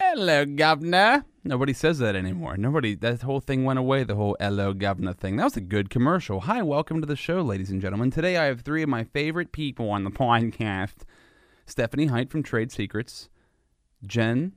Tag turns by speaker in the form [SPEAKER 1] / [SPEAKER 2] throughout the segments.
[SPEAKER 1] hello, governor. Nobody says that anymore. Nobody, that whole thing went away, the whole hello, governor thing. That was a good commercial. Hi, welcome to the show, ladies and gentlemen. Today I have three of my favorite people on the podcast Stephanie Height from Trade Secrets, Jen,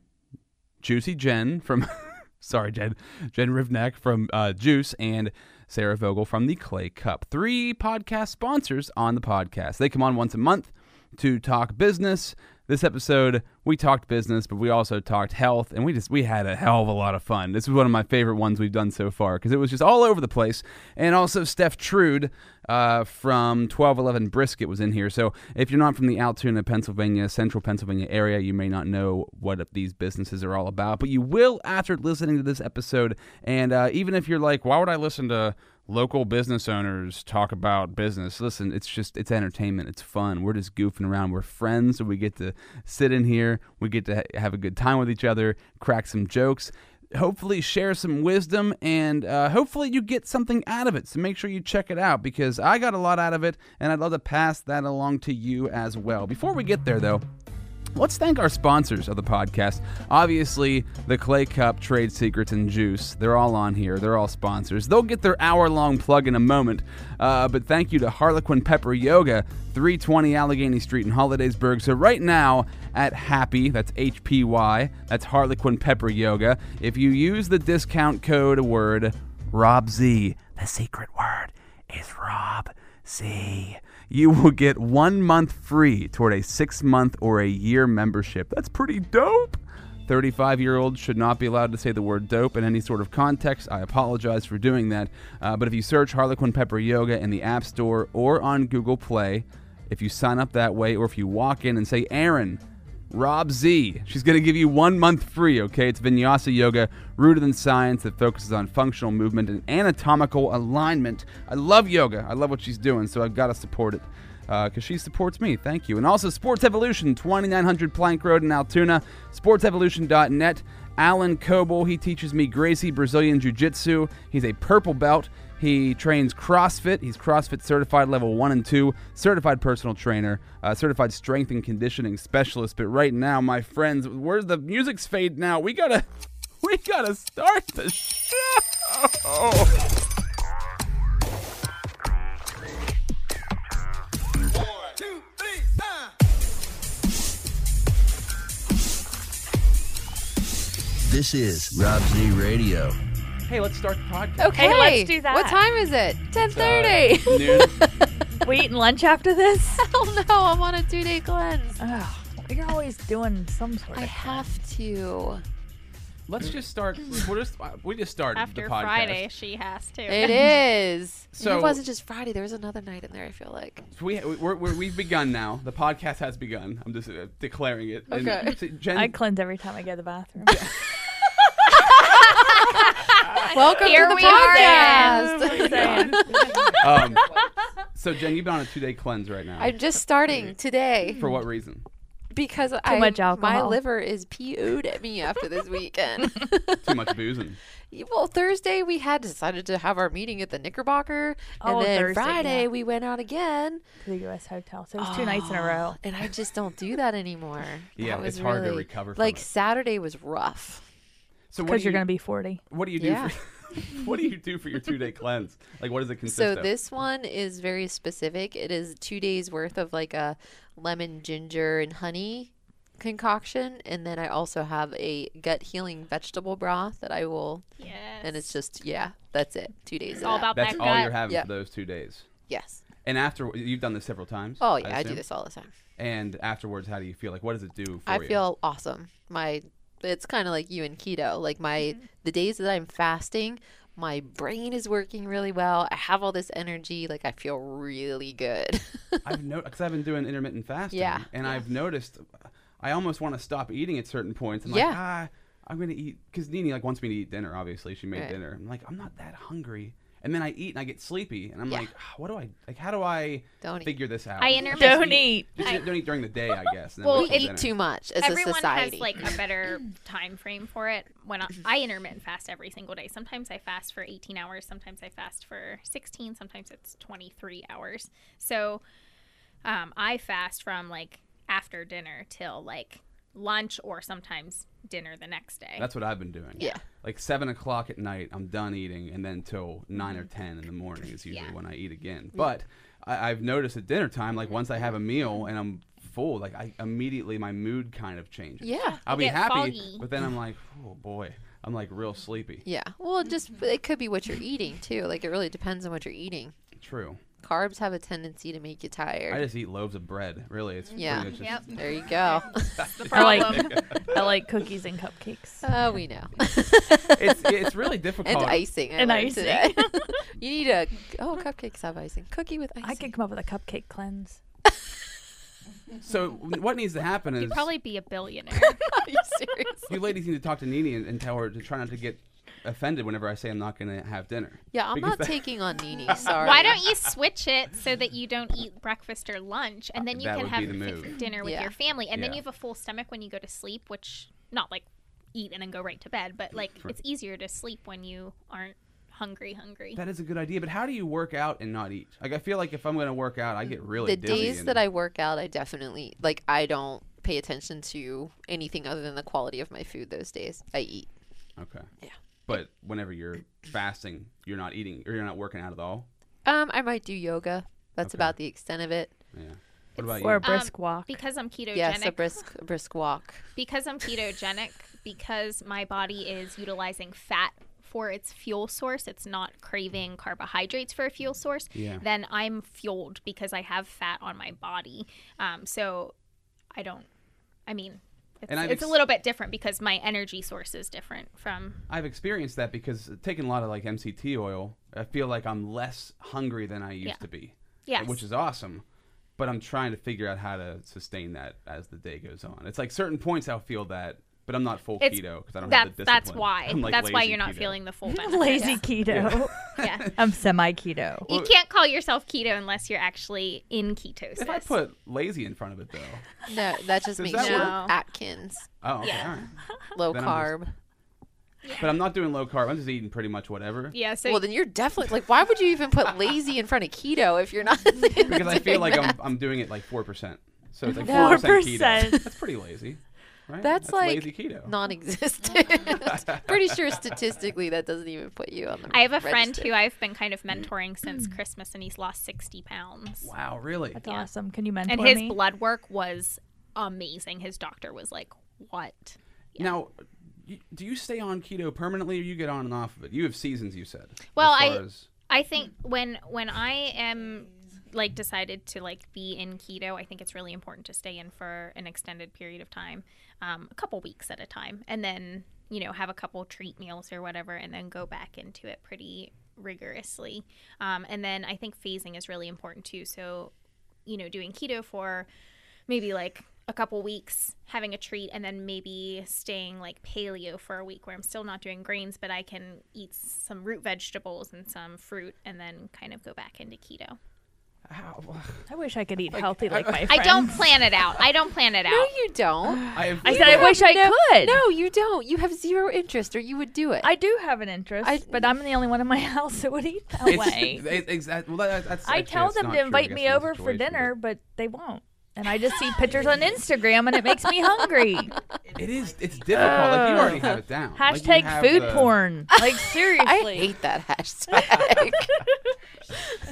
[SPEAKER 1] Juicy Jen from, sorry, Jen, Jen Rivnek from uh, Juice, and Sarah Vogel from the Clay Cup. Three podcast sponsors on the podcast. They come on once a month to talk business. This episode, we talked business, but we also talked health, and we just we had a hell of a lot of fun. This is one of my favorite ones we've done so far because it was just all over the place. And also, Steph Trude uh, from 1211 Brisket was in here. So if you're not from the Altoona, Pennsylvania, central Pennsylvania area, you may not know what these businesses are all about, but you will after listening to this episode. And uh, even if you're like, why would I listen to local business owners talk about business. Listen, it's just it's entertainment. It's fun. We're just goofing around. We're friends, so we get to sit in here. We get to ha- have a good time with each other, crack some jokes, hopefully share some wisdom, and uh, hopefully you get something out of it. So make sure you check it out because I got a lot out of it, and I'd love to pass that along to you as well. Before we get there, though. Let's thank our sponsors of the podcast. Obviously, the Clay Cup, Trade Secrets, and Juice. They're all on here. They're all sponsors. They'll get their hour long plug in a moment. Uh, but thank you to Harlequin Pepper Yoga, 320 Allegheny Street in Hollidaysburg. So, right now at Happy, that's H P Y, that's Harlequin Pepper Yoga. If you use the discount code word Rob Z, the secret word is Rob Z you will get one month free toward a six month or a year membership. That's pretty dope. 35 year olds should not be allowed to say the word dope in any sort of context. I apologize for doing that. Uh, but if you search Harlequin Pepper Yoga in the App Store or on Google Play, if you sign up that way, or if you walk in and say, Aaron, Rob Z. She's going to give you one month free, okay? It's vinyasa yoga, rooted in science that focuses on functional movement and anatomical alignment. I love yoga. I love what she's doing, so I've got to support it because she supports me. Thank you. And also, Sports Evolution, 2900 Plank Road in Altoona, sportsevolution.net. Alan Coble, he teaches me Gracie Brazilian Jiu Jitsu. He's a purple belt. He trains CrossFit. He's CrossFit certified level one and two, certified personal trainer, uh, certified strength and conditioning specialist. But right now, my friends, where's the music's fade now? We gotta, we gotta start the show.
[SPEAKER 2] This is Rob Z Radio.
[SPEAKER 1] Hey, let's start the podcast.
[SPEAKER 3] Okay,
[SPEAKER 4] Hey, let's do that.
[SPEAKER 3] What time is it? Ten thirty.
[SPEAKER 1] Noon.
[SPEAKER 4] We eating lunch after this?
[SPEAKER 3] oh no, I'm on a two day cleanse.
[SPEAKER 4] Oh, you're always doing some sort
[SPEAKER 3] I
[SPEAKER 4] of.
[SPEAKER 3] have to.
[SPEAKER 1] Let's just start. We're just, uh, we just started
[SPEAKER 5] After
[SPEAKER 1] the podcast.
[SPEAKER 5] Friday, she has to.
[SPEAKER 3] It is.
[SPEAKER 1] So-
[SPEAKER 3] it wasn't just Friday. There was another night in there. I feel like.
[SPEAKER 1] We we're, we're, we've begun now. The podcast has begun. I'm just uh, declaring it. And
[SPEAKER 3] Okay.
[SPEAKER 1] see, Jen,
[SPEAKER 4] I cleanse every time I go to the bathroom.
[SPEAKER 3] Welcome
[SPEAKER 5] Here
[SPEAKER 3] to the
[SPEAKER 5] we are
[SPEAKER 3] podcast.
[SPEAKER 4] Saying.
[SPEAKER 1] um, so Jen, you've been on a two day cleanse right now.
[SPEAKER 3] I'm just starting today
[SPEAKER 1] For what reason?
[SPEAKER 3] because I
[SPEAKER 4] much
[SPEAKER 3] my
[SPEAKER 4] alcohol.
[SPEAKER 3] liver is PO'd at me after this weekend.
[SPEAKER 1] Too much boozing.
[SPEAKER 3] well, Thursday we had decided to have our meeting at the Knickerbocker,
[SPEAKER 4] Oh,
[SPEAKER 3] and then
[SPEAKER 4] Thursday,
[SPEAKER 3] Friday
[SPEAKER 4] yeah.
[SPEAKER 3] we went out again.
[SPEAKER 4] to the U.S. hotel, so it was two nights in a row.
[SPEAKER 3] and I just don't do that anymore.
[SPEAKER 1] Yeah,
[SPEAKER 3] That was
[SPEAKER 1] it's hard to recover from
[SPEAKER 3] Like
[SPEAKER 1] it.
[SPEAKER 3] Saturday was rough.
[SPEAKER 1] So what do
[SPEAKER 4] Because
[SPEAKER 1] you,
[SPEAKER 4] you're gonna be 40.
[SPEAKER 1] What do you do?
[SPEAKER 3] Yeah.
[SPEAKER 1] For, what do you do for your two day cleanse? Like, what does it consist
[SPEAKER 3] So
[SPEAKER 1] of?
[SPEAKER 3] this one is very specific. It is two days worth of like a lemon, ginger, and honey concoction, and then I also have a gut healing vegetable broth that I will.
[SPEAKER 5] Yes.
[SPEAKER 3] And it's just yeah, that's it. Two days.
[SPEAKER 5] It's all about
[SPEAKER 1] That's
[SPEAKER 5] that
[SPEAKER 1] all
[SPEAKER 5] gut.
[SPEAKER 1] you're having
[SPEAKER 3] Yeah.
[SPEAKER 1] for those two days.
[SPEAKER 3] yes.
[SPEAKER 1] And after you've done this several times.
[SPEAKER 3] Oh yeah, I, do
[SPEAKER 1] assume?
[SPEAKER 3] this all the time.
[SPEAKER 1] And afterwards, how do you feel? Like, what does it do for
[SPEAKER 3] I
[SPEAKER 1] you?
[SPEAKER 3] feel awesome. My it's kind of like you and keto. Like my
[SPEAKER 5] Mm-hmm.
[SPEAKER 3] the days that I'm fasting, my brain is working really well. I have all this energy. Like I feel really good.
[SPEAKER 1] I've noticed because I've been doing intermittent fasting.
[SPEAKER 3] Yeah,
[SPEAKER 1] And I've noticed, I almost want to stop eating at certain points. I'm
[SPEAKER 3] Yeah.
[SPEAKER 1] like, ah, I'm gonna eat because Nini like wants me to eat dinner. Obviously, she made
[SPEAKER 3] Right.
[SPEAKER 1] dinner. I'm like, I'm not that hungry. And then I eat and I get sleepy, and I'm
[SPEAKER 3] Yeah.
[SPEAKER 1] like, "Ah, what do I like? How do I
[SPEAKER 3] Don't e-, eat.
[SPEAKER 1] figure this out?
[SPEAKER 5] I
[SPEAKER 1] Just
[SPEAKER 5] intermittent-
[SPEAKER 4] Don't eat.
[SPEAKER 1] Just don't eat during the day, I guess. and then
[SPEAKER 5] Well,
[SPEAKER 1] wait
[SPEAKER 3] we
[SPEAKER 1] till
[SPEAKER 3] eat
[SPEAKER 1] dinner.
[SPEAKER 3] too much as a
[SPEAKER 5] Everyone
[SPEAKER 3] society.
[SPEAKER 5] has like a better time frame for it. When I, I intermittent fast every single day. Sometimes I fast for 18 hours. Sometimes I fast for 16. Sometimes it's 23 hours. So um, I fast from like after dinner till like lunch or sometimes dinner the next day.
[SPEAKER 1] That's what I've been doing.
[SPEAKER 3] Yeah.
[SPEAKER 1] Like seven o'clock at night, I'm done eating, and then till nine or ten in the morning is usually
[SPEAKER 5] Mm-hmm. Yeah.
[SPEAKER 1] when I eat again. But I, I've noticed at dinner time, like once I have a meal
[SPEAKER 5] Mm-hmm.
[SPEAKER 1] and I'm full, like I immediately my mood kind of changes.
[SPEAKER 3] Yeah.
[SPEAKER 1] I'll be
[SPEAKER 5] get
[SPEAKER 1] happy,
[SPEAKER 5] foggy.
[SPEAKER 1] but then I'm like, oh boy, I'm like real sleepy.
[SPEAKER 3] Yeah. Well, it
[SPEAKER 5] Mm-hmm.
[SPEAKER 3] just it could be what you're eating too. Like it really depends on what you're eating.
[SPEAKER 1] True.
[SPEAKER 3] Carbs have a tendency to make you
[SPEAKER 1] I
[SPEAKER 3] tired.
[SPEAKER 1] just eat loaves of bread. Really, it's pretty
[SPEAKER 3] Yeah.
[SPEAKER 1] much just-
[SPEAKER 5] Yep.
[SPEAKER 3] There you go.
[SPEAKER 5] the
[SPEAKER 4] I like-
[SPEAKER 5] problem.
[SPEAKER 4] I like cookies and cupcakes.
[SPEAKER 3] oh, we know.
[SPEAKER 1] it's it's really difficult.
[SPEAKER 3] and icing. I
[SPEAKER 4] And
[SPEAKER 3] learned
[SPEAKER 4] icing.
[SPEAKER 3] Today. you need a oh cupcakes have icing. Cookie with icing.
[SPEAKER 4] I could come up with a cupcake cleanse.
[SPEAKER 1] So what needs to happen is
[SPEAKER 5] You'd probably be a billionaire.
[SPEAKER 3] Are you serious?
[SPEAKER 1] you ladies need to talk to Nini and, and tell her to try not to get offended whenever I say I'm not going to have dinner.
[SPEAKER 3] Yeah, I'm
[SPEAKER 1] Because
[SPEAKER 3] not
[SPEAKER 1] that-
[SPEAKER 3] taking on Nini. Sorry.
[SPEAKER 5] Why don't you switch it so that you don't eat breakfast or lunch, and then you
[SPEAKER 1] Uh, That
[SPEAKER 5] can
[SPEAKER 1] would
[SPEAKER 5] have
[SPEAKER 1] be the move.
[SPEAKER 5] dinner with
[SPEAKER 3] Yeah.
[SPEAKER 5] your family, and then
[SPEAKER 1] Yeah.
[SPEAKER 5] you have a full stomach when you go to sleep, which not like eat and then go right to bed, but like it's easier to sleep when you aren't hungry, hungry.
[SPEAKER 1] That is a good idea, but how do you work out and not eat? Like I feel like if I'm going to work out, I get really
[SPEAKER 3] the
[SPEAKER 1] dizzy
[SPEAKER 3] days
[SPEAKER 1] and-
[SPEAKER 3] that I work out, I definitely like I don't pay attention to anything other than the quality of my food those days. I eat.
[SPEAKER 1] okay.
[SPEAKER 3] Yeah.
[SPEAKER 1] But whenever you're fasting, you're not eating or you're not working out at all.
[SPEAKER 3] Um, I might do yoga. That's
[SPEAKER 1] Okay.
[SPEAKER 3] about the extent of it.
[SPEAKER 1] Yeah. What about
[SPEAKER 4] Or a
[SPEAKER 1] you?
[SPEAKER 4] brisk walk.
[SPEAKER 5] Um, Because I'm ketogenic,
[SPEAKER 3] Yes, a brisk a brisk walk.
[SPEAKER 5] because I'm ketogenic, because my body is utilizing fat for its fuel source, it's not craving carbohydrates for a fuel source,
[SPEAKER 1] Yeah.
[SPEAKER 5] then I'm fueled because I have fat on my body. Um, so I don't, I mean, it's,
[SPEAKER 1] And I've
[SPEAKER 5] it's a
[SPEAKER 1] ex-
[SPEAKER 5] little bit different because my energy source is different from.
[SPEAKER 1] I've experienced that because taking a lot of like MCT oil, I feel like I'm less hungry than I used
[SPEAKER 5] Yeah.
[SPEAKER 1] to be.
[SPEAKER 5] Yes.
[SPEAKER 1] Which is awesome. But I'm trying to figure out how to sustain that as the day goes on. It's like certain points I'll feel that, but I'm not full
[SPEAKER 5] It's-
[SPEAKER 1] keto because I don't have
[SPEAKER 5] That's
[SPEAKER 1] the discipline.
[SPEAKER 5] that's why.
[SPEAKER 1] I'm, like,
[SPEAKER 5] that's why
[SPEAKER 1] lazy
[SPEAKER 5] you're not
[SPEAKER 1] keto.
[SPEAKER 5] feeling the full benefit.
[SPEAKER 4] Lazy keto.
[SPEAKER 5] Yeah.
[SPEAKER 4] I'm semi keto.
[SPEAKER 5] You can't call yourself keto unless you're actually in ketosis.
[SPEAKER 1] If I put lazy in front of it though,
[SPEAKER 3] No, that just
[SPEAKER 1] Does
[SPEAKER 3] makes
[SPEAKER 1] that
[SPEAKER 3] you
[SPEAKER 5] work?
[SPEAKER 3] Atkins,
[SPEAKER 1] Oh, okay,
[SPEAKER 5] Yeah.
[SPEAKER 1] all right.
[SPEAKER 3] low
[SPEAKER 1] Then I'm
[SPEAKER 3] carb.
[SPEAKER 1] But I'm not doing low carb. I'm just eating pretty much whatever.
[SPEAKER 5] yeah, so
[SPEAKER 3] well, then you're definitely like, why would you even put lazy in front of keto if you're not?
[SPEAKER 1] Because I feel like I'm, I'm doing it like 4%. So it's like 4%
[SPEAKER 4] No.
[SPEAKER 1] keto.
[SPEAKER 4] 4%.
[SPEAKER 1] That's pretty lazy. Right?
[SPEAKER 3] That's like
[SPEAKER 1] lazy keto.
[SPEAKER 3] non-existent. Pretty sure statistically that doesn't even put you on the.
[SPEAKER 5] I have a friend
[SPEAKER 3] register.
[SPEAKER 5] who I've been kind of mentoring since Christmas, and he's lost 60 pounds.
[SPEAKER 1] wow, really?
[SPEAKER 4] That's awesome. Can you mentor
[SPEAKER 5] And his
[SPEAKER 4] me?
[SPEAKER 5] blood work was amazing. His doctor was like, What?
[SPEAKER 1] Now, y- do you stay on keto permanently or you get on and off of it? You have seasons, you said.
[SPEAKER 5] Well,
[SPEAKER 1] as
[SPEAKER 5] I-
[SPEAKER 1] far as-
[SPEAKER 5] I think when when I am like decided to like be in keto, I think it's really important to stay in for an extended period of time, um, a couple weeks at a time, and then you know have a couple treat meals or whatever, and then go back into it pretty rigorously. Um, and then I think phasing is really important too. So you know, doing keto for maybe like a couple weeks having a treat and then maybe staying like paleo for a week where I'm still not doing grains but I can eat some root vegetables and some fruit and then kind of go back into keto.
[SPEAKER 1] Ow.
[SPEAKER 4] I wish I could eat healthy like my friends.
[SPEAKER 5] I don't plan it out. I don't plan it
[SPEAKER 3] No,
[SPEAKER 5] out.
[SPEAKER 3] you don't.
[SPEAKER 1] I have,
[SPEAKER 4] I said I wish I
[SPEAKER 3] No-
[SPEAKER 4] could.
[SPEAKER 3] No, you don't. You have zero interest, or you would do it.
[SPEAKER 4] I do have an interest,
[SPEAKER 3] I-
[SPEAKER 4] but I'm the only one in my house that would eat that way.
[SPEAKER 1] exactly. Well, that, that's,
[SPEAKER 4] I
[SPEAKER 1] actually,
[SPEAKER 4] tell
[SPEAKER 1] that's
[SPEAKER 4] them
[SPEAKER 1] not
[SPEAKER 4] to
[SPEAKER 1] true, I
[SPEAKER 4] invite
[SPEAKER 1] guess,
[SPEAKER 4] me
[SPEAKER 1] in that
[SPEAKER 4] over for
[SPEAKER 1] situation, but-
[SPEAKER 4] dinner, but they won't. And I just see pictures on Instagram and it makes me hungry.
[SPEAKER 1] It is. It's difficult. Like you already have it down. Like, you
[SPEAKER 4] Hashtag
[SPEAKER 1] have uh,
[SPEAKER 4] food
[SPEAKER 1] the-
[SPEAKER 4] porn. Like
[SPEAKER 3] I
[SPEAKER 4] seriously.
[SPEAKER 3] hate that hashtag.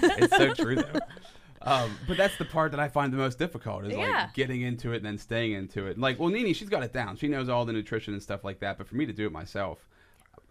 [SPEAKER 1] it's so true though. Um, but that's the part that I find the most difficult is
[SPEAKER 4] Yeah.
[SPEAKER 1] like getting into it and then staying into it. Like, well, Nini, she's got it down. She knows all the nutrition and stuff like that. But for me to do it myself,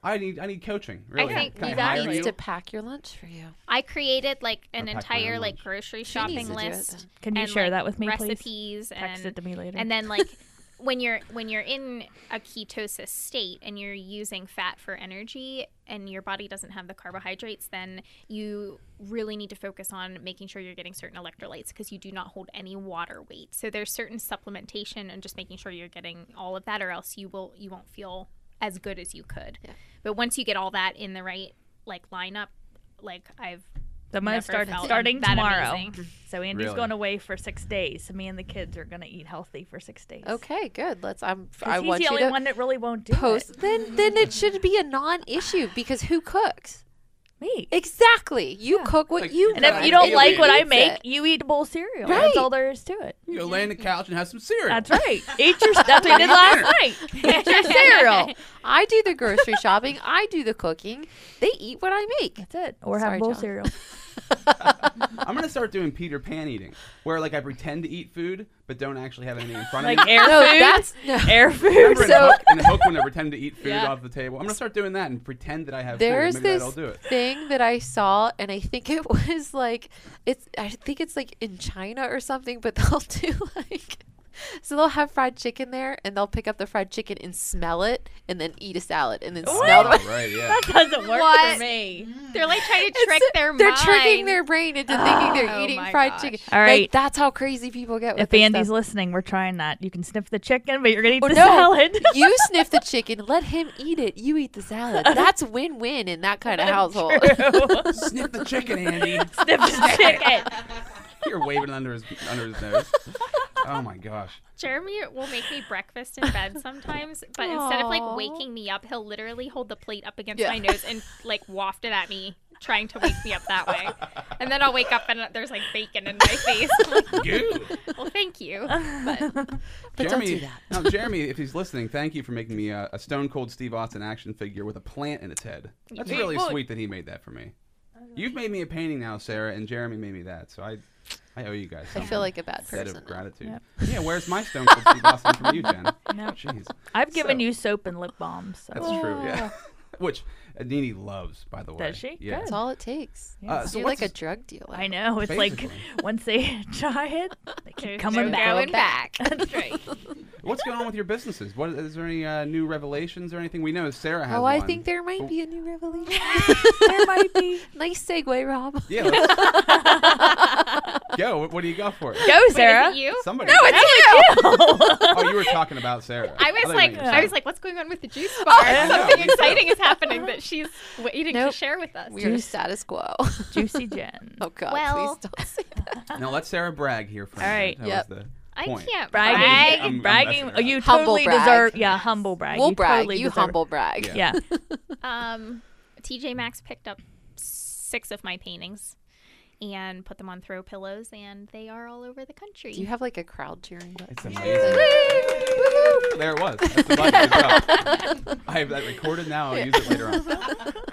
[SPEAKER 1] I need I need coaching. Really,
[SPEAKER 5] think
[SPEAKER 1] Can
[SPEAKER 5] you
[SPEAKER 1] hire
[SPEAKER 5] guys
[SPEAKER 1] you?
[SPEAKER 3] needs to pack your lunch for you.
[SPEAKER 5] I created like an
[SPEAKER 1] Or pack my
[SPEAKER 5] entire
[SPEAKER 1] own
[SPEAKER 5] like
[SPEAKER 1] lunch.
[SPEAKER 5] grocery
[SPEAKER 3] needs
[SPEAKER 5] shopping
[SPEAKER 3] to do it
[SPEAKER 5] list.
[SPEAKER 3] then.
[SPEAKER 4] Can you
[SPEAKER 5] and,
[SPEAKER 4] share
[SPEAKER 5] like,
[SPEAKER 4] that with me, please?
[SPEAKER 5] recipes And,
[SPEAKER 4] Text it to me later.
[SPEAKER 5] And then like when you're when you're in a ketosis state and you're using fat for energy and your body doesn't have the carbohydrates, then you really need to focus on making sure you're getting certain electrolytes because you do not hold any water weight. So there's certain supplementation and just making sure you're getting all of that or else you will you won't feel as good as you could. But once you get all that in the right like lineup, like I've
[SPEAKER 4] So I'm gonna
[SPEAKER 5] never
[SPEAKER 4] start
[SPEAKER 5] felt
[SPEAKER 4] starting
[SPEAKER 5] that
[SPEAKER 4] tomorrow.
[SPEAKER 5] amazing.
[SPEAKER 4] So Andy's
[SPEAKER 1] Really?
[SPEAKER 4] going away for six days. So me and the kids are gonna eat healthy for six days.
[SPEAKER 3] Okay, good. Let's. I'm.
[SPEAKER 4] 'Cause
[SPEAKER 3] I
[SPEAKER 4] he's
[SPEAKER 3] want
[SPEAKER 4] the
[SPEAKER 3] you
[SPEAKER 4] only
[SPEAKER 3] to
[SPEAKER 4] one that really won't do it.
[SPEAKER 3] post. Then, then it should be a non-issue because who cooks?
[SPEAKER 4] me.
[SPEAKER 3] Exactly. You cook what you
[SPEAKER 4] And if
[SPEAKER 3] want.
[SPEAKER 4] you don't
[SPEAKER 3] Everyone
[SPEAKER 4] like what I
[SPEAKER 3] eats
[SPEAKER 4] make,
[SPEAKER 3] it.
[SPEAKER 4] you eat bowl cereal.
[SPEAKER 3] Right.
[SPEAKER 4] That's all there is to it.
[SPEAKER 1] You know, lay on the couch and have some cereal.
[SPEAKER 4] That's right. Eat your. That's what we did last night. Eat your cereal.
[SPEAKER 3] I do the grocery shopping. I do the cooking. They eat what I make.
[SPEAKER 4] That's it. Or
[SPEAKER 3] Sorry,
[SPEAKER 4] have bowl
[SPEAKER 3] John.
[SPEAKER 4] cereal.
[SPEAKER 1] I'm gonna start doing Peter Pan eating, where like I pretend to eat food but don't actually have anything in front of
[SPEAKER 4] Like
[SPEAKER 1] me.
[SPEAKER 4] air
[SPEAKER 3] No,
[SPEAKER 4] food.
[SPEAKER 3] that's no.
[SPEAKER 4] air food.
[SPEAKER 1] Remember in,
[SPEAKER 3] so-
[SPEAKER 1] hook, in Hook when I pretend to eat food
[SPEAKER 3] Yeah.
[SPEAKER 1] off the table? I'm gonna start doing that and pretend that I have
[SPEAKER 3] There's
[SPEAKER 1] food. Maybe
[SPEAKER 3] this
[SPEAKER 1] that'll do it.
[SPEAKER 3] thing that I saw, and I think it was like it's. I think it's like in China or something, but they'll do like. So they'll have fried chicken there, and they'll pick up the fried chicken and smell it, and then eat a salad, and then smell
[SPEAKER 1] Oh,
[SPEAKER 3] the.
[SPEAKER 1] right, yeah.
[SPEAKER 4] that doesn't work
[SPEAKER 5] What?
[SPEAKER 4] for me.
[SPEAKER 1] Mm,
[SPEAKER 5] They're like trying to trick their
[SPEAKER 3] They're
[SPEAKER 5] mind.
[SPEAKER 3] tricking their brain into thinking they're
[SPEAKER 5] Oh
[SPEAKER 3] eating
[SPEAKER 5] my
[SPEAKER 3] fried
[SPEAKER 5] gosh.
[SPEAKER 3] chicken.
[SPEAKER 4] All
[SPEAKER 3] like,
[SPEAKER 4] right.
[SPEAKER 3] that's how crazy people get. With
[SPEAKER 4] If
[SPEAKER 3] this
[SPEAKER 4] Andy's
[SPEAKER 3] stuff.
[SPEAKER 4] listening, we're trying that. You can sniff the chicken, but you're gonna eat
[SPEAKER 3] Oh,
[SPEAKER 4] the
[SPEAKER 3] no.
[SPEAKER 4] salad.
[SPEAKER 3] you sniff the chicken, let him eat it. You eat the salad. That's win-win in that kind of household.
[SPEAKER 4] True.
[SPEAKER 1] Sniff the chicken, Andy.
[SPEAKER 4] sniff the chicken.
[SPEAKER 1] You're waving under his under his nose. Oh my gosh.
[SPEAKER 5] Jeremy will make me breakfast in bed sometimes, but instead of
[SPEAKER 3] Aw.
[SPEAKER 5] like waking me up, he'll literally hold the plate up against
[SPEAKER 3] Yeah.
[SPEAKER 5] my nose and like waft it at me, trying to wake me up that way. And then I'll wake up and there's like bacon in my face. I'm like, well, thank you. But
[SPEAKER 3] But don't
[SPEAKER 1] Jeremy,
[SPEAKER 3] do that.
[SPEAKER 1] now Jeremy, if he's listening, thank you for making me uh, a Stone Cold Steve Austin action figure with a plant in its head. That's
[SPEAKER 5] Yeah.
[SPEAKER 1] really
[SPEAKER 5] Well-
[SPEAKER 1] sweet that he made that for me. You've made me a painting now, Sarah, and Jeremy made me that, so I, I owe you guys.
[SPEAKER 3] I
[SPEAKER 1] Something.
[SPEAKER 3] feel like a bad
[SPEAKER 1] Instead
[SPEAKER 3] person.
[SPEAKER 1] of
[SPEAKER 3] now.
[SPEAKER 1] gratitude. Yeah, where's my Stone Cold Steve Austin from you, Jen?
[SPEAKER 4] No.
[SPEAKER 1] Jeez,
[SPEAKER 4] I've given
[SPEAKER 1] So-
[SPEAKER 4] you soap and lip balms. So.
[SPEAKER 1] that's true. Yeah,
[SPEAKER 3] Oh.
[SPEAKER 1] which Adini loves, by the way.
[SPEAKER 4] Does she?
[SPEAKER 1] Yeah.
[SPEAKER 3] That's all it takes.
[SPEAKER 1] Uh, so
[SPEAKER 3] You're like a
[SPEAKER 1] what's-
[SPEAKER 3] drug dealer.
[SPEAKER 4] I know. It's
[SPEAKER 1] Basically.
[SPEAKER 4] like once they try it, they keep
[SPEAKER 5] there's
[SPEAKER 4] coming
[SPEAKER 5] no
[SPEAKER 4] back.
[SPEAKER 5] going back. That's right.
[SPEAKER 1] What's going on with your businesses? What is there any uh, new revelations or anything? We know Sarah has
[SPEAKER 3] Oh,
[SPEAKER 1] one.
[SPEAKER 3] I think there might be a new revelation.
[SPEAKER 4] there might be.
[SPEAKER 3] nice segue, Rob.
[SPEAKER 1] Yeah. Let's... Go. What, what do you got for it?
[SPEAKER 4] Go,
[SPEAKER 5] Sarah?
[SPEAKER 4] Sarah.
[SPEAKER 5] Is it you?
[SPEAKER 1] Somebody. No, it's Oh, you were talking about Sarah.
[SPEAKER 5] I was
[SPEAKER 1] thought you
[SPEAKER 5] like,
[SPEAKER 1] meant
[SPEAKER 5] I
[SPEAKER 1] yourself.
[SPEAKER 5] was like, what's going on with the juice bar?
[SPEAKER 1] I know,
[SPEAKER 5] Something
[SPEAKER 1] me too.
[SPEAKER 5] exciting is happening that she's waiting
[SPEAKER 3] Nope.
[SPEAKER 5] to share with us.
[SPEAKER 3] We're status quo.
[SPEAKER 4] Juicy Jen.
[SPEAKER 3] oh God,
[SPEAKER 5] Well-
[SPEAKER 3] please don't say that.
[SPEAKER 1] Now let Sarah brag here for a
[SPEAKER 4] All
[SPEAKER 1] minute.
[SPEAKER 4] right.
[SPEAKER 1] That was
[SPEAKER 3] Yep.
[SPEAKER 1] the
[SPEAKER 5] I
[SPEAKER 1] point.
[SPEAKER 5] can't
[SPEAKER 4] Bragging.
[SPEAKER 5] brag.
[SPEAKER 1] I'm- I'm
[SPEAKER 4] bragging.
[SPEAKER 1] messing
[SPEAKER 4] Oh, you
[SPEAKER 3] around.
[SPEAKER 4] totally
[SPEAKER 3] Humble brag.
[SPEAKER 4] deserve. Yeah, humble brag.
[SPEAKER 3] We'll
[SPEAKER 4] you
[SPEAKER 3] brag.
[SPEAKER 4] Totally
[SPEAKER 3] you
[SPEAKER 4] deserve-
[SPEAKER 3] humble brag.
[SPEAKER 1] Yeah.
[SPEAKER 4] Yeah.
[SPEAKER 5] Um, TJ Maxx picked up six of my paintings and put them on throw pillows, and they are all over the country.
[SPEAKER 3] Do you have like a crowd cheering?
[SPEAKER 1] It's amazing. There it was. That's the button. Good job. I have that recorded now. I'll use it later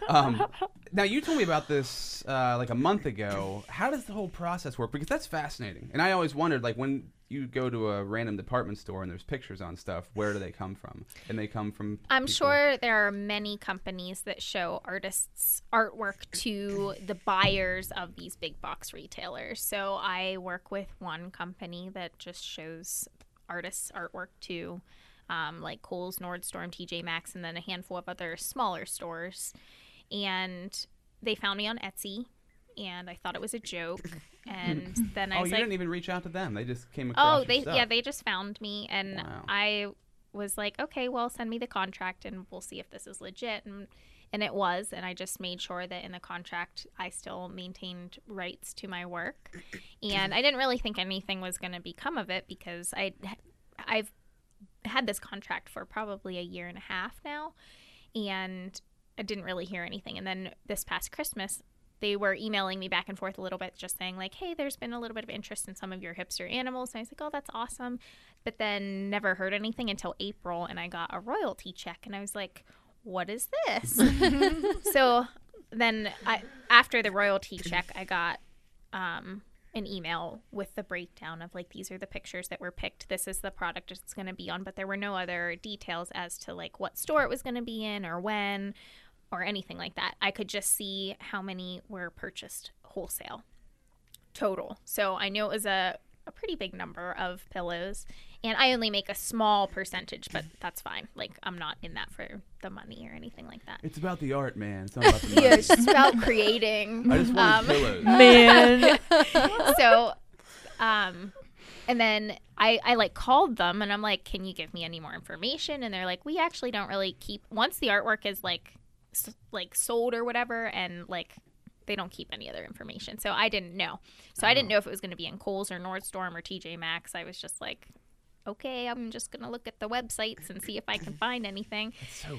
[SPEAKER 1] on. Um, now you told me about this uh, like a month ago. How does the whole process work? Because that's fascinating, and I always wondered like when you go to a random department store and there's pictures on stuff, where do they come from? And they come from.
[SPEAKER 5] I'm
[SPEAKER 1] people-
[SPEAKER 5] sure there are many companies that show artists' artwork to the buyers of these big box retailers. So I work with one company that just shows artists' artwork to um, like Kohl's, Nordstrom, TJ Maxx, and then a handful of other smaller stores. And they found me on Etsy, and I thought it was a joke. And then I
[SPEAKER 1] Oh,
[SPEAKER 5] was
[SPEAKER 1] you
[SPEAKER 5] like,
[SPEAKER 1] didn't even reach out to them. They just came across.
[SPEAKER 5] Oh,
[SPEAKER 1] your
[SPEAKER 5] they
[SPEAKER 1] stuff.
[SPEAKER 5] yeah, they just found me and
[SPEAKER 1] Wow.
[SPEAKER 5] I was like, okay, well, send me the contract and we'll see if this is legit and and it was and I just made sure that in the contract I still maintained rights to my work. And I didn't really think anything was going to become of it because I I've had this contract for probably a year and a half now and I didn't really hear anything. And then this past Christmas, they were emailing me back and forth a little bit, just saying, like, hey, there's been a little bit of interest in some of your hipster animals. And I was like, oh, that's awesome. But then never heard anything until April, and I got a royalty check. And I was like, what is this? so then I, after the royalty check, I got um, an email with the breakdown of like these are the pictures that were picked this is the product it's going to be on but there were no other details as to like what store it was going to be in or when or anything like that i could just see how many were purchased wholesale total so i knew it was a, a pretty big number of pillows and i only make a small percentage but that's fine like i'm not in that for the money or anything like that
[SPEAKER 1] It's about the art, man. It's not about the money.
[SPEAKER 5] yeah it's just about creating
[SPEAKER 1] I just
[SPEAKER 5] Um,
[SPEAKER 1] want pillows.
[SPEAKER 4] Man.
[SPEAKER 5] so um and then I, I like called them and I'm like, can you give me any more information? And they're like, we actually don't really keep once the artwork is like s- like sold or whatever, and like they don't keep any other information. So I didn't know. So I didn't
[SPEAKER 1] Oh.
[SPEAKER 5] know if it was going to be in Kohl's or Nordstrom or TJ Maxx. I was just like, okay, I'm just going to look at the websites and see if I can find anything.
[SPEAKER 1] So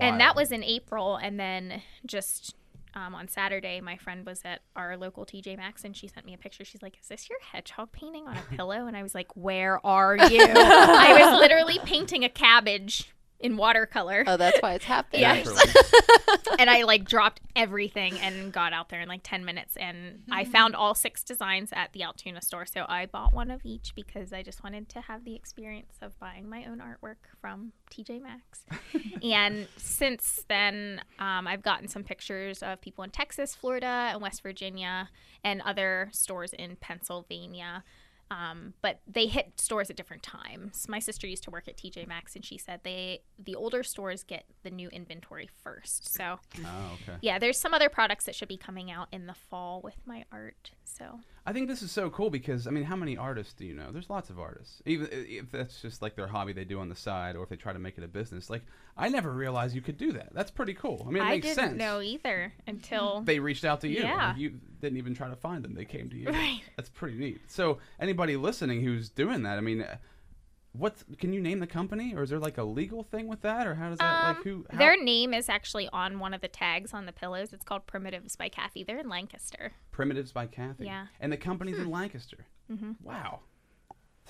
[SPEAKER 5] And that was in April, and then just um, on Saturday, my friend was at our local TJ Maxx and she sent me a picture. She's like, Is this your hedgehog painting on a pillow? And I was like, Where are you? I was literally painting a cabbage in watercolor.
[SPEAKER 3] Oh, that's why it's happening.
[SPEAKER 5] Yeah.
[SPEAKER 1] Naturally.
[SPEAKER 5] and I like dropped everything and got out there in like 10 minutes. And I found all six designs at the Altoona store. So I bought one of each because I just wanted to have the experience of buying my own artwork from TJ Maxx. and since then, um, I've gotten some pictures of people in Texas, Florida, and West Virginia, and other stores in Pennsylvania. Um, but they hit stores at different times. My sister used to work at TJ Maxx, and she said they the older stores get the new inventory first. So
[SPEAKER 1] Oh, okay.
[SPEAKER 5] yeah, there's some other products that should be coming out in the fall with my art. So
[SPEAKER 1] I think this is so cool because I mean, how many artists do you know? There's lots of artists. Even i- if that's just like their hobby they do on the side, or if they try to make it a business. Like, I never realized you could do that. That's pretty cool. I mean, it
[SPEAKER 5] I
[SPEAKER 1] makes
[SPEAKER 5] didn't
[SPEAKER 1] sense.
[SPEAKER 5] know either until
[SPEAKER 1] They reached out to you.
[SPEAKER 5] Yeah.
[SPEAKER 1] You didn't even try to find them. They came to you.
[SPEAKER 5] Right.
[SPEAKER 1] That's pretty neat. So, anybody listening who's doing that, I mean, uh, what's can you name the company, or is there like a legal thing with that, or how does that like
[SPEAKER 5] Um,
[SPEAKER 1] who? How,
[SPEAKER 5] their name is actually on one of the tags on the pillows. It's called Primitives by Kathy. They're in Lancaster.
[SPEAKER 1] Primitives by Kathy.
[SPEAKER 5] Yeah. Hmm. Mm-hmm.
[SPEAKER 1] And the company's in Lancaster. Wow.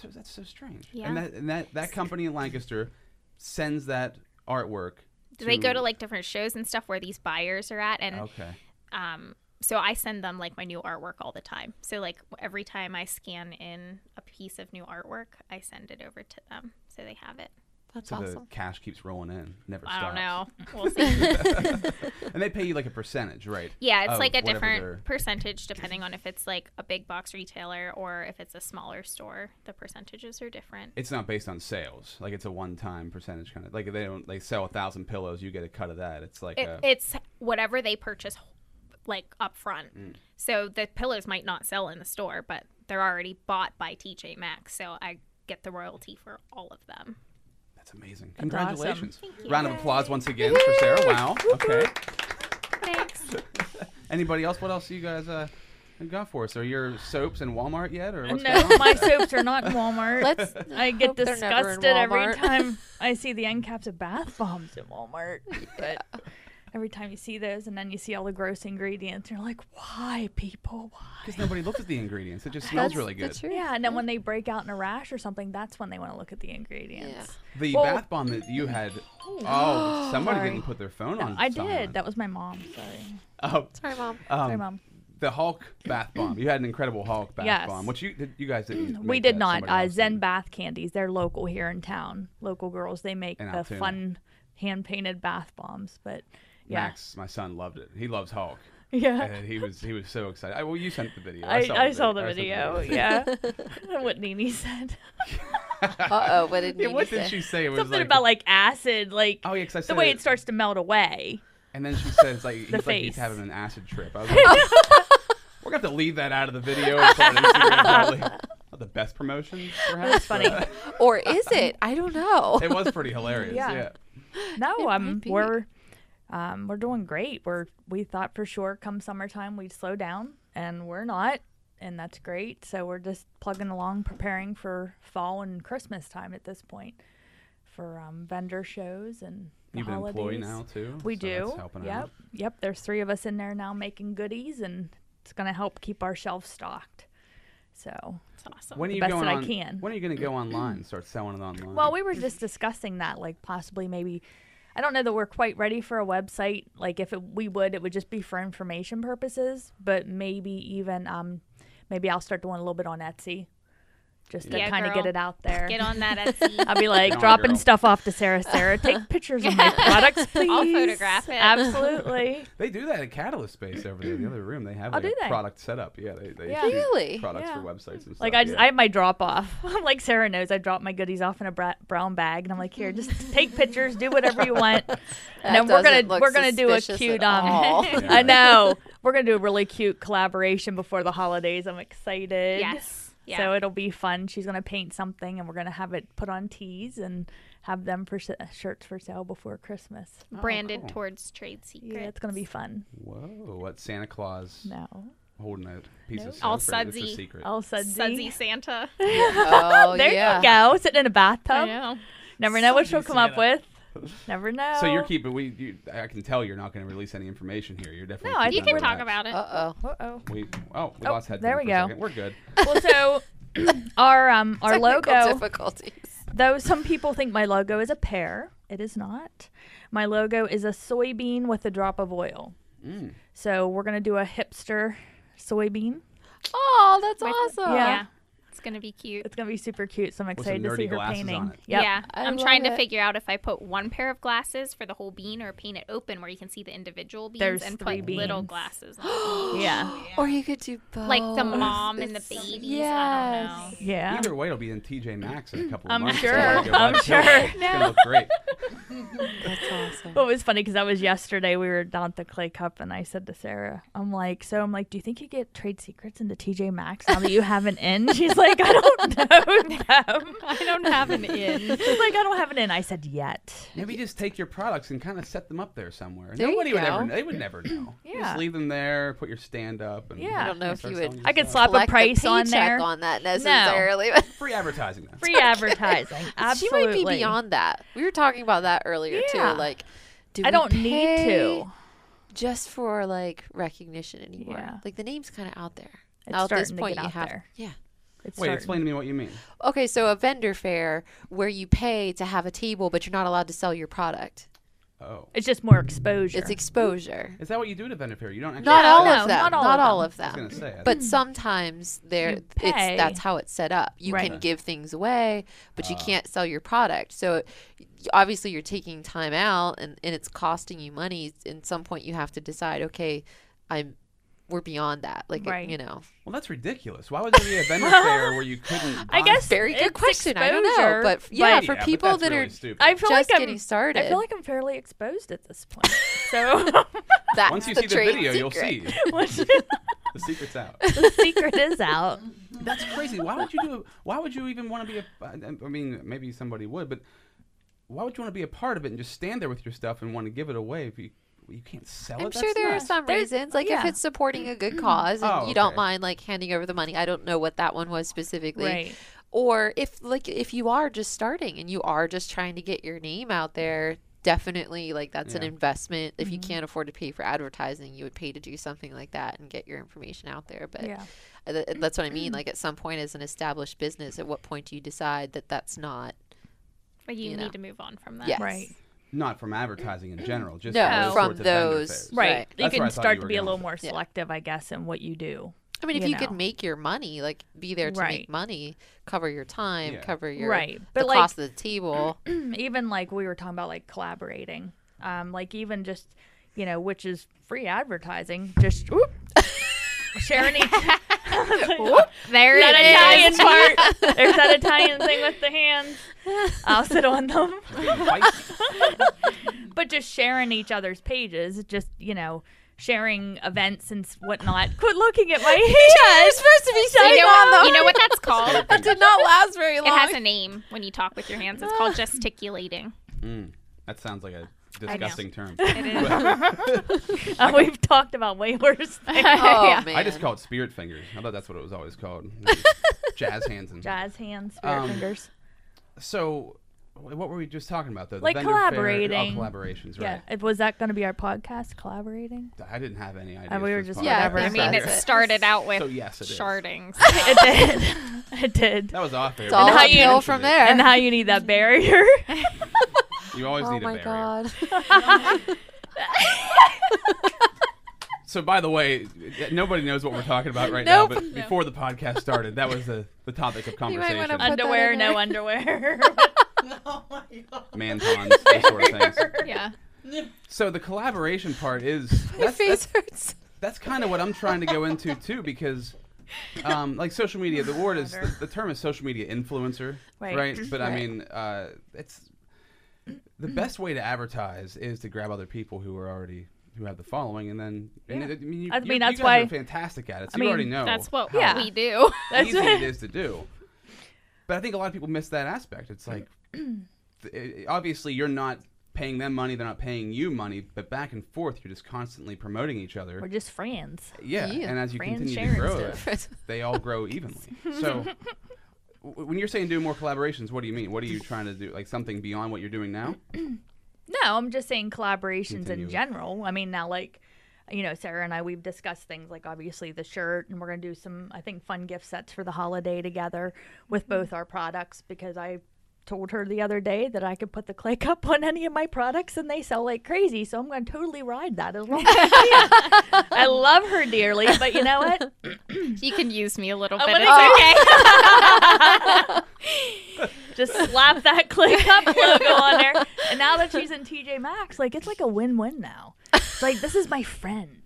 [SPEAKER 1] So that's so strange.
[SPEAKER 5] Yeah.
[SPEAKER 1] And that and that, that company in Lancaster sends that artwork.
[SPEAKER 5] Do They go to like different shows and stuff where these buyers are at, and
[SPEAKER 1] Okay.
[SPEAKER 5] um, so I send them like my new artwork all the time. So like every time I scan in a piece of new artwork, I send it over to them so they have it.
[SPEAKER 3] That's
[SPEAKER 1] So the
[SPEAKER 3] awesome.
[SPEAKER 1] cash keeps rolling in, never
[SPEAKER 5] I don't know.
[SPEAKER 1] stops.
[SPEAKER 5] We'll see.
[SPEAKER 1] And they pay you like a percentage, right?
[SPEAKER 5] yeah, it's
[SPEAKER 1] of
[SPEAKER 5] like a
[SPEAKER 1] Oh, whatever
[SPEAKER 5] different
[SPEAKER 1] their-
[SPEAKER 5] percentage depending on if it's like a big box retailer or if it's a smaller store. The percentages are different.
[SPEAKER 1] It's not based on sales. Like it's a one-time percentage kind of. Like if they don't. They sell a thousand pillows, you get a cut of that. It's like
[SPEAKER 5] It,
[SPEAKER 1] a,
[SPEAKER 5] it's whatever they purchase like up front. So the pillows might not sell in the store, but they're already bought by TJ Maxx, so I get the royalty for all of them.
[SPEAKER 1] that's amazing.
[SPEAKER 4] awesome.
[SPEAKER 1] Congratulations! Round of applause once again for Sarah. Wow. Okay.
[SPEAKER 5] Thanks.
[SPEAKER 1] Anybody else? What else you guys uh, got for us? Are your soaps in Walmart yet, or what's
[SPEAKER 4] No,
[SPEAKER 1] going on?
[SPEAKER 4] my soaps are not in Walmart.
[SPEAKER 3] Let's.
[SPEAKER 4] I get
[SPEAKER 3] hope they're never in
[SPEAKER 4] disgusted every
[SPEAKER 3] Walmart.
[SPEAKER 4] time I see the end caps of bath bombs in Walmart. But every time you see those, and then you see all the gross ingredients, you're like, why, people? Why?
[SPEAKER 1] Because nobody looks at the ingredients. It just smells
[SPEAKER 3] That's
[SPEAKER 1] really
[SPEAKER 3] the
[SPEAKER 1] good.
[SPEAKER 3] truth.
[SPEAKER 4] Yeah, and then when they break out in a rash or something, that's when they want to look at the ingredients.
[SPEAKER 1] The
[SPEAKER 4] Well-
[SPEAKER 1] bath bomb that you had. Oh, somebody
[SPEAKER 4] Sorry.
[SPEAKER 1] didn't put their phone on.
[SPEAKER 4] I
[SPEAKER 1] silent.
[SPEAKER 4] did. That was my mom. Sorry.
[SPEAKER 1] Oh,
[SPEAKER 3] Sorry, mom.
[SPEAKER 1] um,
[SPEAKER 4] Sorry, mom.
[SPEAKER 1] The Hulk bath bomb. You had an incredible Hulk bath
[SPEAKER 4] Yes.
[SPEAKER 1] bomb, which you did, you guys didn't.
[SPEAKER 4] We
[SPEAKER 1] make
[SPEAKER 4] did
[SPEAKER 1] that,
[SPEAKER 4] not.
[SPEAKER 1] somebody
[SPEAKER 4] Uh,
[SPEAKER 1] else
[SPEAKER 4] Zen
[SPEAKER 1] did.
[SPEAKER 4] Bath Candies. They're local here in town. Local girls. They make
[SPEAKER 1] In
[SPEAKER 4] the
[SPEAKER 1] Altoona.
[SPEAKER 4] fun hand painted bath bombs. But yeah.
[SPEAKER 1] Max, my son, loved it. He loves Hulk,
[SPEAKER 4] Yeah.
[SPEAKER 1] and he was he was so excited. I, well, you sent the video.
[SPEAKER 4] I, I, saw, the
[SPEAKER 1] I sent
[SPEAKER 4] video. Yeah. what Nene said.
[SPEAKER 3] Uh oh, what did
[SPEAKER 1] Yeah,
[SPEAKER 3] Nene
[SPEAKER 1] what did
[SPEAKER 3] say?
[SPEAKER 1] she say? It was
[SPEAKER 4] Something
[SPEAKER 1] like,
[SPEAKER 4] about like acid, like
[SPEAKER 1] Oh, yeah, 'cause I
[SPEAKER 4] the
[SPEAKER 1] said
[SPEAKER 4] way
[SPEAKER 1] it-
[SPEAKER 4] it starts to melt away.
[SPEAKER 1] and then she says like he's like he's
[SPEAKER 4] face.
[SPEAKER 1] having an acid trip. I was like, we're gonna have to leave that out of the video. and put it on Instagram, probably. Not the best promotion, perhaps.
[SPEAKER 4] That's funny.
[SPEAKER 1] but
[SPEAKER 3] Or is it? I don't know.
[SPEAKER 1] It was pretty hilarious.
[SPEAKER 4] Yeah.
[SPEAKER 1] yeah.
[SPEAKER 4] No, um,
[SPEAKER 3] be.
[SPEAKER 4] we're um, we're doing great. We're we thought for sure come summertime we'd slow down, and we're not, and that's great. So we're just plugging along, preparing for fall and Christmas time at this point for um, vendor shows and the
[SPEAKER 1] You've been
[SPEAKER 4] holidays.
[SPEAKER 1] employed now too.
[SPEAKER 4] We
[SPEAKER 1] so
[SPEAKER 4] do.
[SPEAKER 1] That's helping
[SPEAKER 4] yep,
[SPEAKER 1] out.
[SPEAKER 4] yep. There's three of us in there now making goodies, and it's gonna help keep our shelves stocked. So
[SPEAKER 5] It's awesome.
[SPEAKER 1] When are you
[SPEAKER 4] best
[SPEAKER 1] going
[SPEAKER 4] that I
[SPEAKER 1] on-
[SPEAKER 4] can.
[SPEAKER 1] When are you going to go online? and Start selling it online.
[SPEAKER 4] Well, we were just discussing that, like possibly maybe. I don't know that we're quite ready for a website. Like if it, we would, it would just be for information purposes. But maybe even um, maybe I'll start doing a little bit on Etsy, just to
[SPEAKER 5] Yeah,
[SPEAKER 4] kind of
[SPEAKER 5] girl.
[SPEAKER 4] get it out there.
[SPEAKER 5] Get on that Etsy.
[SPEAKER 4] I'll be like
[SPEAKER 1] Get on,
[SPEAKER 4] dropping
[SPEAKER 1] girl.
[SPEAKER 4] stuff off to Sarah. Sarah, take pictures of my products, please.
[SPEAKER 5] I'll photograph it.
[SPEAKER 4] Absolutely.
[SPEAKER 1] they do that at Catalyst Space over there, in the other room. They have
[SPEAKER 4] Oh,
[SPEAKER 1] like,
[SPEAKER 4] do
[SPEAKER 1] a
[SPEAKER 4] they?
[SPEAKER 1] product setup. Yeah, they, they
[SPEAKER 4] Yeah.
[SPEAKER 1] shoot
[SPEAKER 3] Really?
[SPEAKER 1] products for
[SPEAKER 4] Yeah.
[SPEAKER 1] websites and stuff.
[SPEAKER 4] Like I just,
[SPEAKER 1] yeah.
[SPEAKER 4] I have my drop off. like Sarah knows, I drop my goodies off in a bra- brown bag, and I'm like, here, just take pictures, do whatever you want. and then we're
[SPEAKER 3] doesn't
[SPEAKER 4] gonna
[SPEAKER 3] look
[SPEAKER 4] we're gonna do a
[SPEAKER 3] suspicious
[SPEAKER 4] cute
[SPEAKER 3] at
[SPEAKER 4] um.
[SPEAKER 3] all.
[SPEAKER 1] Yeah,
[SPEAKER 4] I
[SPEAKER 1] right.
[SPEAKER 4] know we're gonna do a really cute collaboration before the holidays. I'm excited.
[SPEAKER 5] yes. Yeah.
[SPEAKER 4] So it'll be fun. She's gonna paint something, and we're gonna have it put on tees and have them for s- uh, shirts for sale before Christmas.
[SPEAKER 5] branded
[SPEAKER 1] cool.
[SPEAKER 5] towards trade secrets.
[SPEAKER 4] oh, Yeah, it's gonna be fun.
[SPEAKER 1] Whoa! What Santa Claus
[SPEAKER 4] No,
[SPEAKER 1] holding a piece
[SPEAKER 4] Nope.
[SPEAKER 1] of
[SPEAKER 5] All
[SPEAKER 1] soap, right? It's
[SPEAKER 5] sudsy.
[SPEAKER 1] a secret.
[SPEAKER 4] all
[SPEAKER 5] Sudsy
[SPEAKER 4] sudsy.
[SPEAKER 5] Santa.
[SPEAKER 3] Oh,
[SPEAKER 4] There
[SPEAKER 3] yeah.
[SPEAKER 4] you go. Sitting in a
[SPEAKER 5] I
[SPEAKER 4] bathtub.
[SPEAKER 5] know.
[SPEAKER 4] Never know what she'll
[SPEAKER 1] Sudsy
[SPEAKER 4] come up
[SPEAKER 1] Santa.
[SPEAKER 4] with. Never know.
[SPEAKER 1] So you're keeping. We, you, I can tell you're not going to release any information here. You're definitely.
[SPEAKER 4] No, I
[SPEAKER 1] keeping
[SPEAKER 5] You
[SPEAKER 4] think
[SPEAKER 1] it
[SPEAKER 5] can
[SPEAKER 4] we're
[SPEAKER 1] hush.
[SPEAKER 5] talk about it.
[SPEAKER 3] Uh oh.
[SPEAKER 4] Uh oh.
[SPEAKER 1] We oh, we
[SPEAKER 4] Oh,
[SPEAKER 1] lost head.
[SPEAKER 4] there we go.
[SPEAKER 1] We're good.
[SPEAKER 4] Well, so our um our logo.
[SPEAKER 3] difficulties.
[SPEAKER 4] Though some people think my logo is a pear, it is not. My logo is a soybean with a drop of oil.
[SPEAKER 1] Mm.
[SPEAKER 4] So we're gonna do a hipster soybean.
[SPEAKER 3] Oh, that's
[SPEAKER 5] My-
[SPEAKER 3] awesome.
[SPEAKER 4] Yeah.
[SPEAKER 5] yeah. It's going to be cute.
[SPEAKER 4] It's gonna be super cute. So I'm
[SPEAKER 1] some
[SPEAKER 4] excited to see
[SPEAKER 1] nerdy
[SPEAKER 4] her
[SPEAKER 1] glasses
[SPEAKER 4] painting.
[SPEAKER 1] on it.
[SPEAKER 4] Yep.
[SPEAKER 5] Yeah,
[SPEAKER 3] I
[SPEAKER 5] I'm
[SPEAKER 3] love
[SPEAKER 5] trying to
[SPEAKER 3] it.
[SPEAKER 5] figure out if I put one pair of glasses for the whole bean or paint it open where you can see the individual beans
[SPEAKER 4] There's
[SPEAKER 5] and
[SPEAKER 4] three
[SPEAKER 5] put little
[SPEAKER 4] beans.
[SPEAKER 5] glasses, on the
[SPEAKER 4] Yeah.
[SPEAKER 3] Or you could do both.
[SPEAKER 5] like the mom and the
[SPEAKER 3] It's so-
[SPEAKER 5] babies.
[SPEAKER 3] Yes.
[SPEAKER 5] I don't know.
[SPEAKER 4] Yeah.
[SPEAKER 1] Either way, it'll be in TJ Maxx in a couple of
[SPEAKER 4] I'm
[SPEAKER 1] months.
[SPEAKER 4] sure.
[SPEAKER 1] It's gonna go
[SPEAKER 4] I'm
[SPEAKER 1] by the
[SPEAKER 4] sure.
[SPEAKER 1] pillow. It's gonna look great.
[SPEAKER 3] That's awesome.
[SPEAKER 4] Well, it was funny because that was yesterday. We were down at the Clay Cup, and I said to Sarah, "I'm like, so I'm like, do you think you get trade secrets into TJ Maxx now that you have an in?" She's like, "I don't know them."
[SPEAKER 5] I don't have an in.
[SPEAKER 4] She's like, "I don't have an in." I said, "Yet."
[SPEAKER 1] Maybe just take your products and kind of set them up there somewhere.
[SPEAKER 3] There you
[SPEAKER 1] Nobody would ever.
[SPEAKER 3] go.
[SPEAKER 1] They would never know.
[SPEAKER 4] Yeah.
[SPEAKER 1] Just leave them there. Put your stand up. And
[SPEAKER 4] Yeah. I
[SPEAKER 3] don't know if
[SPEAKER 1] start
[SPEAKER 3] you would-
[SPEAKER 1] selling
[SPEAKER 4] I could
[SPEAKER 1] yourself.
[SPEAKER 4] slap a
[SPEAKER 3] Collect the
[SPEAKER 4] price on
[SPEAKER 3] paycheck
[SPEAKER 4] there.
[SPEAKER 3] on that necessarily.
[SPEAKER 1] free advertising. Though.
[SPEAKER 4] Free advertising. Absolutely.
[SPEAKER 3] She might be beyond that. We were talking about that earlier
[SPEAKER 4] Yeah.
[SPEAKER 3] too. Like, do
[SPEAKER 4] I
[SPEAKER 3] we
[SPEAKER 4] don't need
[SPEAKER 3] pay
[SPEAKER 4] to.
[SPEAKER 3] just for like recognition anymore.
[SPEAKER 4] Yeah.
[SPEAKER 3] Like the name's kind of out there.
[SPEAKER 4] It's
[SPEAKER 3] now at this
[SPEAKER 4] starting to
[SPEAKER 3] point,
[SPEAKER 4] get
[SPEAKER 3] you
[SPEAKER 4] out
[SPEAKER 3] have
[SPEAKER 4] there.
[SPEAKER 3] yeah.
[SPEAKER 4] It's
[SPEAKER 1] Wait,
[SPEAKER 4] starting.
[SPEAKER 1] explain to me what you mean.
[SPEAKER 3] Okay, so a vendor fair where you pay to have a table, but you're not allowed to sell your product.
[SPEAKER 1] Oh,
[SPEAKER 4] It's just more exposure.
[SPEAKER 3] It's exposure.
[SPEAKER 1] is that what you do to vendor fair? You don't actually.
[SPEAKER 3] Not
[SPEAKER 1] sell
[SPEAKER 3] all
[SPEAKER 1] it?
[SPEAKER 3] of
[SPEAKER 4] no,
[SPEAKER 3] them.
[SPEAKER 4] not all
[SPEAKER 3] Not
[SPEAKER 4] of
[SPEAKER 3] all of
[SPEAKER 1] I was
[SPEAKER 3] them.
[SPEAKER 1] gonna say. I
[SPEAKER 3] But sometimes there,
[SPEAKER 4] Hmm. You pay.
[SPEAKER 3] it's that's how it's set up. You
[SPEAKER 4] Right.
[SPEAKER 3] can give things away, but
[SPEAKER 1] Ah.
[SPEAKER 3] you can't sell your product. So it- obviously, you're taking time out, and, and it's costing you money. At some point, you have to decide, okay, I'm we're beyond that. Like
[SPEAKER 4] Right.
[SPEAKER 3] you know,
[SPEAKER 1] Well, that's ridiculous. Why would there be a vendor fair where you couldn't?
[SPEAKER 4] I
[SPEAKER 1] buy-
[SPEAKER 4] guess
[SPEAKER 3] very good
[SPEAKER 4] it's
[SPEAKER 3] question. I don't know,
[SPEAKER 4] exposure,
[SPEAKER 3] but f- yeah,
[SPEAKER 1] Yeah,
[SPEAKER 3] for
[SPEAKER 1] but
[SPEAKER 3] people
[SPEAKER 1] that's
[SPEAKER 3] that
[SPEAKER 1] really
[SPEAKER 3] are
[SPEAKER 1] stupid.
[SPEAKER 4] I feel
[SPEAKER 3] just
[SPEAKER 4] like I'm
[SPEAKER 3] getting started,
[SPEAKER 4] I feel like I'm fairly exposed at this point. So
[SPEAKER 3] that's
[SPEAKER 1] Once you
[SPEAKER 3] the
[SPEAKER 1] see the
[SPEAKER 3] trade
[SPEAKER 1] video, you'll
[SPEAKER 3] secret.
[SPEAKER 1] see
[SPEAKER 4] once
[SPEAKER 1] the secret's out.
[SPEAKER 4] the secret is out.
[SPEAKER 1] That's crazy. Why would you do? Why would you even want to be a? I I mean, maybe somebody would, but why would you want to be a part of it and just stand there with your stuff and want to give it away if you you can't sell it?
[SPEAKER 3] I'm
[SPEAKER 1] Oh, That's
[SPEAKER 3] sure there are
[SPEAKER 1] nuts.
[SPEAKER 3] some
[SPEAKER 4] There's-
[SPEAKER 3] reasons. Like if
[SPEAKER 4] yeah. Mm.
[SPEAKER 3] it's supporting a good cause and
[SPEAKER 1] Oh,
[SPEAKER 3] you don't
[SPEAKER 1] okay.
[SPEAKER 3] mind like handing over the money. I don't know what that one was specifically.
[SPEAKER 4] Right.
[SPEAKER 3] Or if like if you are just starting and you are just trying to get your name out there, definitely like that's an
[SPEAKER 1] Yeah.
[SPEAKER 3] investment. If you
[SPEAKER 4] Mm-hmm.
[SPEAKER 3] can't afford to pay for advertising, you would pay to do something like that and get your information out there. But
[SPEAKER 4] Yeah.
[SPEAKER 3] I- th- that's what I mean. Like at some point as an established business, at what point do you decide that that's not
[SPEAKER 5] But you,
[SPEAKER 3] You know.
[SPEAKER 5] need to move on from that.
[SPEAKER 3] Yes.
[SPEAKER 4] Right.
[SPEAKER 1] Not from advertising in general, just
[SPEAKER 3] no
[SPEAKER 1] those
[SPEAKER 3] from
[SPEAKER 1] sorts of vendor
[SPEAKER 3] those
[SPEAKER 1] fairs.
[SPEAKER 4] Right.
[SPEAKER 3] Right.
[SPEAKER 4] You
[SPEAKER 1] That's where I
[SPEAKER 4] can
[SPEAKER 1] thought
[SPEAKER 4] start
[SPEAKER 1] you
[SPEAKER 4] to
[SPEAKER 1] were
[SPEAKER 4] be a
[SPEAKER 1] going.
[SPEAKER 4] little more
[SPEAKER 3] Yeah.
[SPEAKER 4] selective, I guess, in what you do.
[SPEAKER 3] I mean, if
[SPEAKER 4] you
[SPEAKER 3] you, could
[SPEAKER 4] know.
[SPEAKER 3] make your money, like be there to
[SPEAKER 4] Right.
[SPEAKER 3] make money, cover your time,
[SPEAKER 1] Yeah.
[SPEAKER 3] cover your
[SPEAKER 4] Right.
[SPEAKER 3] the
[SPEAKER 4] But, like-
[SPEAKER 3] cost of the table.
[SPEAKER 4] Mm, even like we were talking about like collaborating um like even just you know which is free advertising just whoop, sharing each
[SPEAKER 5] There
[SPEAKER 4] that
[SPEAKER 5] it
[SPEAKER 4] italian
[SPEAKER 5] is.
[SPEAKER 4] part there's that italian thing with the hands i'll sit on them
[SPEAKER 1] It's getting feisty.
[SPEAKER 4] but just sharing each other's pages just you know sharing events and s- whatnot quit looking at my hands
[SPEAKER 3] supposed to be
[SPEAKER 5] You know, what, you know what that's
[SPEAKER 1] Scared
[SPEAKER 5] called?
[SPEAKER 1] fingers.
[SPEAKER 3] did not last very
[SPEAKER 5] It has a name when you talk with your hands. It's called gesticulating.
[SPEAKER 1] Mm, that sounds like a
[SPEAKER 5] know.
[SPEAKER 1] disgusting term.
[SPEAKER 5] It is.
[SPEAKER 4] Uh, we've talked about way worse things.
[SPEAKER 3] oh
[SPEAKER 5] Yeah.
[SPEAKER 3] man,
[SPEAKER 1] I just call it spirit fingers. I thought that's what it was always called. Jazz hands and
[SPEAKER 4] jazz hands spirit
[SPEAKER 1] Um,
[SPEAKER 4] fingers
[SPEAKER 1] So, wh- what were we just talking about though? The
[SPEAKER 4] Like
[SPEAKER 1] vendor fair-
[SPEAKER 4] collaborating.
[SPEAKER 1] oh, collaborations,
[SPEAKER 4] yeah
[SPEAKER 1] right?
[SPEAKER 4] it- was that going to be our podcast collaborating
[SPEAKER 1] I didn't have any idea.
[SPEAKER 4] we were just-
[SPEAKER 3] yeah.
[SPEAKER 4] Whatever.
[SPEAKER 5] I
[SPEAKER 3] that's
[SPEAKER 5] mean,
[SPEAKER 3] it.
[SPEAKER 5] it started out with
[SPEAKER 1] So yes, it is.
[SPEAKER 5] sharding.
[SPEAKER 4] it did it did
[SPEAKER 1] That was off air.
[SPEAKER 3] It's all
[SPEAKER 4] And how you-
[SPEAKER 3] uphill from there.
[SPEAKER 4] and how you need that barrier.
[SPEAKER 1] You always
[SPEAKER 3] oh
[SPEAKER 1] need a
[SPEAKER 3] my
[SPEAKER 1] barrier.
[SPEAKER 3] god,
[SPEAKER 1] So, by the way, uh, nobody knows what we're talking about right now. But before the podcast started, that was the, the topic of
[SPEAKER 3] You might
[SPEAKER 1] conversation.
[SPEAKER 3] wanna put-
[SPEAKER 4] underwear,
[SPEAKER 3] in
[SPEAKER 4] no
[SPEAKER 3] there.
[SPEAKER 4] underwear.
[SPEAKER 1] Man puns, those sort of things.
[SPEAKER 5] yeah.
[SPEAKER 1] So the collaboration part is
[SPEAKER 3] my
[SPEAKER 1] that's,
[SPEAKER 3] face
[SPEAKER 1] that's,
[SPEAKER 3] hurts.
[SPEAKER 1] that's kind of what I'm trying to go into too, because um, like social media, the word is the, the term is social media influencer,
[SPEAKER 4] Right.
[SPEAKER 1] right? But I
[SPEAKER 3] Right.
[SPEAKER 1] mean, uh, it's the best way to advertise is to grab other people who are already who have the following, and then and
[SPEAKER 4] Yeah.
[SPEAKER 1] it- I mean, you,
[SPEAKER 4] I
[SPEAKER 1] you-
[SPEAKER 4] mean,
[SPEAKER 1] you
[SPEAKER 4] that's
[SPEAKER 1] guys
[SPEAKER 4] why-
[SPEAKER 1] are fantastic at it. So
[SPEAKER 4] I
[SPEAKER 1] you already
[SPEAKER 4] mean,
[SPEAKER 1] know
[SPEAKER 5] That's what
[SPEAKER 4] Yeah.
[SPEAKER 5] we do.
[SPEAKER 4] That's
[SPEAKER 1] easy
[SPEAKER 4] right.
[SPEAKER 1] it is to do. But I think a lot of people miss that aspect. It's like, th- it- obviously, you're not paying them money; they're not paying you money. But back and forth, you're just constantly promoting each other.
[SPEAKER 4] We're just friends.
[SPEAKER 1] Yeah,
[SPEAKER 3] Yeah.
[SPEAKER 1] and as you
[SPEAKER 4] Brand
[SPEAKER 1] continue to
[SPEAKER 4] sharing
[SPEAKER 1] grow,
[SPEAKER 4] stuff.
[SPEAKER 1] it, they all grow evenly. So, w- when you're saying do more collaborations, what do you mean? What are you trying to do? Like something beyond what you're doing now?
[SPEAKER 4] No, I'm just saying collaborations
[SPEAKER 1] Continue.
[SPEAKER 4] in general. I mean, now like, you know, Sarah and I we've discussed things like obviously the shirt, and we're gonna do some I think fun gift sets for the holiday together with both our products because I told her the other day that I could put the clay cup on any of my products and they sell like crazy. So I'm gonna totally ride that as long as I can. I love her dearly, but you know what?
[SPEAKER 5] You can use me a little
[SPEAKER 4] I
[SPEAKER 5] bit.
[SPEAKER 4] wanna
[SPEAKER 5] Oh, It's okay.
[SPEAKER 4] Just slap that clay cup logo on there. And now that she's in TJ Maxx, like it's like a win-win now. It's like this is my friend.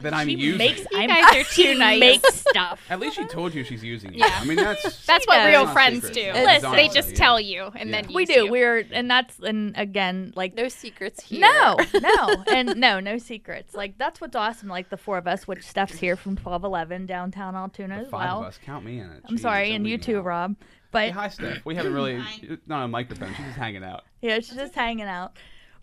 [SPEAKER 1] Then I'm
[SPEAKER 4] She
[SPEAKER 1] using.
[SPEAKER 4] makes
[SPEAKER 5] You
[SPEAKER 4] I'm,
[SPEAKER 5] guys are too
[SPEAKER 4] she
[SPEAKER 5] nice.
[SPEAKER 4] makes stuff.
[SPEAKER 1] At least she told you she's using it. Yeah. I mean, that's
[SPEAKER 5] That's what real
[SPEAKER 1] knows.
[SPEAKER 5] friends
[SPEAKER 1] Secret.
[SPEAKER 5] do.
[SPEAKER 1] It's
[SPEAKER 4] Listen.
[SPEAKER 5] they just
[SPEAKER 1] Yeah.
[SPEAKER 5] tell you and
[SPEAKER 1] Yeah.
[SPEAKER 5] then
[SPEAKER 4] We
[SPEAKER 5] use
[SPEAKER 4] do.
[SPEAKER 5] you.
[SPEAKER 4] We're and that's and again like
[SPEAKER 3] No secrets here.
[SPEAKER 4] no, no, and no, no secrets. Like that's what's awesome. Like the four of us, which Steph's here from twelve eleven downtown Altoona
[SPEAKER 1] the
[SPEAKER 4] as
[SPEAKER 1] five
[SPEAKER 4] well.
[SPEAKER 1] of us. Count me in it.
[SPEAKER 4] I'm
[SPEAKER 1] Jeez,
[SPEAKER 4] sorry,
[SPEAKER 1] don't
[SPEAKER 4] and you
[SPEAKER 1] leave me
[SPEAKER 4] too,
[SPEAKER 1] out.
[SPEAKER 4] Rob.
[SPEAKER 1] Hey,
[SPEAKER 4] But
[SPEAKER 1] hi, Steph. We haven't really. It's not a microphone. She's just hanging out.
[SPEAKER 4] Yeah, she's just hanging out.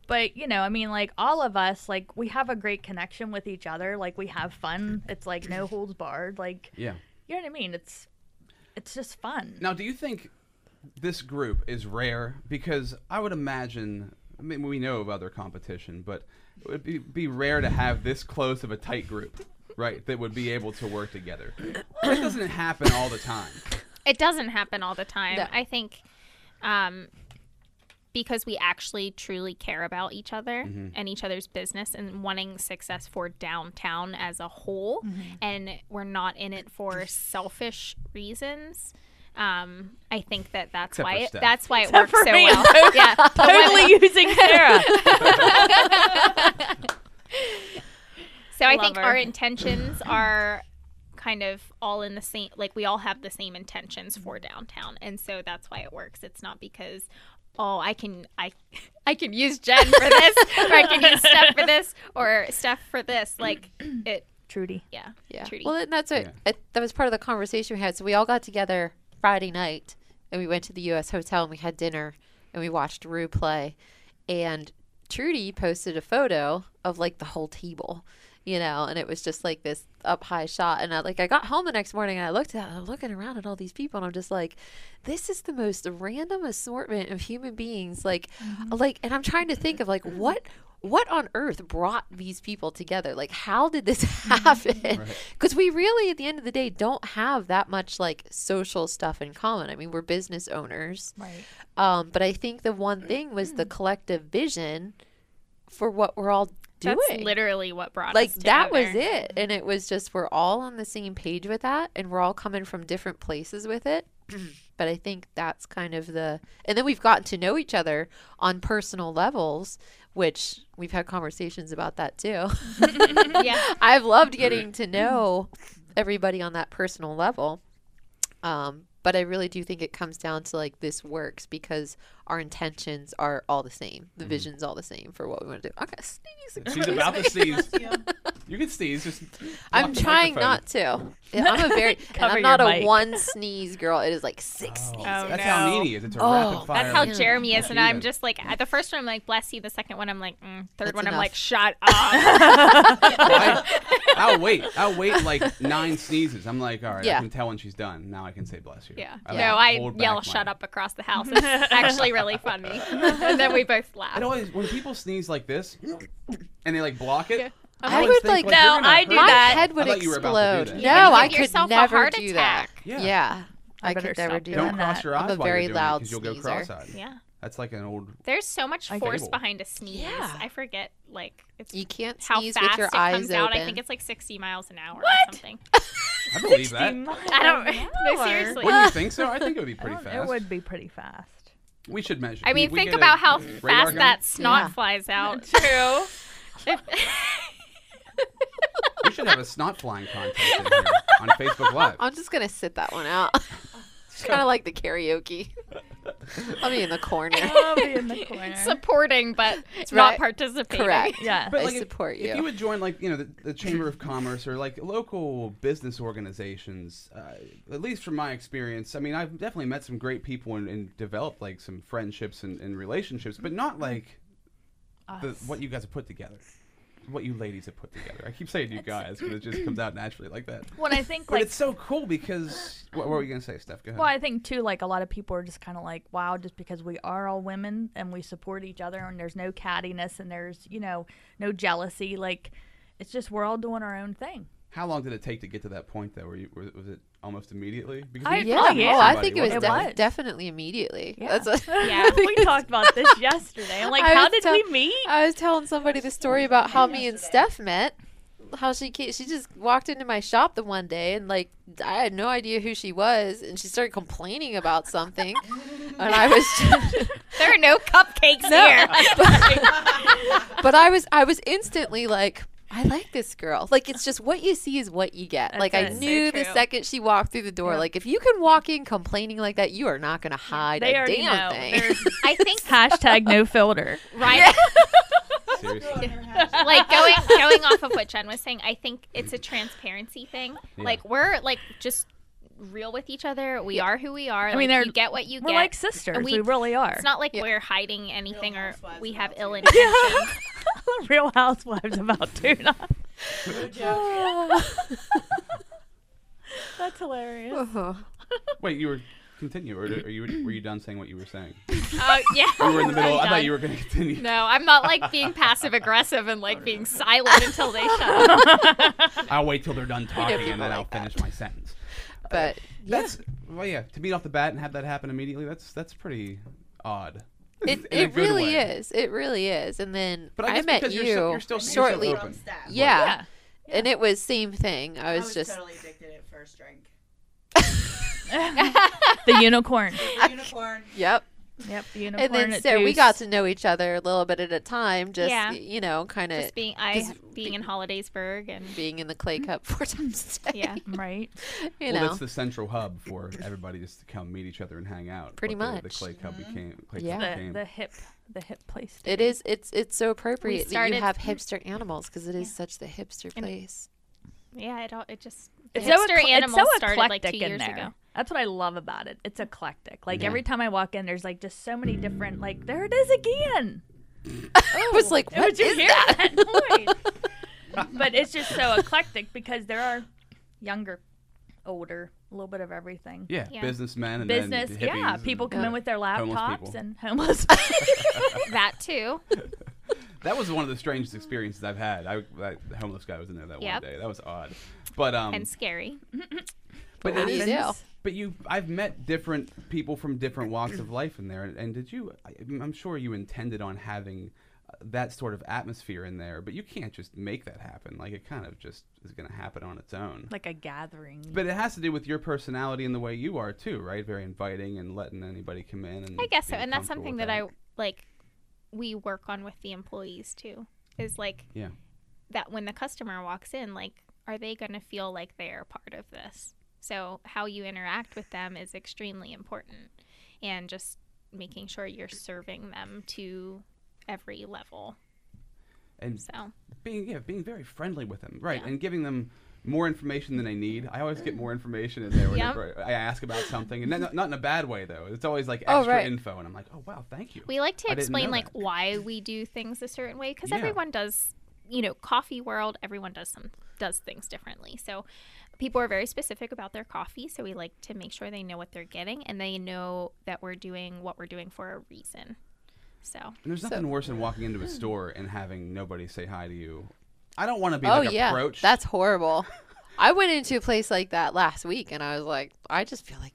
[SPEAKER 4] But you know, I mean, like all of us, like we have a great connection with each other. Like we have fun. It's like no holds barred. Like
[SPEAKER 1] Yeah.
[SPEAKER 4] you know what I mean. It's it's just fun.
[SPEAKER 1] Now, do you think this group is rare? Because I would imagine, I mean, we know of other competition, but it would be, be rare to have this close of a tight group, right? That would be able to work together. That doesn't happen all the time.
[SPEAKER 5] It doesn't happen all the time.
[SPEAKER 3] No.
[SPEAKER 5] I think um, because we actually truly care about each other
[SPEAKER 1] Mm-hmm.
[SPEAKER 5] and each other's business and wanting success for downtown as a whole,
[SPEAKER 4] Mm-hmm.
[SPEAKER 5] and we're not in it for selfish reasons. Um, I think that that's
[SPEAKER 1] Except
[SPEAKER 5] why
[SPEAKER 1] for
[SPEAKER 5] it,
[SPEAKER 1] Steph.
[SPEAKER 5] that's why it
[SPEAKER 4] Except
[SPEAKER 5] works
[SPEAKER 4] for
[SPEAKER 5] so
[SPEAKER 4] me.
[SPEAKER 5] well. yeah, but when-
[SPEAKER 4] totally using Sarah.
[SPEAKER 5] So I
[SPEAKER 4] Love
[SPEAKER 5] think
[SPEAKER 4] her.
[SPEAKER 5] our intentions are kind of all in the same like we all have the same intentions for downtown and so that's why it works it's not because oh i can i i can use jen for this or i can use steph for this or steph for this like it
[SPEAKER 4] Trudy.
[SPEAKER 5] yeah
[SPEAKER 3] Yeah.
[SPEAKER 5] Trudy.
[SPEAKER 3] Well, and that's what
[SPEAKER 1] Yeah.
[SPEAKER 3] I- that was part of the conversation we had. So we all got together Friday night, and we went to the U.S. hotel and we had dinner, and we watched Rue play, and Trudy posted a photo of like the whole table, you know, and it was just like this up high shot. And I like I got home the next morning and I looked at it, and I'm looking around at all these people and I'm just like, this is the most random assortment of human beings. Like, like, and I'm trying to think of like what what on earth brought these people together? Like, how did this happen? Because we really, at the end of the day, don't have that much like social stuff in common. I mean, we're business owners.
[SPEAKER 4] Right.
[SPEAKER 3] Um, but I think the one thing was the collective vision for what we're all doing.
[SPEAKER 5] that's literally what brought
[SPEAKER 3] like
[SPEAKER 5] us
[SPEAKER 3] that was
[SPEAKER 5] together.
[SPEAKER 3] it, and it was just we're all on the same page with that, and we're all coming from different places with it. but I think that's kind of the, and then we've gotten to know each other on personal levels, which we've had conversations about that too.
[SPEAKER 5] yeah
[SPEAKER 3] I've loved getting to know everybody on that personal level. Um, but I really do think it comes down to like this works because our intentions are all the same.
[SPEAKER 4] Mm-hmm.
[SPEAKER 3] The vision's all the same for what we want to do. Okay, sneeze.
[SPEAKER 1] She's about to sneeze. You can sneeze. Just
[SPEAKER 3] I'm trying not to. Yeah, I'm a very and
[SPEAKER 4] Cover
[SPEAKER 3] I'm not a
[SPEAKER 4] your mic.
[SPEAKER 3] one sneeze girl. It is like six sneezes.
[SPEAKER 5] Oh,
[SPEAKER 1] That's
[SPEAKER 5] no.
[SPEAKER 1] how needy is. It's a
[SPEAKER 3] Oh,
[SPEAKER 1] rapid fire.
[SPEAKER 5] that's how
[SPEAKER 3] Yeah.
[SPEAKER 5] jeremy is and i'm
[SPEAKER 1] Even.
[SPEAKER 5] just like at the first one i'm like bless you the second one i'm like mm. third
[SPEAKER 3] That's
[SPEAKER 5] one i'm
[SPEAKER 3] enough.
[SPEAKER 5] like shut up
[SPEAKER 1] I, I'll wait. I'll wait like nine sneezes. I'm like, all right,
[SPEAKER 3] Yeah.
[SPEAKER 1] I can tell when she's done. Now I can say bless you.
[SPEAKER 5] Yeah.
[SPEAKER 1] I, like,
[SPEAKER 5] No, I
[SPEAKER 1] hold back
[SPEAKER 5] yell
[SPEAKER 1] my-
[SPEAKER 5] shut up across the house. It's actually really funny. And then we both laugh.
[SPEAKER 1] It always when people sneeze like this, and they like block it.
[SPEAKER 3] I
[SPEAKER 1] always
[SPEAKER 3] would,
[SPEAKER 1] think,
[SPEAKER 3] like-
[SPEAKER 1] you're
[SPEAKER 4] No,
[SPEAKER 1] gonna
[SPEAKER 4] I
[SPEAKER 1] hurt
[SPEAKER 4] do
[SPEAKER 1] me.
[SPEAKER 3] My
[SPEAKER 4] that.
[SPEAKER 3] head would
[SPEAKER 1] I thought you were about
[SPEAKER 3] explode.
[SPEAKER 1] to do that.
[SPEAKER 5] You
[SPEAKER 3] No,
[SPEAKER 5] give
[SPEAKER 3] I could
[SPEAKER 5] yourself a
[SPEAKER 3] never
[SPEAKER 5] heart
[SPEAKER 3] do that.
[SPEAKER 5] attack.
[SPEAKER 1] Yeah.
[SPEAKER 3] Yeah. I,
[SPEAKER 4] better
[SPEAKER 3] could never
[SPEAKER 4] stop
[SPEAKER 3] do
[SPEAKER 4] doing
[SPEAKER 1] Don't
[SPEAKER 4] I'm
[SPEAKER 3] that.
[SPEAKER 1] cross
[SPEAKER 4] not-
[SPEAKER 1] your
[SPEAKER 3] I'm
[SPEAKER 1] eyes
[SPEAKER 3] a
[SPEAKER 1] while you're
[SPEAKER 3] very
[SPEAKER 1] doing
[SPEAKER 3] loud
[SPEAKER 1] it because you'll go
[SPEAKER 3] sneezer.
[SPEAKER 1] cross-eyed.
[SPEAKER 5] yeah.
[SPEAKER 1] That's like an old.
[SPEAKER 5] There's so much
[SPEAKER 4] I
[SPEAKER 5] force
[SPEAKER 1] fable.
[SPEAKER 5] behind a sneeze.
[SPEAKER 3] Yeah.
[SPEAKER 5] I forget like it's
[SPEAKER 3] You can't
[SPEAKER 5] how
[SPEAKER 3] sneeze
[SPEAKER 5] fast
[SPEAKER 3] with your
[SPEAKER 5] it
[SPEAKER 3] eyes
[SPEAKER 5] comes
[SPEAKER 3] open.
[SPEAKER 5] out. I think it's like 60 miles an hour or something.
[SPEAKER 1] I believe that.
[SPEAKER 5] I don't No, seriously.
[SPEAKER 1] Wouldn't you think so? I think it would be pretty
[SPEAKER 4] It
[SPEAKER 1] fast.
[SPEAKER 4] would be pretty fast.
[SPEAKER 1] We should measure.
[SPEAKER 5] I mean,
[SPEAKER 1] we
[SPEAKER 5] think
[SPEAKER 1] get a
[SPEAKER 5] about how
[SPEAKER 1] radar
[SPEAKER 5] fast
[SPEAKER 1] gun?
[SPEAKER 5] that snot
[SPEAKER 3] Yeah.
[SPEAKER 5] flies out. True.
[SPEAKER 1] We should have a snot flying contest in here on Facebook Live.
[SPEAKER 3] I'm just gonna sit that one out. it's kind of like the karaoke. I'll be in the corner.
[SPEAKER 4] I'll be in the corner.
[SPEAKER 5] Supporting but
[SPEAKER 3] right.
[SPEAKER 5] not participating.
[SPEAKER 3] Correct.
[SPEAKER 4] yeah.
[SPEAKER 1] But
[SPEAKER 3] I
[SPEAKER 1] like, if-
[SPEAKER 3] support
[SPEAKER 1] If
[SPEAKER 3] you.
[SPEAKER 1] you would join, like you know, the, the Chamber of Commerce or like local business organizations, uh, at least from my experience, I mean, I've definitely met some great people and, and developed like some friendships and, and relationships, but not like the, what you guys have put together. what you ladies have put together. I keep saying you guys, but it just comes out naturally like that.
[SPEAKER 4] Well, I think
[SPEAKER 1] But
[SPEAKER 4] like
[SPEAKER 1] it's so cool because what, what were you gonna say, Steph? Go ahead.
[SPEAKER 4] Well, I think too, like a lot of people are just kind of like, wow, just because we are all women and we support each other and there's no cattiness and there's, you know, no jealousy. Like, it's just we're all doing our own thing.
[SPEAKER 1] How long did it take to get to that point? Though, were you were, was it almost immediately? Because
[SPEAKER 4] I-
[SPEAKER 1] you
[SPEAKER 4] Yeah.
[SPEAKER 1] talked to
[SPEAKER 4] yeah.
[SPEAKER 3] Oh, I
[SPEAKER 1] somebody,
[SPEAKER 3] think it was,
[SPEAKER 1] wasn't
[SPEAKER 4] definitely-
[SPEAKER 3] def-
[SPEAKER 4] was.
[SPEAKER 3] definitely immediately.
[SPEAKER 4] Yeah.
[SPEAKER 3] That's what,
[SPEAKER 5] Yeah.
[SPEAKER 4] we talked about this yesterday. I'm like,
[SPEAKER 3] I
[SPEAKER 4] how
[SPEAKER 3] was
[SPEAKER 4] did
[SPEAKER 3] tell-
[SPEAKER 4] we meet?
[SPEAKER 3] I was telling somebody the story about how me and Steph met. How she came, she just walked into my shop the one day and like I had no idea who she was and she started complaining about something and I was just,
[SPEAKER 5] There are no cupcakes here.
[SPEAKER 3] but I was I was instantly like I like this girl like it's just what you see is what you get
[SPEAKER 4] That's
[SPEAKER 3] like I
[SPEAKER 4] it. So
[SPEAKER 3] knew the
[SPEAKER 5] true.
[SPEAKER 3] second she walked through the door like if you can walk in complaining like that you are not gonna hide
[SPEAKER 4] They
[SPEAKER 3] a
[SPEAKER 4] already
[SPEAKER 3] damn
[SPEAKER 4] know.
[SPEAKER 3] thing
[SPEAKER 4] They're-
[SPEAKER 5] I think
[SPEAKER 4] Hashtag no filter.
[SPEAKER 5] right
[SPEAKER 1] it? Seriously.
[SPEAKER 5] like going going off of what Jen was saying, I think it's a transparency thing.
[SPEAKER 1] Yeah.
[SPEAKER 5] Like we're like just real with each other. We are who we are. I
[SPEAKER 4] mean,
[SPEAKER 5] mean,
[SPEAKER 4] they're-
[SPEAKER 5] like, you get what you
[SPEAKER 4] We're
[SPEAKER 5] get.
[SPEAKER 4] like sisters.
[SPEAKER 5] we-
[SPEAKER 4] We, really are.
[SPEAKER 5] it's not like
[SPEAKER 3] Yeah.
[SPEAKER 5] we're hiding anything or we have ill
[SPEAKER 4] Yeah.
[SPEAKER 5] intentions.
[SPEAKER 4] Real Housewives about tuna. That's hilarious.
[SPEAKER 3] Uh-huh.
[SPEAKER 1] Wait, you were continue, or are you were you done saying what you were saying?
[SPEAKER 5] Oh yeah.
[SPEAKER 1] You were in the middle.
[SPEAKER 5] I'm
[SPEAKER 1] I
[SPEAKER 5] done.
[SPEAKER 1] thought you were gonna continue.
[SPEAKER 5] No, I'm not like being passive aggressive and like being silent until they shut up.
[SPEAKER 1] I'll wait till they're done talking, and
[SPEAKER 3] people
[SPEAKER 1] then I'll
[SPEAKER 3] like that.
[SPEAKER 1] finish my sentence.
[SPEAKER 3] but
[SPEAKER 1] That's well, yeah. To beat off the bat and have that happen immediately, that's that's pretty odd.
[SPEAKER 3] it,
[SPEAKER 1] In a
[SPEAKER 3] it
[SPEAKER 1] good
[SPEAKER 3] really
[SPEAKER 1] way.
[SPEAKER 3] is. It really is. And then
[SPEAKER 1] But I,
[SPEAKER 3] I,
[SPEAKER 1] guess
[SPEAKER 3] met
[SPEAKER 1] because
[SPEAKER 3] you
[SPEAKER 1] you're, so, you're still you're still
[SPEAKER 3] shortly.
[SPEAKER 1] open.
[SPEAKER 3] yeah. and it was same thing. I was,
[SPEAKER 6] I was
[SPEAKER 3] just
[SPEAKER 6] totally addicted at first drink.
[SPEAKER 4] The unicorn.
[SPEAKER 6] The unicorn.
[SPEAKER 3] yep.
[SPEAKER 4] Yep, the unicorn.
[SPEAKER 3] And then
[SPEAKER 4] at
[SPEAKER 3] so we
[SPEAKER 4] Juice.
[SPEAKER 3] got to know each other a little bit at a time. Just
[SPEAKER 5] Yeah.
[SPEAKER 3] you know, kind of
[SPEAKER 5] Just being I being in Hollidaysburg and
[SPEAKER 3] being in the clay cup four times a day.
[SPEAKER 5] yeah.
[SPEAKER 4] right.
[SPEAKER 3] You
[SPEAKER 1] well,
[SPEAKER 3] know.
[SPEAKER 1] that's the central hub for everybody just to come meet each other and hang out.
[SPEAKER 3] Pretty
[SPEAKER 1] But the- The
[SPEAKER 3] much.
[SPEAKER 1] clay cup became. Clay
[SPEAKER 3] Yeah.
[SPEAKER 1] Cup
[SPEAKER 4] Mm-hmm. The,
[SPEAKER 1] became.
[SPEAKER 4] the hip, the hip place.
[SPEAKER 3] it is. It's it's so appropriate that
[SPEAKER 5] started-
[SPEAKER 3] you have hipster animals because it is such the hipster place.
[SPEAKER 5] Yeah, it all it just
[SPEAKER 4] It's so,
[SPEAKER 5] hipster
[SPEAKER 4] ecle- it's
[SPEAKER 5] animals
[SPEAKER 4] so
[SPEAKER 5] started
[SPEAKER 4] eclectic
[SPEAKER 5] like two
[SPEAKER 4] in
[SPEAKER 5] years
[SPEAKER 4] there.
[SPEAKER 5] ago.
[SPEAKER 4] That's what I love about it. It's eclectic. Like
[SPEAKER 1] Yeah.
[SPEAKER 4] every time I walk in, there's like just so many different. Like there it is again.
[SPEAKER 3] I was like, what
[SPEAKER 4] Did you
[SPEAKER 3] is
[SPEAKER 4] hear
[SPEAKER 3] that?
[SPEAKER 4] that noise? but it's just so eclectic because there are younger, older, a little bit of everything.
[SPEAKER 1] Yeah,
[SPEAKER 5] Yeah.
[SPEAKER 1] businessmen and
[SPEAKER 4] Business,
[SPEAKER 1] then hippies
[SPEAKER 4] yeah.
[SPEAKER 1] and-
[SPEAKER 4] People come in with their
[SPEAKER 1] homeless people.
[SPEAKER 4] laptops and homeless. people.
[SPEAKER 5] That too.
[SPEAKER 1] That was one of the strangest experiences I've had. I that homeless guy was in there that one
[SPEAKER 5] Yep.
[SPEAKER 1] day. That was odd. But um,
[SPEAKER 5] And scary.
[SPEAKER 1] but
[SPEAKER 3] What
[SPEAKER 1] it
[SPEAKER 3] do you
[SPEAKER 1] is.
[SPEAKER 3] do?
[SPEAKER 1] But you, I've met different people from different walks of life in there. And, and did you? I, I'm sure you intended on having uh, that sort of atmosphere in there, but you can't just make that happen. Like it kind of just is going to happen on its own.
[SPEAKER 4] like a gathering.
[SPEAKER 1] but it has to do with your personality and the way you are too, right? Very inviting and letting anybody come in. And
[SPEAKER 5] I guess so.
[SPEAKER 1] being
[SPEAKER 5] And that's
[SPEAKER 1] comfortable
[SPEAKER 5] something
[SPEAKER 1] with
[SPEAKER 5] that I like we work on with the employees too. Is like
[SPEAKER 1] Yeah.
[SPEAKER 5] that when the customer walks in, like are they going to feel like they're part of this? So how you interact with them is extremely important and just making sure you're serving them to every level.
[SPEAKER 1] And
[SPEAKER 5] So,
[SPEAKER 1] being yeah, being very friendly with them, right?
[SPEAKER 5] Yeah.
[SPEAKER 1] And giving them more information than they need. I always
[SPEAKER 3] Mm.
[SPEAKER 1] get more information in there when
[SPEAKER 5] Yep.
[SPEAKER 1] I ask about something, and not, not in a bad way though. It's always like
[SPEAKER 3] Oh,
[SPEAKER 1] extra
[SPEAKER 3] right.
[SPEAKER 1] info, and I'm like, oh wow, thank you.
[SPEAKER 5] we like to
[SPEAKER 1] I didn't know
[SPEAKER 5] explain like
[SPEAKER 1] that.
[SPEAKER 5] why we do things a certain way cuz
[SPEAKER 1] Yeah.
[SPEAKER 5] everyone does, you know, coffee world, everyone does some does things differently. So, people are very specific about their coffee, so we like to make sure they know what they're getting and they know that we're doing what we're doing for a reason. So,
[SPEAKER 1] and there's nothing worse than walking into a
[SPEAKER 3] Hmm.
[SPEAKER 1] store and having nobody say hi to you. I don't want to be
[SPEAKER 3] oh
[SPEAKER 1] like
[SPEAKER 3] yeah,
[SPEAKER 1] approached.
[SPEAKER 3] that's horrible. I went into a place like that last week, and I was like, I just feel like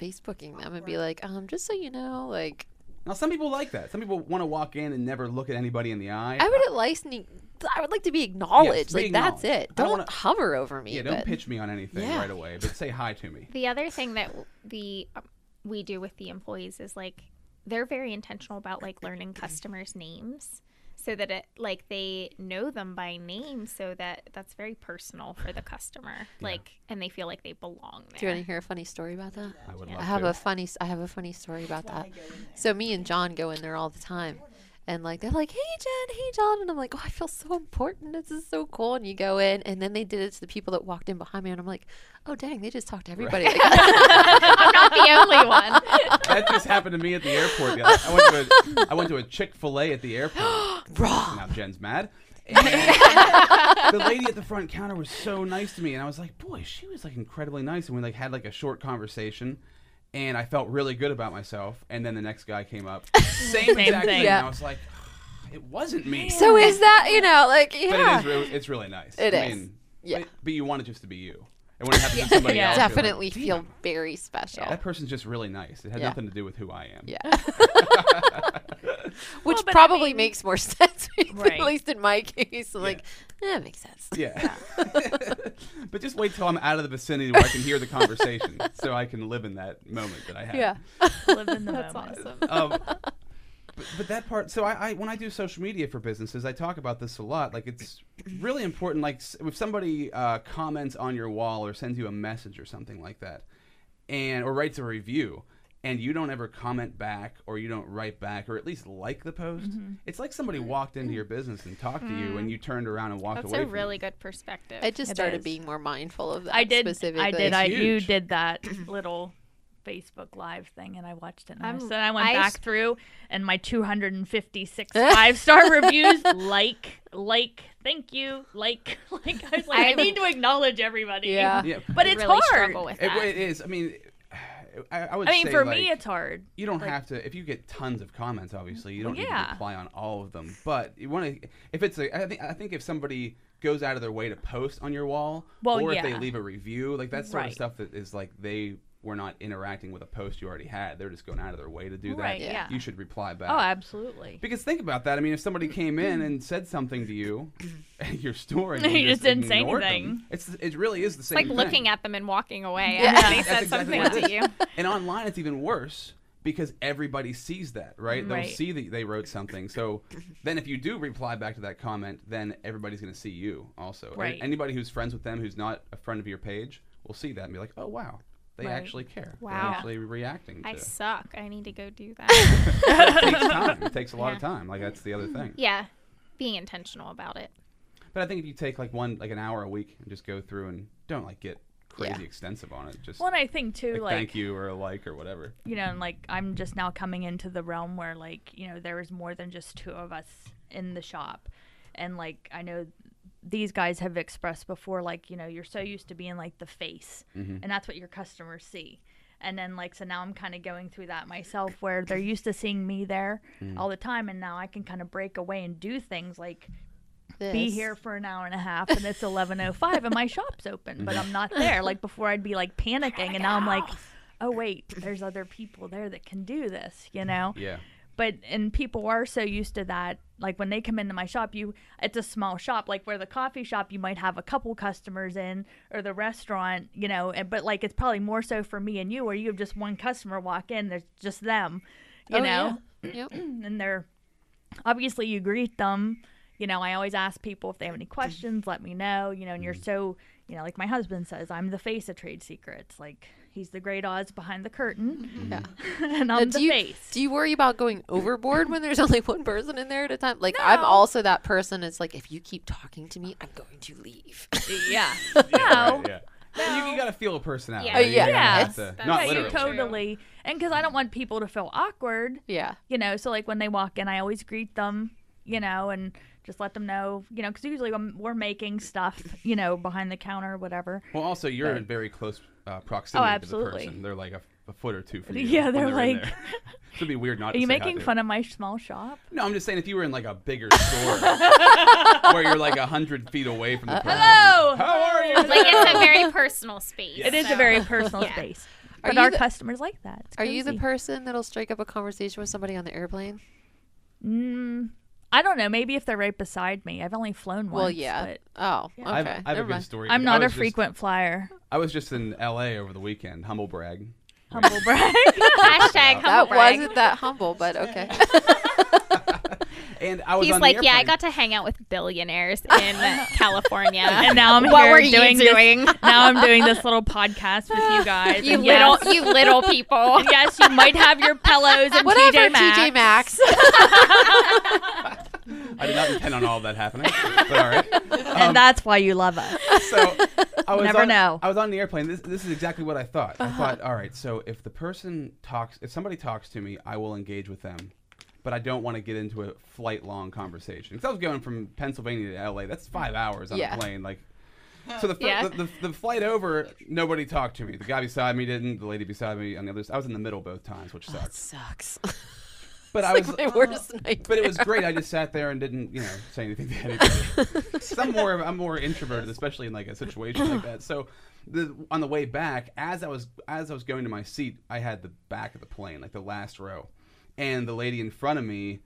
[SPEAKER 3] Facebooking them and be like, um, just so you know, like
[SPEAKER 1] now some people like that. Some people want to walk in and never look at anybody in the eye.
[SPEAKER 3] I would at least need. I would like to be acknowledged.
[SPEAKER 1] be
[SPEAKER 3] like that's
[SPEAKER 1] acknowledged.
[SPEAKER 3] it.
[SPEAKER 1] I don't
[SPEAKER 3] Don't
[SPEAKER 1] wanna-
[SPEAKER 3] hover over me.
[SPEAKER 1] yeah, don't
[SPEAKER 3] but-
[SPEAKER 1] pitch me on anything
[SPEAKER 3] Yeah.
[SPEAKER 1] right away, but say hi to me.
[SPEAKER 5] The other thing that w- the um, we do with the employees is like they're very intentional about like learning customers' names so that it like they know them by name so that that's very personal for the customer like and they feel like they belong
[SPEAKER 3] Do you
[SPEAKER 5] there.
[SPEAKER 3] want to hear a funny story about that?
[SPEAKER 1] I would love
[SPEAKER 3] I have
[SPEAKER 1] to.
[SPEAKER 3] a funny. s- I have a funny story about that. So me and John go in there all the time, and like they're like, "Hey Jen, hey John," and I'm like, "Oh, I feel so important. This is so cool." And you go in, and then they did it to the people that walked in behind me, and I'm like, "Oh dang, they just talked to everybody."
[SPEAKER 5] I'm not the only one.
[SPEAKER 1] that just happened to me at the airport. the other- I went to a, I went to a Chick Fil A at the airport,
[SPEAKER 3] Raw.
[SPEAKER 1] Now Jen's mad. And the lady at the front counter was so nice to me, and I was like, boy, she was like incredibly nice. And we like had like a short conversation, and I felt really good about myself. And then the next guy came up, same, exact thing.
[SPEAKER 4] thing.
[SPEAKER 1] And
[SPEAKER 3] Yeah.
[SPEAKER 1] I was like, it wasn't me.
[SPEAKER 3] So is that you know like
[SPEAKER 1] but
[SPEAKER 3] yeah?
[SPEAKER 1] it is, re- it's really nice.
[SPEAKER 3] It
[SPEAKER 1] I
[SPEAKER 3] is.
[SPEAKER 1] mean,
[SPEAKER 3] Yeah.
[SPEAKER 1] But, but you want it just to be you, and when it happens to somebody
[SPEAKER 4] Yeah.
[SPEAKER 1] else, you're like,
[SPEAKER 3] Definitely feel very special.
[SPEAKER 1] that person's just really nice. It had
[SPEAKER 3] Yeah.
[SPEAKER 1] nothing to do with who I am.
[SPEAKER 3] Yeah. Which
[SPEAKER 4] but I
[SPEAKER 3] probably
[SPEAKER 4] mean-
[SPEAKER 3] makes more sense,
[SPEAKER 4] Right.
[SPEAKER 3] at least in my case. I'm like, eh, that makes sense.
[SPEAKER 1] Yeah. but just wait till I'm out of the vicinity where I can hear the conversation so I can live in that moment that I have.
[SPEAKER 3] Yeah.
[SPEAKER 4] Live in the
[SPEAKER 3] That's
[SPEAKER 4] moment.
[SPEAKER 3] awesome.
[SPEAKER 1] Um, but, but that part, so I, I, when I do social media for businesses, I talk about this a lot. Like, it's really important. Like, s- if somebody uh, comments on your wall or sends you a message or something like that, and or writes a review, and you don't ever comment back or you don't write back or at least like the post,
[SPEAKER 5] Mm-hmm.
[SPEAKER 1] it's like somebody walked into your business and talked to you, and you turned around and walked
[SPEAKER 5] Mm. That's
[SPEAKER 1] away.
[SPEAKER 5] a
[SPEAKER 1] from
[SPEAKER 5] really
[SPEAKER 1] them.
[SPEAKER 5] good perspective.
[SPEAKER 3] I just
[SPEAKER 4] It
[SPEAKER 3] started
[SPEAKER 4] is.
[SPEAKER 3] being more mindful of that
[SPEAKER 4] I did.
[SPEAKER 3] specifically.
[SPEAKER 4] I did.
[SPEAKER 1] It's
[SPEAKER 4] I you
[SPEAKER 1] huge.
[SPEAKER 4] did that little Facebook Live thing, and I watched it. And
[SPEAKER 5] I'm-
[SPEAKER 4] so then I went
[SPEAKER 5] I
[SPEAKER 4] back
[SPEAKER 5] s-
[SPEAKER 4] through, and my 256 five star reviews, like, like, thank you, like, like. I was like, i
[SPEAKER 5] I'm-
[SPEAKER 4] need to acknowledge everybody.
[SPEAKER 3] Yeah.
[SPEAKER 1] Yeah.
[SPEAKER 4] but it's
[SPEAKER 5] really
[SPEAKER 4] hard.
[SPEAKER 5] struggle with
[SPEAKER 1] It,
[SPEAKER 5] that.
[SPEAKER 1] it is. I mean, I, I would.
[SPEAKER 4] I mean,
[SPEAKER 1] say,
[SPEAKER 4] for
[SPEAKER 1] like,
[SPEAKER 4] me, it's hard.
[SPEAKER 1] you don't
[SPEAKER 4] like-
[SPEAKER 1] have to. If you get tons of comments, obviously, you
[SPEAKER 4] Well,
[SPEAKER 1] don't need
[SPEAKER 4] yeah.
[SPEAKER 1] to reply on all of them. But you want to. If it's a, I think, I think if somebody goes out of their way to post on your wall,
[SPEAKER 4] Well,
[SPEAKER 1] or if they
[SPEAKER 4] yeah.
[SPEAKER 1] leave a review, like that's sort of
[SPEAKER 4] Right.
[SPEAKER 1] stuff that is like they were not interacting with a post you already had. They're just going out of their way to do that.
[SPEAKER 4] Right, yeah.
[SPEAKER 1] You should reply back.
[SPEAKER 4] Oh, absolutely.
[SPEAKER 1] Because think about that. I mean, if somebody came in and said something to you, your story, and you,
[SPEAKER 4] You just didn't say
[SPEAKER 1] ignored them,
[SPEAKER 4] anything.
[SPEAKER 1] it's it really is the same.
[SPEAKER 5] It's like
[SPEAKER 1] thing.
[SPEAKER 5] looking at them and walking away.
[SPEAKER 3] Yeah.
[SPEAKER 5] Yeah. And they
[SPEAKER 1] That's
[SPEAKER 5] said
[SPEAKER 1] exactly
[SPEAKER 5] something
[SPEAKER 1] what
[SPEAKER 5] to
[SPEAKER 1] it
[SPEAKER 5] you.
[SPEAKER 1] is. And online, it's even worse because everybody sees that, right?
[SPEAKER 4] Right.
[SPEAKER 1] They'll see that they wrote something. So then, if you do reply back to that comment, then everybody's going to see you also. And
[SPEAKER 4] Right.
[SPEAKER 1] Anybody who's friends with them who's not a friend of your page will see that and be like, oh, wow, they
[SPEAKER 4] Right.
[SPEAKER 1] actually care. They're
[SPEAKER 5] Wow.
[SPEAKER 1] actually reacting to
[SPEAKER 5] I
[SPEAKER 1] it.
[SPEAKER 5] suck. I need to go do that.
[SPEAKER 1] It takes time. It takes a lot of time. Like, that's the other thing.
[SPEAKER 5] yeah. Being intentional about it.
[SPEAKER 1] But I think if you take like one, like an hour a week and just go through and don't like get crazy
[SPEAKER 3] Yeah.
[SPEAKER 1] extensive on it, just
[SPEAKER 4] Well, and I think too,
[SPEAKER 1] like,
[SPEAKER 4] like
[SPEAKER 1] thank you or a like or whatever.
[SPEAKER 4] you know, and like I'm just now coming into the realm where like, you know, there was more than just two of us in the shop. And like I know these guys have expressed before like, you know, you're so used to being like the face and that's what your customers see. And then like so now I'm kind of going through that myself where they're used to seeing me there all the time and now I can kind of break away and do things like be
[SPEAKER 3] This.
[SPEAKER 4] here for an hour and a half and it's 11.05 and my shop's open but i'm not there like before i'd be like panicking and now i'm like oh wait there's other people there that can do this you know
[SPEAKER 1] Yeah.
[SPEAKER 4] but and people are so used to that like when they come into my shop you it's a small shop like where the coffee shop you might have a couple customers in or the restaurant you know and but like it's probably more so for me and you where you have just one customer walk in there's just them you
[SPEAKER 3] Oh,
[SPEAKER 4] know
[SPEAKER 3] yeah. Yep.
[SPEAKER 1] Mm.
[SPEAKER 4] and they're obviously you greet them you know i always ask people if they have any questions let me know you know and
[SPEAKER 1] Mm-hmm.
[SPEAKER 4] you're so you know like my husband says i'm the face of trade secrets like he's the great oz behind the curtain
[SPEAKER 3] Yeah.
[SPEAKER 1] Mm-hmm.
[SPEAKER 4] and
[SPEAKER 3] Now,
[SPEAKER 4] i'm the
[SPEAKER 3] do you,
[SPEAKER 4] face
[SPEAKER 3] Do you worry about going overboard when there's only one person in there at a time? Like I'm also that person. It's like if you keep talking to me, I'm going to leave.
[SPEAKER 4] yeah
[SPEAKER 1] Yeah,
[SPEAKER 4] no
[SPEAKER 1] right, yeah. You, you gotta feel a person out.
[SPEAKER 5] Yeah.
[SPEAKER 1] right? You
[SPEAKER 3] Yeah.
[SPEAKER 1] gotta have
[SPEAKER 4] Yes.
[SPEAKER 1] to-
[SPEAKER 5] That's
[SPEAKER 1] not
[SPEAKER 5] how you
[SPEAKER 1] literally.
[SPEAKER 5] True.
[SPEAKER 4] totally and because i don't want people to feel awkward
[SPEAKER 3] yeah.
[SPEAKER 4] you know so like when they walk in i always greet them you know and just let them know you know because usually when we're making stuff you know behind the counter or whatever
[SPEAKER 1] Well, also you're in very close uh, proximity to the
[SPEAKER 4] Oh, absolutely.
[SPEAKER 1] person. They're like a, a foot or two from you.
[SPEAKER 4] Yeah,
[SPEAKER 1] when
[SPEAKER 4] they're
[SPEAKER 1] in
[SPEAKER 4] like-
[SPEAKER 1] there. It'd be weird not.
[SPEAKER 4] are
[SPEAKER 1] to
[SPEAKER 4] you
[SPEAKER 1] say hi
[SPEAKER 4] making
[SPEAKER 1] to
[SPEAKER 4] fun
[SPEAKER 1] them.
[SPEAKER 4] of my small shop
[SPEAKER 1] No, I'm just saying if you were in like a bigger store where you're like a hundred feet away from the person.
[SPEAKER 4] Uh, hello
[SPEAKER 1] How are you?
[SPEAKER 5] Like it's a very personal space.
[SPEAKER 4] It is a
[SPEAKER 5] so-
[SPEAKER 4] very personal space.
[SPEAKER 3] Are
[SPEAKER 4] But
[SPEAKER 3] you
[SPEAKER 4] our
[SPEAKER 3] the-
[SPEAKER 4] customers like that. It's
[SPEAKER 3] Are you the
[SPEAKER 4] cozy.
[SPEAKER 3] person that'll strike up a conversation with somebody on the airplane?
[SPEAKER 4] Mm, I don't know. Maybe if they're right beside me. I've only flown once.
[SPEAKER 3] well, yeah.
[SPEAKER 4] but
[SPEAKER 3] Oh, okay.
[SPEAKER 1] I have, I have a
[SPEAKER 3] Never
[SPEAKER 1] good
[SPEAKER 3] mind.
[SPEAKER 1] story.
[SPEAKER 4] I'm
[SPEAKER 1] I
[SPEAKER 4] not a
[SPEAKER 1] was just-
[SPEAKER 4] frequent flyer.
[SPEAKER 1] I was just in L.A. over the weekend. Humble brag.
[SPEAKER 4] Humble brag.
[SPEAKER 5] Hashtag humble
[SPEAKER 3] That
[SPEAKER 5] brag.
[SPEAKER 3] wasn't that humble, but okay.
[SPEAKER 1] And I was.
[SPEAKER 5] He's
[SPEAKER 1] on
[SPEAKER 5] like,
[SPEAKER 1] the
[SPEAKER 5] yeah, I
[SPEAKER 1] airplane.
[SPEAKER 5] got to hang out with billionaires in California.
[SPEAKER 4] and now I'm
[SPEAKER 5] what
[SPEAKER 4] here
[SPEAKER 5] were you
[SPEAKER 4] doing, this-
[SPEAKER 5] doing?
[SPEAKER 4] now I'm doing this little podcast with you guys.
[SPEAKER 5] you
[SPEAKER 4] and
[SPEAKER 5] little,
[SPEAKER 4] yes,
[SPEAKER 5] you little people.
[SPEAKER 4] and yes, you might have your pillows and
[SPEAKER 3] Whatever,
[SPEAKER 4] TJ Maxx.
[SPEAKER 3] TJ Maxx.
[SPEAKER 1] I did not intend on all of that happening. But all right. Um,
[SPEAKER 4] and that's why you love us.
[SPEAKER 1] so I was
[SPEAKER 4] Never
[SPEAKER 1] on,
[SPEAKER 4] know.
[SPEAKER 1] I was on the airplane. This, this is exactly what I
[SPEAKER 3] Uh-huh.
[SPEAKER 1] thought. I thought, all right, so if the person talks, if somebody talks to me, I will engage with them but I don't want to get into a flight long conversation. Because I was going from Pennsylvania to LA. That's five hours on
[SPEAKER 3] Yeah.
[SPEAKER 1] a plane. Like, so the, fir- the,
[SPEAKER 5] Yeah.
[SPEAKER 1] the the flight over, nobody talked to me. The guy beside me didn't. The lady beside me on the other. side. I was in the middle both times, which
[SPEAKER 3] That
[SPEAKER 1] sucks.
[SPEAKER 3] sucks.
[SPEAKER 1] But I
[SPEAKER 3] Oh, like
[SPEAKER 1] was. uh,
[SPEAKER 3] my worst nightmare.
[SPEAKER 1] But it was great. I just sat there and didn't, you know, say anything to anybody. 'Cause I'm more, I'm more introverted, especially in like a situation like that. So, the, on the way back, as I was, as I was going to my seat, I had the back of the plane, like the last row, and the lady in front of me,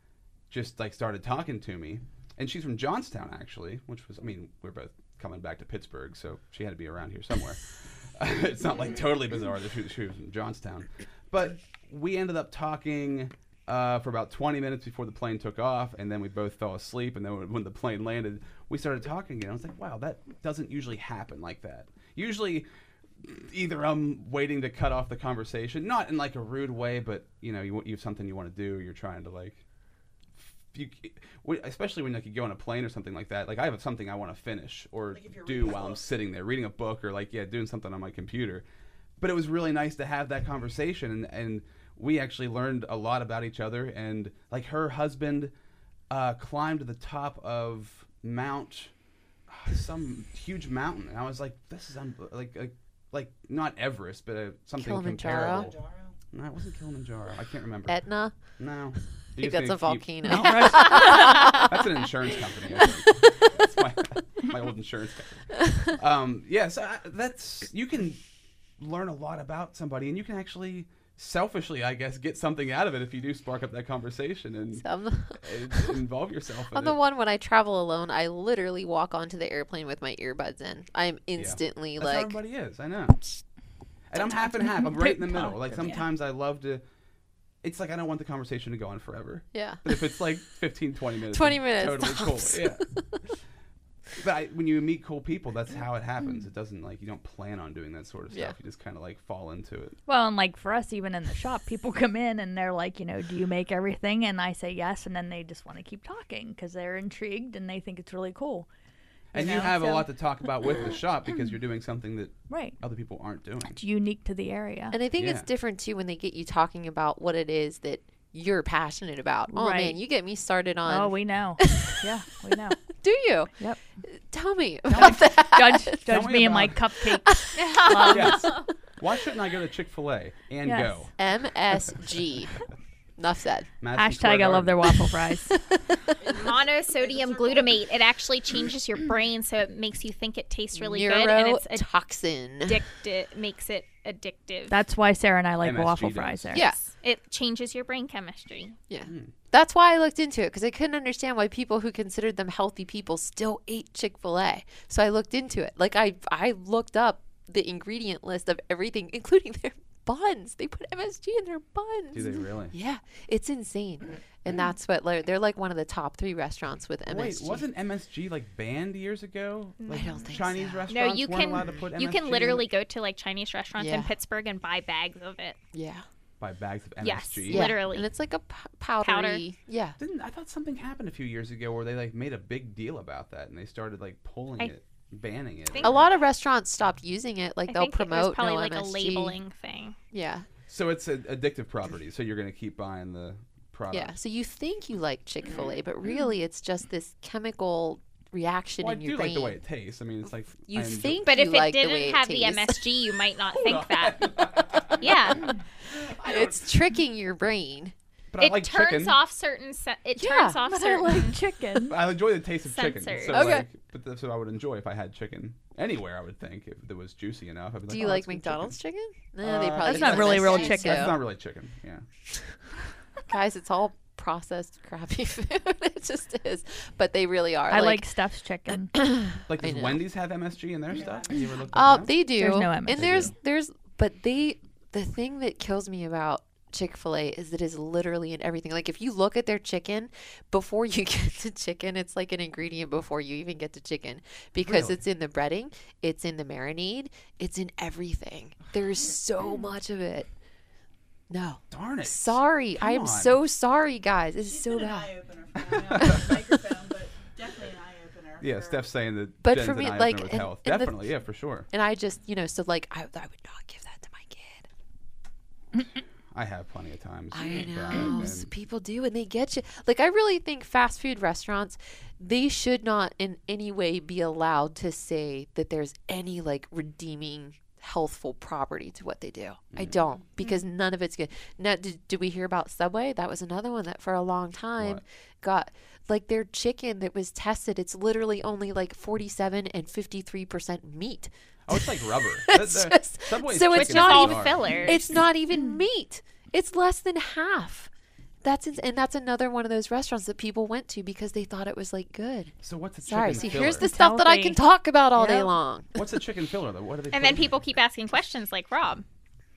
[SPEAKER 1] just like started talking to me, and she's from Johnstown actually, which was, I mean, we're both coming back to Pittsburgh, so she had to be around here somewhere. it's not like totally bizarre that she, she was from Johnstown, but we ended up talking uh, for about 20 minutes before the plane took off, and then we both fell asleep. And then when- when the plane landed, we started talking again. I was like, wow, that doesn't usually happen like that. Usually, either I'm waiting to cut off the conversation, not in like a rude way, but you know, you, you have something you want to do, you're trying to like. You, w- especially when like you go on a plane or something like that. Like I have something I want to finish or
[SPEAKER 6] Like if you're
[SPEAKER 1] do
[SPEAKER 6] reading a
[SPEAKER 1] while I'm
[SPEAKER 6] book.
[SPEAKER 1] sitting there reading a book or like yeah doing something on my computer but it was really nice to have that conversation and, and we actually learned a lot about each other and like her husband uh, climbed to the top of mount uh, some huge mountain and i was like this is un- like, like like not everest but uh, something
[SPEAKER 3] Kilimanjaro?
[SPEAKER 1] comparable no it wasn't kilimanjaro i can't remember
[SPEAKER 3] Etna.
[SPEAKER 1] no
[SPEAKER 3] I
[SPEAKER 1] You just
[SPEAKER 3] think that's
[SPEAKER 1] need-
[SPEAKER 3] a
[SPEAKER 1] you-
[SPEAKER 3] volcano.
[SPEAKER 1] that's an insurance company. I think. that's my, my old insurance company. Um, yeah, so I, that's you can learn a lot about somebody, and you can actually selfishly, I guess, get something out of it if you do spark up that conversation and,
[SPEAKER 3] I'm the,
[SPEAKER 1] and involve yourself. In
[SPEAKER 3] I'm the
[SPEAKER 1] it.
[SPEAKER 3] one when I travel alone, I literally walk onto the airplane with my earbuds in. I'm instantly
[SPEAKER 1] That's how
[SPEAKER 3] like,
[SPEAKER 1] everybody is. I know. And I'm half and half. I'm right in the middle. Like sometimes I love to. It's like I don't want the conversation to go on forever.
[SPEAKER 3] yeah.
[SPEAKER 1] But if it's like 15, 20 minutes,
[SPEAKER 3] 20
[SPEAKER 1] it's
[SPEAKER 3] minutes
[SPEAKER 1] totally
[SPEAKER 3] tops.
[SPEAKER 1] cool. Yeah. but I, when you meet cool people, that's how it happens. It doesn't like you don't plan on doing that sort of stuff.
[SPEAKER 3] Yeah.
[SPEAKER 1] You just kind of like fall into it.
[SPEAKER 4] Well, and like for us, even in the shop, people come in and they're like, you know, do you make everything? And I say yes, and then they just want to keep talking because they're intrigued and they think it's really cool.
[SPEAKER 1] And you
[SPEAKER 4] know,
[SPEAKER 1] have a
[SPEAKER 4] so-
[SPEAKER 1] lot to talk about with the shop because you're doing something that
[SPEAKER 4] Right.
[SPEAKER 1] other people aren't doing.
[SPEAKER 4] It's unique to the area.
[SPEAKER 3] And I think it's
[SPEAKER 1] Yeah.
[SPEAKER 3] different too when they get you talking about what it is that you're passionate about. Oh
[SPEAKER 4] Right.
[SPEAKER 3] man, you get me started on.
[SPEAKER 4] Oh, we know. yeah, we know.
[SPEAKER 3] Do you?
[SPEAKER 4] Yep.
[SPEAKER 3] Tell me about that.
[SPEAKER 4] Judge,
[SPEAKER 1] Tell
[SPEAKER 4] judge
[SPEAKER 1] me
[SPEAKER 4] me and my um, cupcakes. Love.
[SPEAKER 1] Yes. Why shouldn't I go to Chick Fil A and
[SPEAKER 4] Yes.
[SPEAKER 1] go?
[SPEAKER 3] MSG. Enough said.
[SPEAKER 1] Madison Square
[SPEAKER 4] Hashtag I love
[SPEAKER 1] Garden.
[SPEAKER 4] their waffle fries.
[SPEAKER 5] Monosodium glutamate. It actually changes your brain, so it makes you think it tastes really good, and it's
[SPEAKER 3] Neurotoxin.
[SPEAKER 5] addictive. Makes it addictive.
[SPEAKER 4] That's why Sarah and I like
[SPEAKER 1] MSG
[SPEAKER 4] waffle
[SPEAKER 1] does.
[SPEAKER 4] fries there.
[SPEAKER 3] yeah.
[SPEAKER 5] it changes your brain chemistry.
[SPEAKER 3] Yeah.
[SPEAKER 1] Hmm.
[SPEAKER 3] That's why I looked into it because I couldn't understand why people who considered them healthy people still ate Chick fil A. So I looked into it. Like, I, I looked up the ingredient list of everything, including their buns. They put MSG in their buns.
[SPEAKER 1] Do they really?
[SPEAKER 3] Yeah, it's insane. And that's what like, they're like one of the top three restaurants with MSG.
[SPEAKER 1] Wait, wasn't MSG like banned years ago? Like
[SPEAKER 3] don't think
[SPEAKER 1] Chinese
[SPEAKER 3] so. No,
[SPEAKER 5] No,
[SPEAKER 1] restaurants
[SPEAKER 5] you
[SPEAKER 1] weren't allowed to put
[SPEAKER 5] can you
[SPEAKER 1] MSG
[SPEAKER 5] can
[SPEAKER 1] in
[SPEAKER 5] literally go to like Chinese restaurants in
[SPEAKER 3] Yeah.
[SPEAKER 5] Pittsburgh and buy bags of it.
[SPEAKER 3] Yeah.
[SPEAKER 1] buy bags of MSG.
[SPEAKER 5] Yes.
[SPEAKER 3] yeah.
[SPEAKER 5] Literally.
[SPEAKER 3] And it's like a p- powdery. Yeah.
[SPEAKER 1] Didn't I thought something happened a few years ago where they like made a big deal about that and they started like pulling
[SPEAKER 5] I
[SPEAKER 1] it, banning it.
[SPEAKER 5] think-
[SPEAKER 3] A lot of restaurants stopped using it. Like,
[SPEAKER 5] I
[SPEAKER 3] they'll
[SPEAKER 5] think it was
[SPEAKER 3] promote
[SPEAKER 5] probably
[SPEAKER 3] no
[SPEAKER 5] like
[SPEAKER 3] MSG.
[SPEAKER 5] a labeling thing.
[SPEAKER 3] Yeah.
[SPEAKER 1] so it's an addictive property. So you're gonna keep buying the product.
[SPEAKER 3] Yeah. So you think you like Chick fil
[SPEAKER 4] Mm.
[SPEAKER 3] A, but really it's just this chemical reaction
[SPEAKER 1] Well, I
[SPEAKER 3] in
[SPEAKER 1] do
[SPEAKER 3] your brain.
[SPEAKER 1] like the way it tastes. I mean, it's like
[SPEAKER 3] you
[SPEAKER 1] I enjoy-
[SPEAKER 3] think
[SPEAKER 5] But
[SPEAKER 3] you
[SPEAKER 5] if
[SPEAKER 3] like
[SPEAKER 5] it
[SPEAKER 3] the way
[SPEAKER 5] didn't
[SPEAKER 3] it
[SPEAKER 5] have the
[SPEAKER 3] tastes.
[SPEAKER 5] MSG, you might not think that. yeah,
[SPEAKER 3] it's tricking your brain.
[SPEAKER 1] but I
[SPEAKER 5] it
[SPEAKER 1] like
[SPEAKER 5] turns
[SPEAKER 1] chicken.
[SPEAKER 5] off certain. Se- it
[SPEAKER 3] Yeah,
[SPEAKER 5] turns off
[SPEAKER 4] But I
[SPEAKER 5] certain.
[SPEAKER 4] like chicken.
[SPEAKER 1] I enjoy the taste of chicken.
[SPEAKER 5] Sensors.
[SPEAKER 1] So
[SPEAKER 3] Okay.
[SPEAKER 1] like, but the, so I would enjoy if I had chicken anywhere. I would think if it was juicy enough. I'd be like,
[SPEAKER 3] Do you
[SPEAKER 1] "Oh, that's
[SPEAKER 3] like
[SPEAKER 1] good chicken."
[SPEAKER 3] McDonald's chicken? No, they
[SPEAKER 1] Uh,
[SPEAKER 3] probably
[SPEAKER 1] That's
[SPEAKER 3] use
[SPEAKER 1] not really
[SPEAKER 4] real
[SPEAKER 3] MSG,
[SPEAKER 4] chicken.
[SPEAKER 3] so-
[SPEAKER 1] That's not really chicken. Yeah.
[SPEAKER 3] Guys, it's all processed crappy food. it just is. But they really are.
[SPEAKER 4] I like Steph's chicken.
[SPEAKER 1] Like does
[SPEAKER 3] know.
[SPEAKER 1] Wendy's have MSG in their stuff? Have you ever looked
[SPEAKER 3] Oh,
[SPEAKER 1] that up?
[SPEAKER 3] they do.
[SPEAKER 4] There's no
[SPEAKER 3] and
[SPEAKER 4] MSG.
[SPEAKER 3] there's there's but they the thing that kills me about Chick fil A is that it's literally in everything. Like if you look at their chicken, before you get to chicken, it's like an ingredient before you even get to chicken. Because
[SPEAKER 1] Really?
[SPEAKER 3] it's in the breading, it's in the marinade, it's in everything. There's so much of it. No.
[SPEAKER 1] Darn it.
[SPEAKER 3] Sorry. I am
[SPEAKER 1] Come on.
[SPEAKER 3] so sorry, guys. It's so
[SPEAKER 6] an
[SPEAKER 3] bad.
[SPEAKER 6] eye opener for me. I don't have a microphone, but definitely an eye opener.
[SPEAKER 1] Yeah,
[SPEAKER 6] for-
[SPEAKER 1] Steph's saying that.
[SPEAKER 3] But
[SPEAKER 1] Jen's
[SPEAKER 3] for
[SPEAKER 1] an
[SPEAKER 3] me,
[SPEAKER 1] eye opener
[SPEAKER 3] like,
[SPEAKER 1] with
[SPEAKER 3] and-
[SPEAKER 1] health.
[SPEAKER 3] and the-
[SPEAKER 1] definitely, yeah, for sure.
[SPEAKER 3] And I just, you know, so like I, I would not give that to my kid.
[SPEAKER 1] I have plenty of times.
[SPEAKER 3] I
[SPEAKER 1] but,
[SPEAKER 3] know.
[SPEAKER 1] man,
[SPEAKER 3] s- people do, and they get you. Like, I really think fast food restaurants, they should not in any way be allowed to say that there's any like redeeming healthful property to what they do. I don't because none of it's good. Now, did, did we hear about Subway? That was another one that for a long time
[SPEAKER 1] What?
[SPEAKER 3] got like their chicken that was tested. It's literally only like 47 and 53% meat.
[SPEAKER 1] Oh, it's like rubber. That-
[SPEAKER 3] It's
[SPEAKER 1] that-
[SPEAKER 3] just-
[SPEAKER 1] Subway's
[SPEAKER 3] so it's
[SPEAKER 5] Which is
[SPEAKER 1] chickens
[SPEAKER 3] not
[SPEAKER 5] all
[SPEAKER 1] are.
[SPEAKER 3] even-
[SPEAKER 5] fillers.
[SPEAKER 3] It's not
[SPEAKER 5] Mm.
[SPEAKER 3] even meat. It's less than half. That's ins- and that's another one of those restaurants that people went to because they thought it was like good.
[SPEAKER 1] So what's a chicken
[SPEAKER 3] Sorry, see,
[SPEAKER 1] filler?
[SPEAKER 3] here's the
[SPEAKER 4] It's
[SPEAKER 3] stuff that I
[SPEAKER 4] healthy.
[SPEAKER 3] can talk about all day
[SPEAKER 4] Yep.
[SPEAKER 3] long.
[SPEAKER 1] What's a chicken filler though? What do they? put
[SPEAKER 5] and
[SPEAKER 1] in
[SPEAKER 5] then
[SPEAKER 1] it?
[SPEAKER 5] people keep asking questions like Rob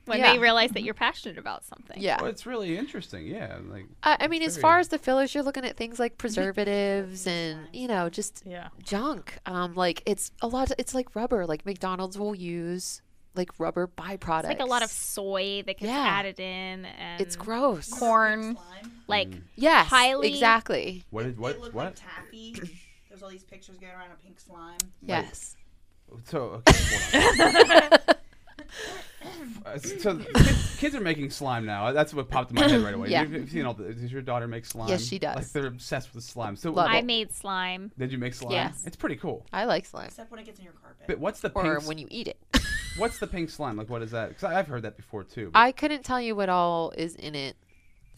[SPEAKER 5] when
[SPEAKER 3] Yeah.
[SPEAKER 5] they realize that you're passionate about something.
[SPEAKER 1] Well,
[SPEAKER 3] Yeah,
[SPEAKER 1] it's really interesting. Yeah, like
[SPEAKER 3] I, I mean,
[SPEAKER 1] it's
[SPEAKER 3] as
[SPEAKER 1] very-
[SPEAKER 3] far as the fillers, you're looking at things like preservatives and you know just
[SPEAKER 4] Yeah.
[SPEAKER 3] junk. Um, like it's a lot. It's like rubber. Like McDonald's will use like rubber byproducts.
[SPEAKER 5] It's like a lot of soy that gets
[SPEAKER 3] Yeah.
[SPEAKER 5] added in and
[SPEAKER 3] It's gross.
[SPEAKER 5] corn.
[SPEAKER 6] Slime.
[SPEAKER 5] Like
[SPEAKER 1] Mm.
[SPEAKER 3] Yes,
[SPEAKER 5] highly-
[SPEAKER 3] exactly.
[SPEAKER 1] what? Did,
[SPEAKER 6] They
[SPEAKER 1] what?
[SPEAKER 6] look
[SPEAKER 1] What?
[SPEAKER 6] like taffy. There's all these pictures going around of pink slime.
[SPEAKER 3] Yes.
[SPEAKER 1] So, okay, hold on. Uh, so the kids, kids are making slime now. That's what popped in my head right away.
[SPEAKER 3] Yeah.
[SPEAKER 1] You've, you've seen all the, does your daughter make slime?
[SPEAKER 3] Yes, she does.
[SPEAKER 1] Like they're obsessed with slime. So
[SPEAKER 3] Love
[SPEAKER 1] what-
[SPEAKER 5] I made slime.
[SPEAKER 1] did you make slime?
[SPEAKER 3] Yes.
[SPEAKER 1] It's pretty cool.
[SPEAKER 3] I like slime.
[SPEAKER 6] Except when it gets in your carpet.
[SPEAKER 1] But what's the pink?
[SPEAKER 3] Or
[SPEAKER 1] s-
[SPEAKER 3] when you eat it.
[SPEAKER 1] what's the pink slime? Like what is that? Because I've heard that before too. but-
[SPEAKER 3] I couldn't tell you what all is in it.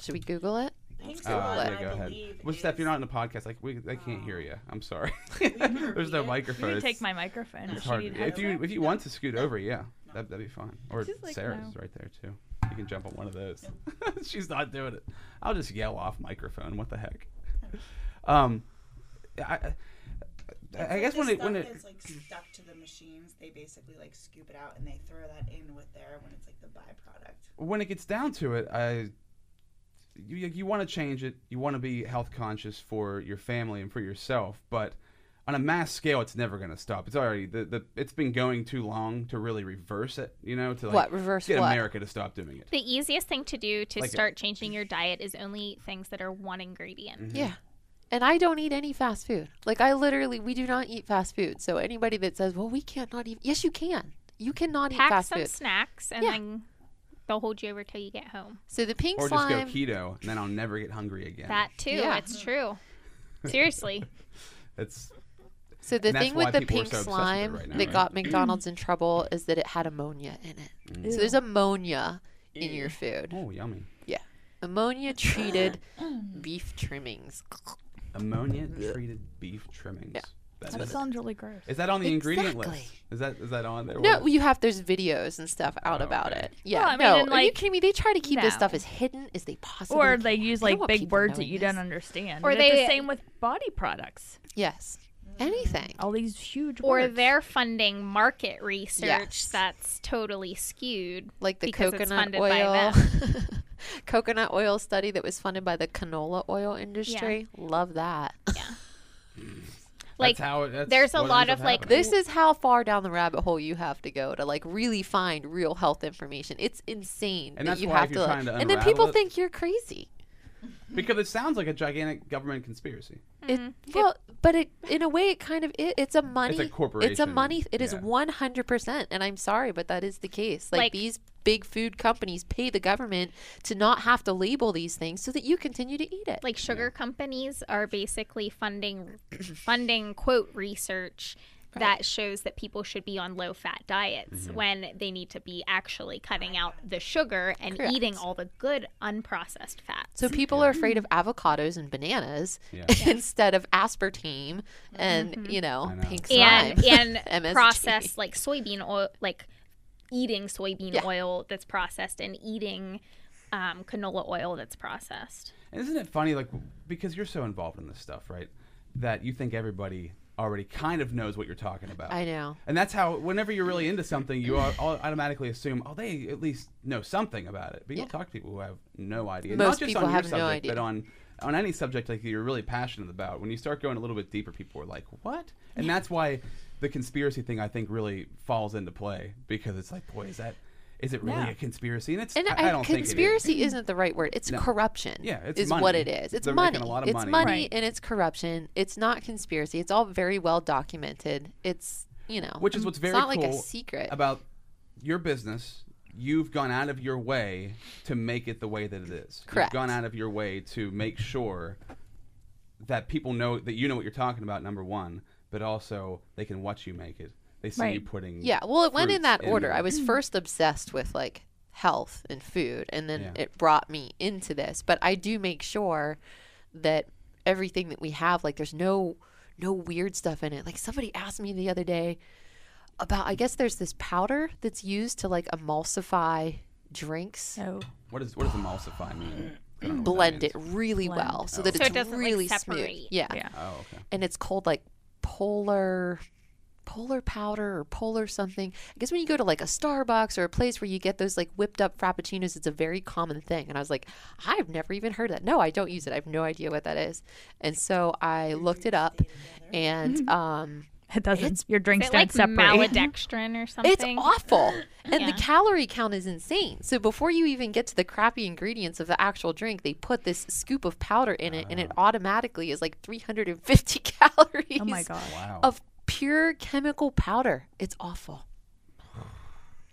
[SPEAKER 3] Should we Google it?
[SPEAKER 6] pink
[SPEAKER 1] Oh,
[SPEAKER 6] slime,
[SPEAKER 1] yeah,
[SPEAKER 6] I
[SPEAKER 1] go ahead.
[SPEAKER 6] believe,
[SPEAKER 1] Well, Steph, you're
[SPEAKER 6] is-
[SPEAKER 1] not in the podcast. Like we, I can't hear you. I'm sorry.
[SPEAKER 6] can
[SPEAKER 1] There's no
[SPEAKER 6] repeat it.
[SPEAKER 1] microphone.
[SPEAKER 4] You can take
[SPEAKER 1] Oh, It's-
[SPEAKER 4] my microphone.
[SPEAKER 1] It's
[SPEAKER 4] if
[SPEAKER 1] hard.
[SPEAKER 4] you need
[SPEAKER 1] If you
[SPEAKER 4] help.
[SPEAKER 1] if you want to scoot over, yeah, that that'd be fine. Or
[SPEAKER 4] She's like,
[SPEAKER 1] Sarah's
[SPEAKER 4] no.
[SPEAKER 1] is right there too. You can jump on one of those. She's not doing it. I'll just yell off microphone. What the heck? Um, I I, I guess
[SPEAKER 6] the
[SPEAKER 1] when it
[SPEAKER 6] stuff
[SPEAKER 1] when it
[SPEAKER 6] that's like stuck to the machines, they basically like scoop it out and they throw that in with there when it's like the byproduct.
[SPEAKER 1] when it gets down to it, I you you want to change it. You want to be health conscious for your family and for yourself, but on a mass scale, it's never going to stop. It's already the, the it's been going too long to really reverse it. You know, to like
[SPEAKER 3] What, reverse
[SPEAKER 1] get
[SPEAKER 3] what?
[SPEAKER 1] America to stop doing it.
[SPEAKER 5] The easiest thing to do to
[SPEAKER 1] Like a-
[SPEAKER 5] start changing your diet is only things that are one ingredient.
[SPEAKER 3] Yeah. And I don't eat any fast food. Like I literally, we do not eat fast food. So anybody that says, "Well, we can't not eat," yes, you can. You cannot eat
[SPEAKER 5] Pack
[SPEAKER 3] fast
[SPEAKER 5] some
[SPEAKER 3] food.
[SPEAKER 5] snacks and
[SPEAKER 3] Yeah.
[SPEAKER 5] then they'll hold you over till you get home.
[SPEAKER 3] So the pink
[SPEAKER 1] or just go
[SPEAKER 3] slime.
[SPEAKER 1] keto and then I'll never get hungry again.
[SPEAKER 5] That too,
[SPEAKER 3] Yeah.
[SPEAKER 5] it's true. Seriously.
[SPEAKER 1] That's
[SPEAKER 3] so the
[SPEAKER 1] and that's
[SPEAKER 3] thing
[SPEAKER 1] why
[SPEAKER 3] with the
[SPEAKER 1] people are
[SPEAKER 3] pink
[SPEAKER 1] so obsessed with it
[SPEAKER 3] slime
[SPEAKER 1] right now,
[SPEAKER 3] that
[SPEAKER 1] right? Mm.
[SPEAKER 3] got McDonald's in trouble is that it had ammonia in it. So there's ammonia in your food.
[SPEAKER 1] oh yummy.
[SPEAKER 3] Yeah, ammonia treated beef trimmings.
[SPEAKER 1] Ammonia treated beef trimmings. That
[SPEAKER 4] That
[SPEAKER 1] is,
[SPEAKER 4] sounds really gross.
[SPEAKER 1] is that on the ingredient list?
[SPEAKER 3] Exactly.
[SPEAKER 1] Is that is that on there?
[SPEAKER 3] No,
[SPEAKER 1] What-
[SPEAKER 3] you have there's videos and stuff out
[SPEAKER 1] Oh,
[SPEAKER 3] about
[SPEAKER 1] okay.
[SPEAKER 3] it. Yeah,
[SPEAKER 5] Well, I mean,
[SPEAKER 3] no,
[SPEAKER 5] and,
[SPEAKER 3] are you
[SPEAKER 5] like,
[SPEAKER 3] kidding me? They try to keep this stuff
[SPEAKER 5] no.
[SPEAKER 3] as hidden as they possibly.
[SPEAKER 4] Or
[SPEAKER 3] can.
[SPEAKER 4] they use
[SPEAKER 3] I don't
[SPEAKER 4] like
[SPEAKER 3] want
[SPEAKER 4] big
[SPEAKER 3] people
[SPEAKER 4] words that
[SPEAKER 3] knowing
[SPEAKER 4] you
[SPEAKER 3] this.
[SPEAKER 4] don't understand.
[SPEAKER 5] Or
[SPEAKER 4] And it's
[SPEAKER 5] they-
[SPEAKER 4] the same with body products.
[SPEAKER 3] Yes, anything.
[SPEAKER 5] Mm-hmm.
[SPEAKER 4] All these huge
[SPEAKER 5] Or
[SPEAKER 4] words.
[SPEAKER 5] they're funding market research
[SPEAKER 3] Yes.
[SPEAKER 5] that's totally skewed.
[SPEAKER 3] like the
[SPEAKER 5] because it's
[SPEAKER 3] coconut
[SPEAKER 5] funded by
[SPEAKER 3] oil
[SPEAKER 5] them.
[SPEAKER 3] coconut oil study that was funded by the canola oil industry love that
[SPEAKER 5] Like
[SPEAKER 1] that's how it, that's
[SPEAKER 5] there's a
[SPEAKER 1] what
[SPEAKER 5] lot
[SPEAKER 1] ends
[SPEAKER 5] of,
[SPEAKER 1] up
[SPEAKER 5] like,
[SPEAKER 1] happening.
[SPEAKER 3] this is how far down the rabbit hole you have to go to like really find real health information it's insane
[SPEAKER 1] And
[SPEAKER 3] that
[SPEAKER 1] that's
[SPEAKER 3] you
[SPEAKER 1] why if
[SPEAKER 3] have to,
[SPEAKER 1] you're
[SPEAKER 3] like-
[SPEAKER 1] trying to
[SPEAKER 3] and then
[SPEAKER 1] unravel
[SPEAKER 3] people
[SPEAKER 1] it-
[SPEAKER 3] think you're crazy
[SPEAKER 1] because it sounds like a gigantic government conspiracy.
[SPEAKER 3] It, well, but it in a way it kind of it, it's a money. It's a
[SPEAKER 1] corporation,
[SPEAKER 3] money. It is
[SPEAKER 1] yeah.
[SPEAKER 3] one hundred percent, and I'm sorry, but that is the case. Like,
[SPEAKER 5] Like-
[SPEAKER 3] these big food companies pay the government to not have to label these things so that you continue to eat it.
[SPEAKER 5] like sugar companies are basically funding funding quote research that shows that people should be on low fat diets when they need to be actually cutting out the sugar and eating all the good unprocessed fats.
[SPEAKER 3] so people are afraid of avocados and bananas
[SPEAKER 1] Yeah.
[SPEAKER 3] instead of aspartame and you know,
[SPEAKER 1] I know.
[SPEAKER 3] pink slime
[SPEAKER 5] and and
[SPEAKER 3] MSG.
[SPEAKER 5] processed like soybean oil like eating soybean
[SPEAKER 3] Yeah.
[SPEAKER 5] oil that's processed and eating um, canola oil that's processed.
[SPEAKER 1] And isn't it funny, like, because you're so involved in this stuff, right? That you think everybody already kind of knows what you're talking about.
[SPEAKER 3] I know.
[SPEAKER 1] And that's how, whenever you're really into something, you au- au- automatically assume, oh, they at least know something about it. But you'll talk to people who have no idea. Not
[SPEAKER 3] Most
[SPEAKER 1] just
[SPEAKER 3] people
[SPEAKER 1] on your
[SPEAKER 3] have no
[SPEAKER 1] subject,
[SPEAKER 3] idea.
[SPEAKER 1] But on, on any subject like you're really passionate about, when you start going a little bit deeper, people are like, what? And that's why the conspiracy thing, I think, really falls into play because it's like, boy, is that. Is it really
[SPEAKER 4] Yeah.
[SPEAKER 1] a conspiracy? And it's
[SPEAKER 3] And
[SPEAKER 1] I, I
[SPEAKER 3] I,
[SPEAKER 1] don't think it is.
[SPEAKER 3] conspiracy isn't the right word. It's corruption.
[SPEAKER 1] Yeah, it's
[SPEAKER 3] is
[SPEAKER 1] money.
[SPEAKER 3] what it is. It's
[SPEAKER 1] They're
[SPEAKER 3] money.
[SPEAKER 1] making a lot of
[SPEAKER 3] it's
[SPEAKER 1] money.
[SPEAKER 3] money,
[SPEAKER 4] Right.
[SPEAKER 3] and it's corruption. It's not conspiracy. It's all very well documented. It's you know,
[SPEAKER 1] which is what's
[SPEAKER 3] Um, it's
[SPEAKER 1] very
[SPEAKER 3] not
[SPEAKER 1] cool
[SPEAKER 3] like a secret.
[SPEAKER 1] about your business you've gone out of your way to make it the way that it is. You've
[SPEAKER 3] Correct.
[SPEAKER 1] gone out of your way to make sure that people know that you know what you're talking about. Number one, but also they can watch you make it. They see you
[SPEAKER 4] Right.
[SPEAKER 1] putting
[SPEAKER 3] Yeah, well, it went in
[SPEAKER 1] fruits
[SPEAKER 3] that order.
[SPEAKER 1] there.
[SPEAKER 3] I was first obsessed with like health and food, and then
[SPEAKER 1] Yeah.
[SPEAKER 3] it brought me into this. But I do make sure that everything that we have, like, there's no no weird stuff in it. Like somebody asked me the other day about, I guess there's this powder that's used to like emulsify drinks,
[SPEAKER 4] So
[SPEAKER 1] What does what does emulsify mean? I don't know what that
[SPEAKER 3] blend it
[SPEAKER 1] means.
[SPEAKER 3] really
[SPEAKER 4] Blend.
[SPEAKER 3] well so that
[SPEAKER 5] So it
[SPEAKER 3] it's
[SPEAKER 5] doesn't, like,
[SPEAKER 3] really smooth.
[SPEAKER 5] separate.
[SPEAKER 3] Yeah.
[SPEAKER 4] yeah.
[SPEAKER 1] Oh, okay.
[SPEAKER 3] and it's called like polar polar powder or polar something i guess when you go to like a starbucks or a place where you get those like whipped up frappuccinos it's a very common thing and i was like i've never even heard of that no i don't use it i have no idea what that is and so i looked it up and um
[SPEAKER 4] It doesn't.
[SPEAKER 3] It's-
[SPEAKER 4] your drinks
[SPEAKER 5] Is it
[SPEAKER 4] don't
[SPEAKER 5] like
[SPEAKER 4] separate.
[SPEAKER 5] maladextrin or
[SPEAKER 3] it's
[SPEAKER 5] something?
[SPEAKER 3] awful and the
[SPEAKER 5] Yeah.
[SPEAKER 3] calorie count is insane so before you even get to the crappy ingredients of the actual drink they put this scoop of powder in it and it automatically is like 350 calories
[SPEAKER 4] oh my god.
[SPEAKER 1] Wow.
[SPEAKER 3] of pure chemical powder. It's awful.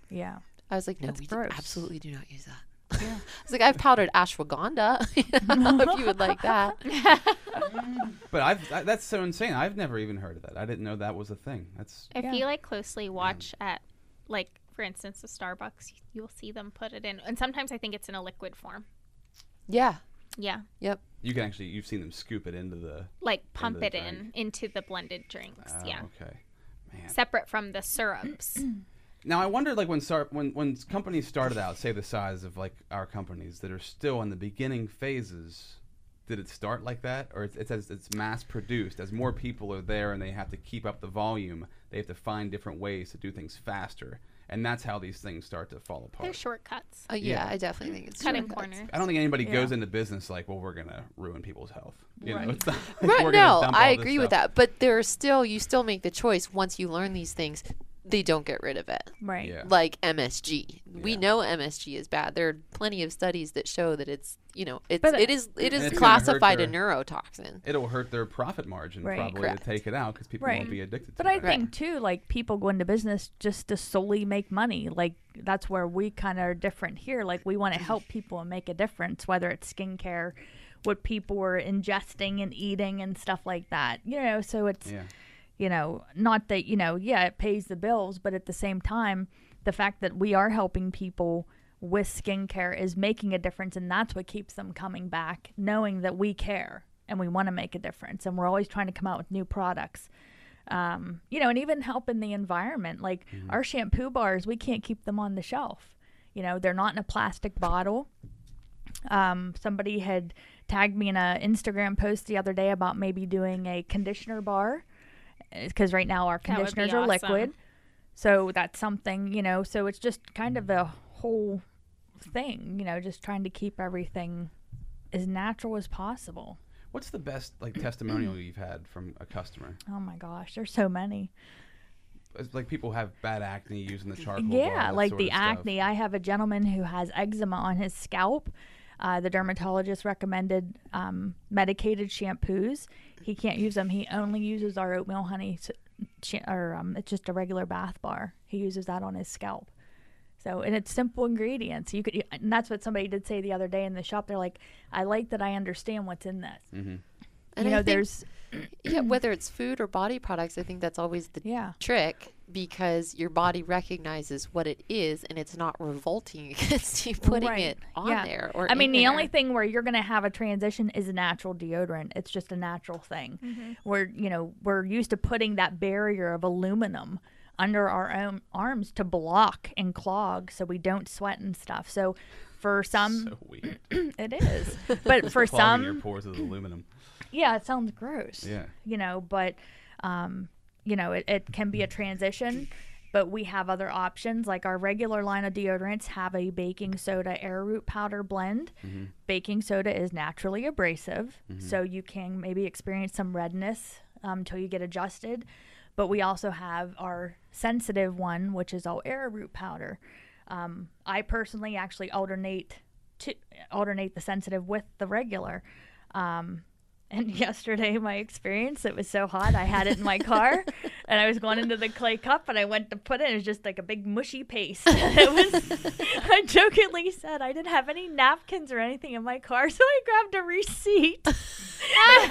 [SPEAKER 4] Yeah.
[SPEAKER 3] I was like, no,
[SPEAKER 4] That's
[SPEAKER 3] we
[SPEAKER 4] gross.
[SPEAKER 3] absolutely do not use that. I was like, I've powdered ashwagandha. I don't know if you would like that.
[SPEAKER 1] But I've, that- that's so insane. I've never even heard of that. I didn't know that was a thing. That's
[SPEAKER 5] If
[SPEAKER 4] Yeah.
[SPEAKER 5] you like closely watch at like for instance the Starbucks, you'll see them put it in, and sometimes I think it's in a liquid form.
[SPEAKER 3] Yeah.
[SPEAKER 5] Yeah,
[SPEAKER 3] Yep.
[SPEAKER 1] you can actually you've seen them scoop it into the.
[SPEAKER 5] like pump
[SPEAKER 1] the
[SPEAKER 5] it in
[SPEAKER 1] drink.
[SPEAKER 5] into the blended drinks.
[SPEAKER 1] Oh,
[SPEAKER 5] yeah,
[SPEAKER 1] Okay. Man.
[SPEAKER 5] separate from the syrups.
[SPEAKER 1] Now I wonder, like when start when when companies started out, say the size of like our companies that are still in the beginning phases, did it start like that, or it's, it's as it's mass produced as more people are there and they have to keep up the volume, they have to find different ways to do things faster, and that's how these things start to fall
[SPEAKER 5] They're
[SPEAKER 1] apart.
[SPEAKER 5] shortcuts,
[SPEAKER 3] Uh, yeah,
[SPEAKER 1] Yeah.
[SPEAKER 3] I definitely think it's
[SPEAKER 5] cutting
[SPEAKER 3] shortcuts.
[SPEAKER 5] corners.
[SPEAKER 1] I don't think anybody goes into business like, well, we're gonna ruin people's health. You know, it's not like we're
[SPEAKER 3] Right,
[SPEAKER 1] gonna
[SPEAKER 3] no,
[SPEAKER 1] dump
[SPEAKER 3] I
[SPEAKER 1] all this
[SPEAKER 3] agree with
[SPEAKER 1] stuff.
[SPEAKER 3] that. But there are still, you still make the choice once you learn these things, they don't get rid of it.
[SPEAKER 4] Right.
[SPEAKER 1] Yeah.
[SPEAKER 3] Like MSG. We
[SPEAKER 1] Yeah.
[SPEAKER 3] know MSG is bad. There are plenty of studies that show that it's, you know, it's,
[SPEAKER 4] But, uh,
[SPEAKER 3] it is, it is
[SPEAKER 1] it's gonna hurt
[SPEAKER 3] classified a
[SPEAKER 1] their-
[SPEAKER 3] neurotoxin.
[SPEAKER 1] It'll hurt their profit margin
[SPEAKER 4] Right.
[SPEAKER 1] probably
[SPEAKER 3] Correct.
[SPEAKER 1] to take it out because people
[SPEAKER 4] Right.
[SPEAKER 1] won't be addicted.
[SPEAKER 4] But
[SPEAKER 1] to
[SPEAKER 4] I
[SPEAKER 1] it.
[SPEAKER 4] think too, like people go into business just to solely make money. Like that's where we kind of are different here. Like we want to help people and make a difference, whether it's skincare, what people were ingesting and eating and stuff like that. You know, so it's
[SPEAKER 1] Yeah.
[SPEAKER 4] you know, not that you know, yeah, it pays the bills, but at the same time, the fact that we are helping people with skincare is making a difference, and that's what keeps them coming back, knowing that we care and we want to make a difference, and we're always trying to come out with new products you know, and even helping the environment. Like our shampoo bars, we can't keep them on the shelf. You know, they're not in a plastic bottle. Um, somebody had tagged me in a Instagram post the other day about maybe doing a conditioner bar because right now our
[SPEAKER 5] That would be
[SPEAKER 4] conditioners are
[SPEAKER 5] awesome.
[SPEAKER 4] liquid. So that's something, you know, so it's just kind of the whole thing, you know, just trying to keep everything as natural as possible.
[SPEAKER 1] What's the best like testimonial you've had from a customer?
[SPEAKER 4] Oh my gosh, there's so many.
[SPEAKER 1] It's like people have bad acne using the charcoal. bar,
[SPEAKER 4] Yeah,
[SPEAKER 1] that
[SPEAKER 4] like
[SPEAKER 1] sort
[SPEAKER 4] the
[SPEAKER 1] of stuff.
[SPEAKER 4] acne. I have a gentleman who has eczema on his scalp. Uh, the dermatologist recommended um, medicated shampoos. He can't use them. He only uses our oatmeal honey, s- sh- or um, it's just a regular bath bar. He uses that on his scalp. So, and it's simple ingredients. You could, and that's what somebody did say the other day in the shop. They're like, "I like that. I understand what's in this."
[SPEAKER 1] Mm-hmm.
[SPEAKER 4] you
[SPEAKER 3] And I
[SPEAKER 4] know,
[SPEAKER 3] think-
[SPEAKER 4] there's
[SPEAKER 3] yeah, whether it's food or body products, I think that's always the
[SPEAKER 4] yeah,
[SPEAKER 3] trick because your body recognizes what it is and it's not revolting against you putting
[SPEAKER 4] Right.
[SPEAKER 3] it on
[SPEAKER 4] Yeah.
[SPEAKER 3] there. Or
[SPEAKER 4] I mean,
[SPEAKER 3] in
[SPEAKER 4] the
[SPEAKER 3] there.
[SPEAKER 4] only thing where you're going to have a transition is a natural deodorant. It's just a natural thing.
[SPEAKER 3] Mm-hmm.
[SPEAKER 4] We're you know we're used to putting that barrier of aluminum under our own arms to block and clog so we don't sweat and stuff. So for some
[SPEAKER 1] So weird.
[SPEAKER 4] it is, but for
[SPEAKER 1] Clogging your
[SPEAKER 4] um, some
[SPEAKER 1] pores with aluminum.
[SPEAKER 4] yeah, it sounds gross.
[SPEAKER 1] Yeah.
[SPEAKER 4] You know, but um, you know, it, it can be a transition, but we have other options. Like our regular line of deodorants have a baking soda arrowroot powder blend. Baking soda is naturally abrasive, so you can maybe experience some redness until you get adjusted. But we also have our sensitive one, which is all arrowroot powder. Um, I personally actually alternate to alternate the sensitive with the regular And yesterday, my experience, it was so hot. I had it in my car and I was going into the clay cup and I went to put it. And it was just like a big mushy paste. And it was, I jokingly said I didn't have any napkins or anything in my car. So I grabbed a receipt and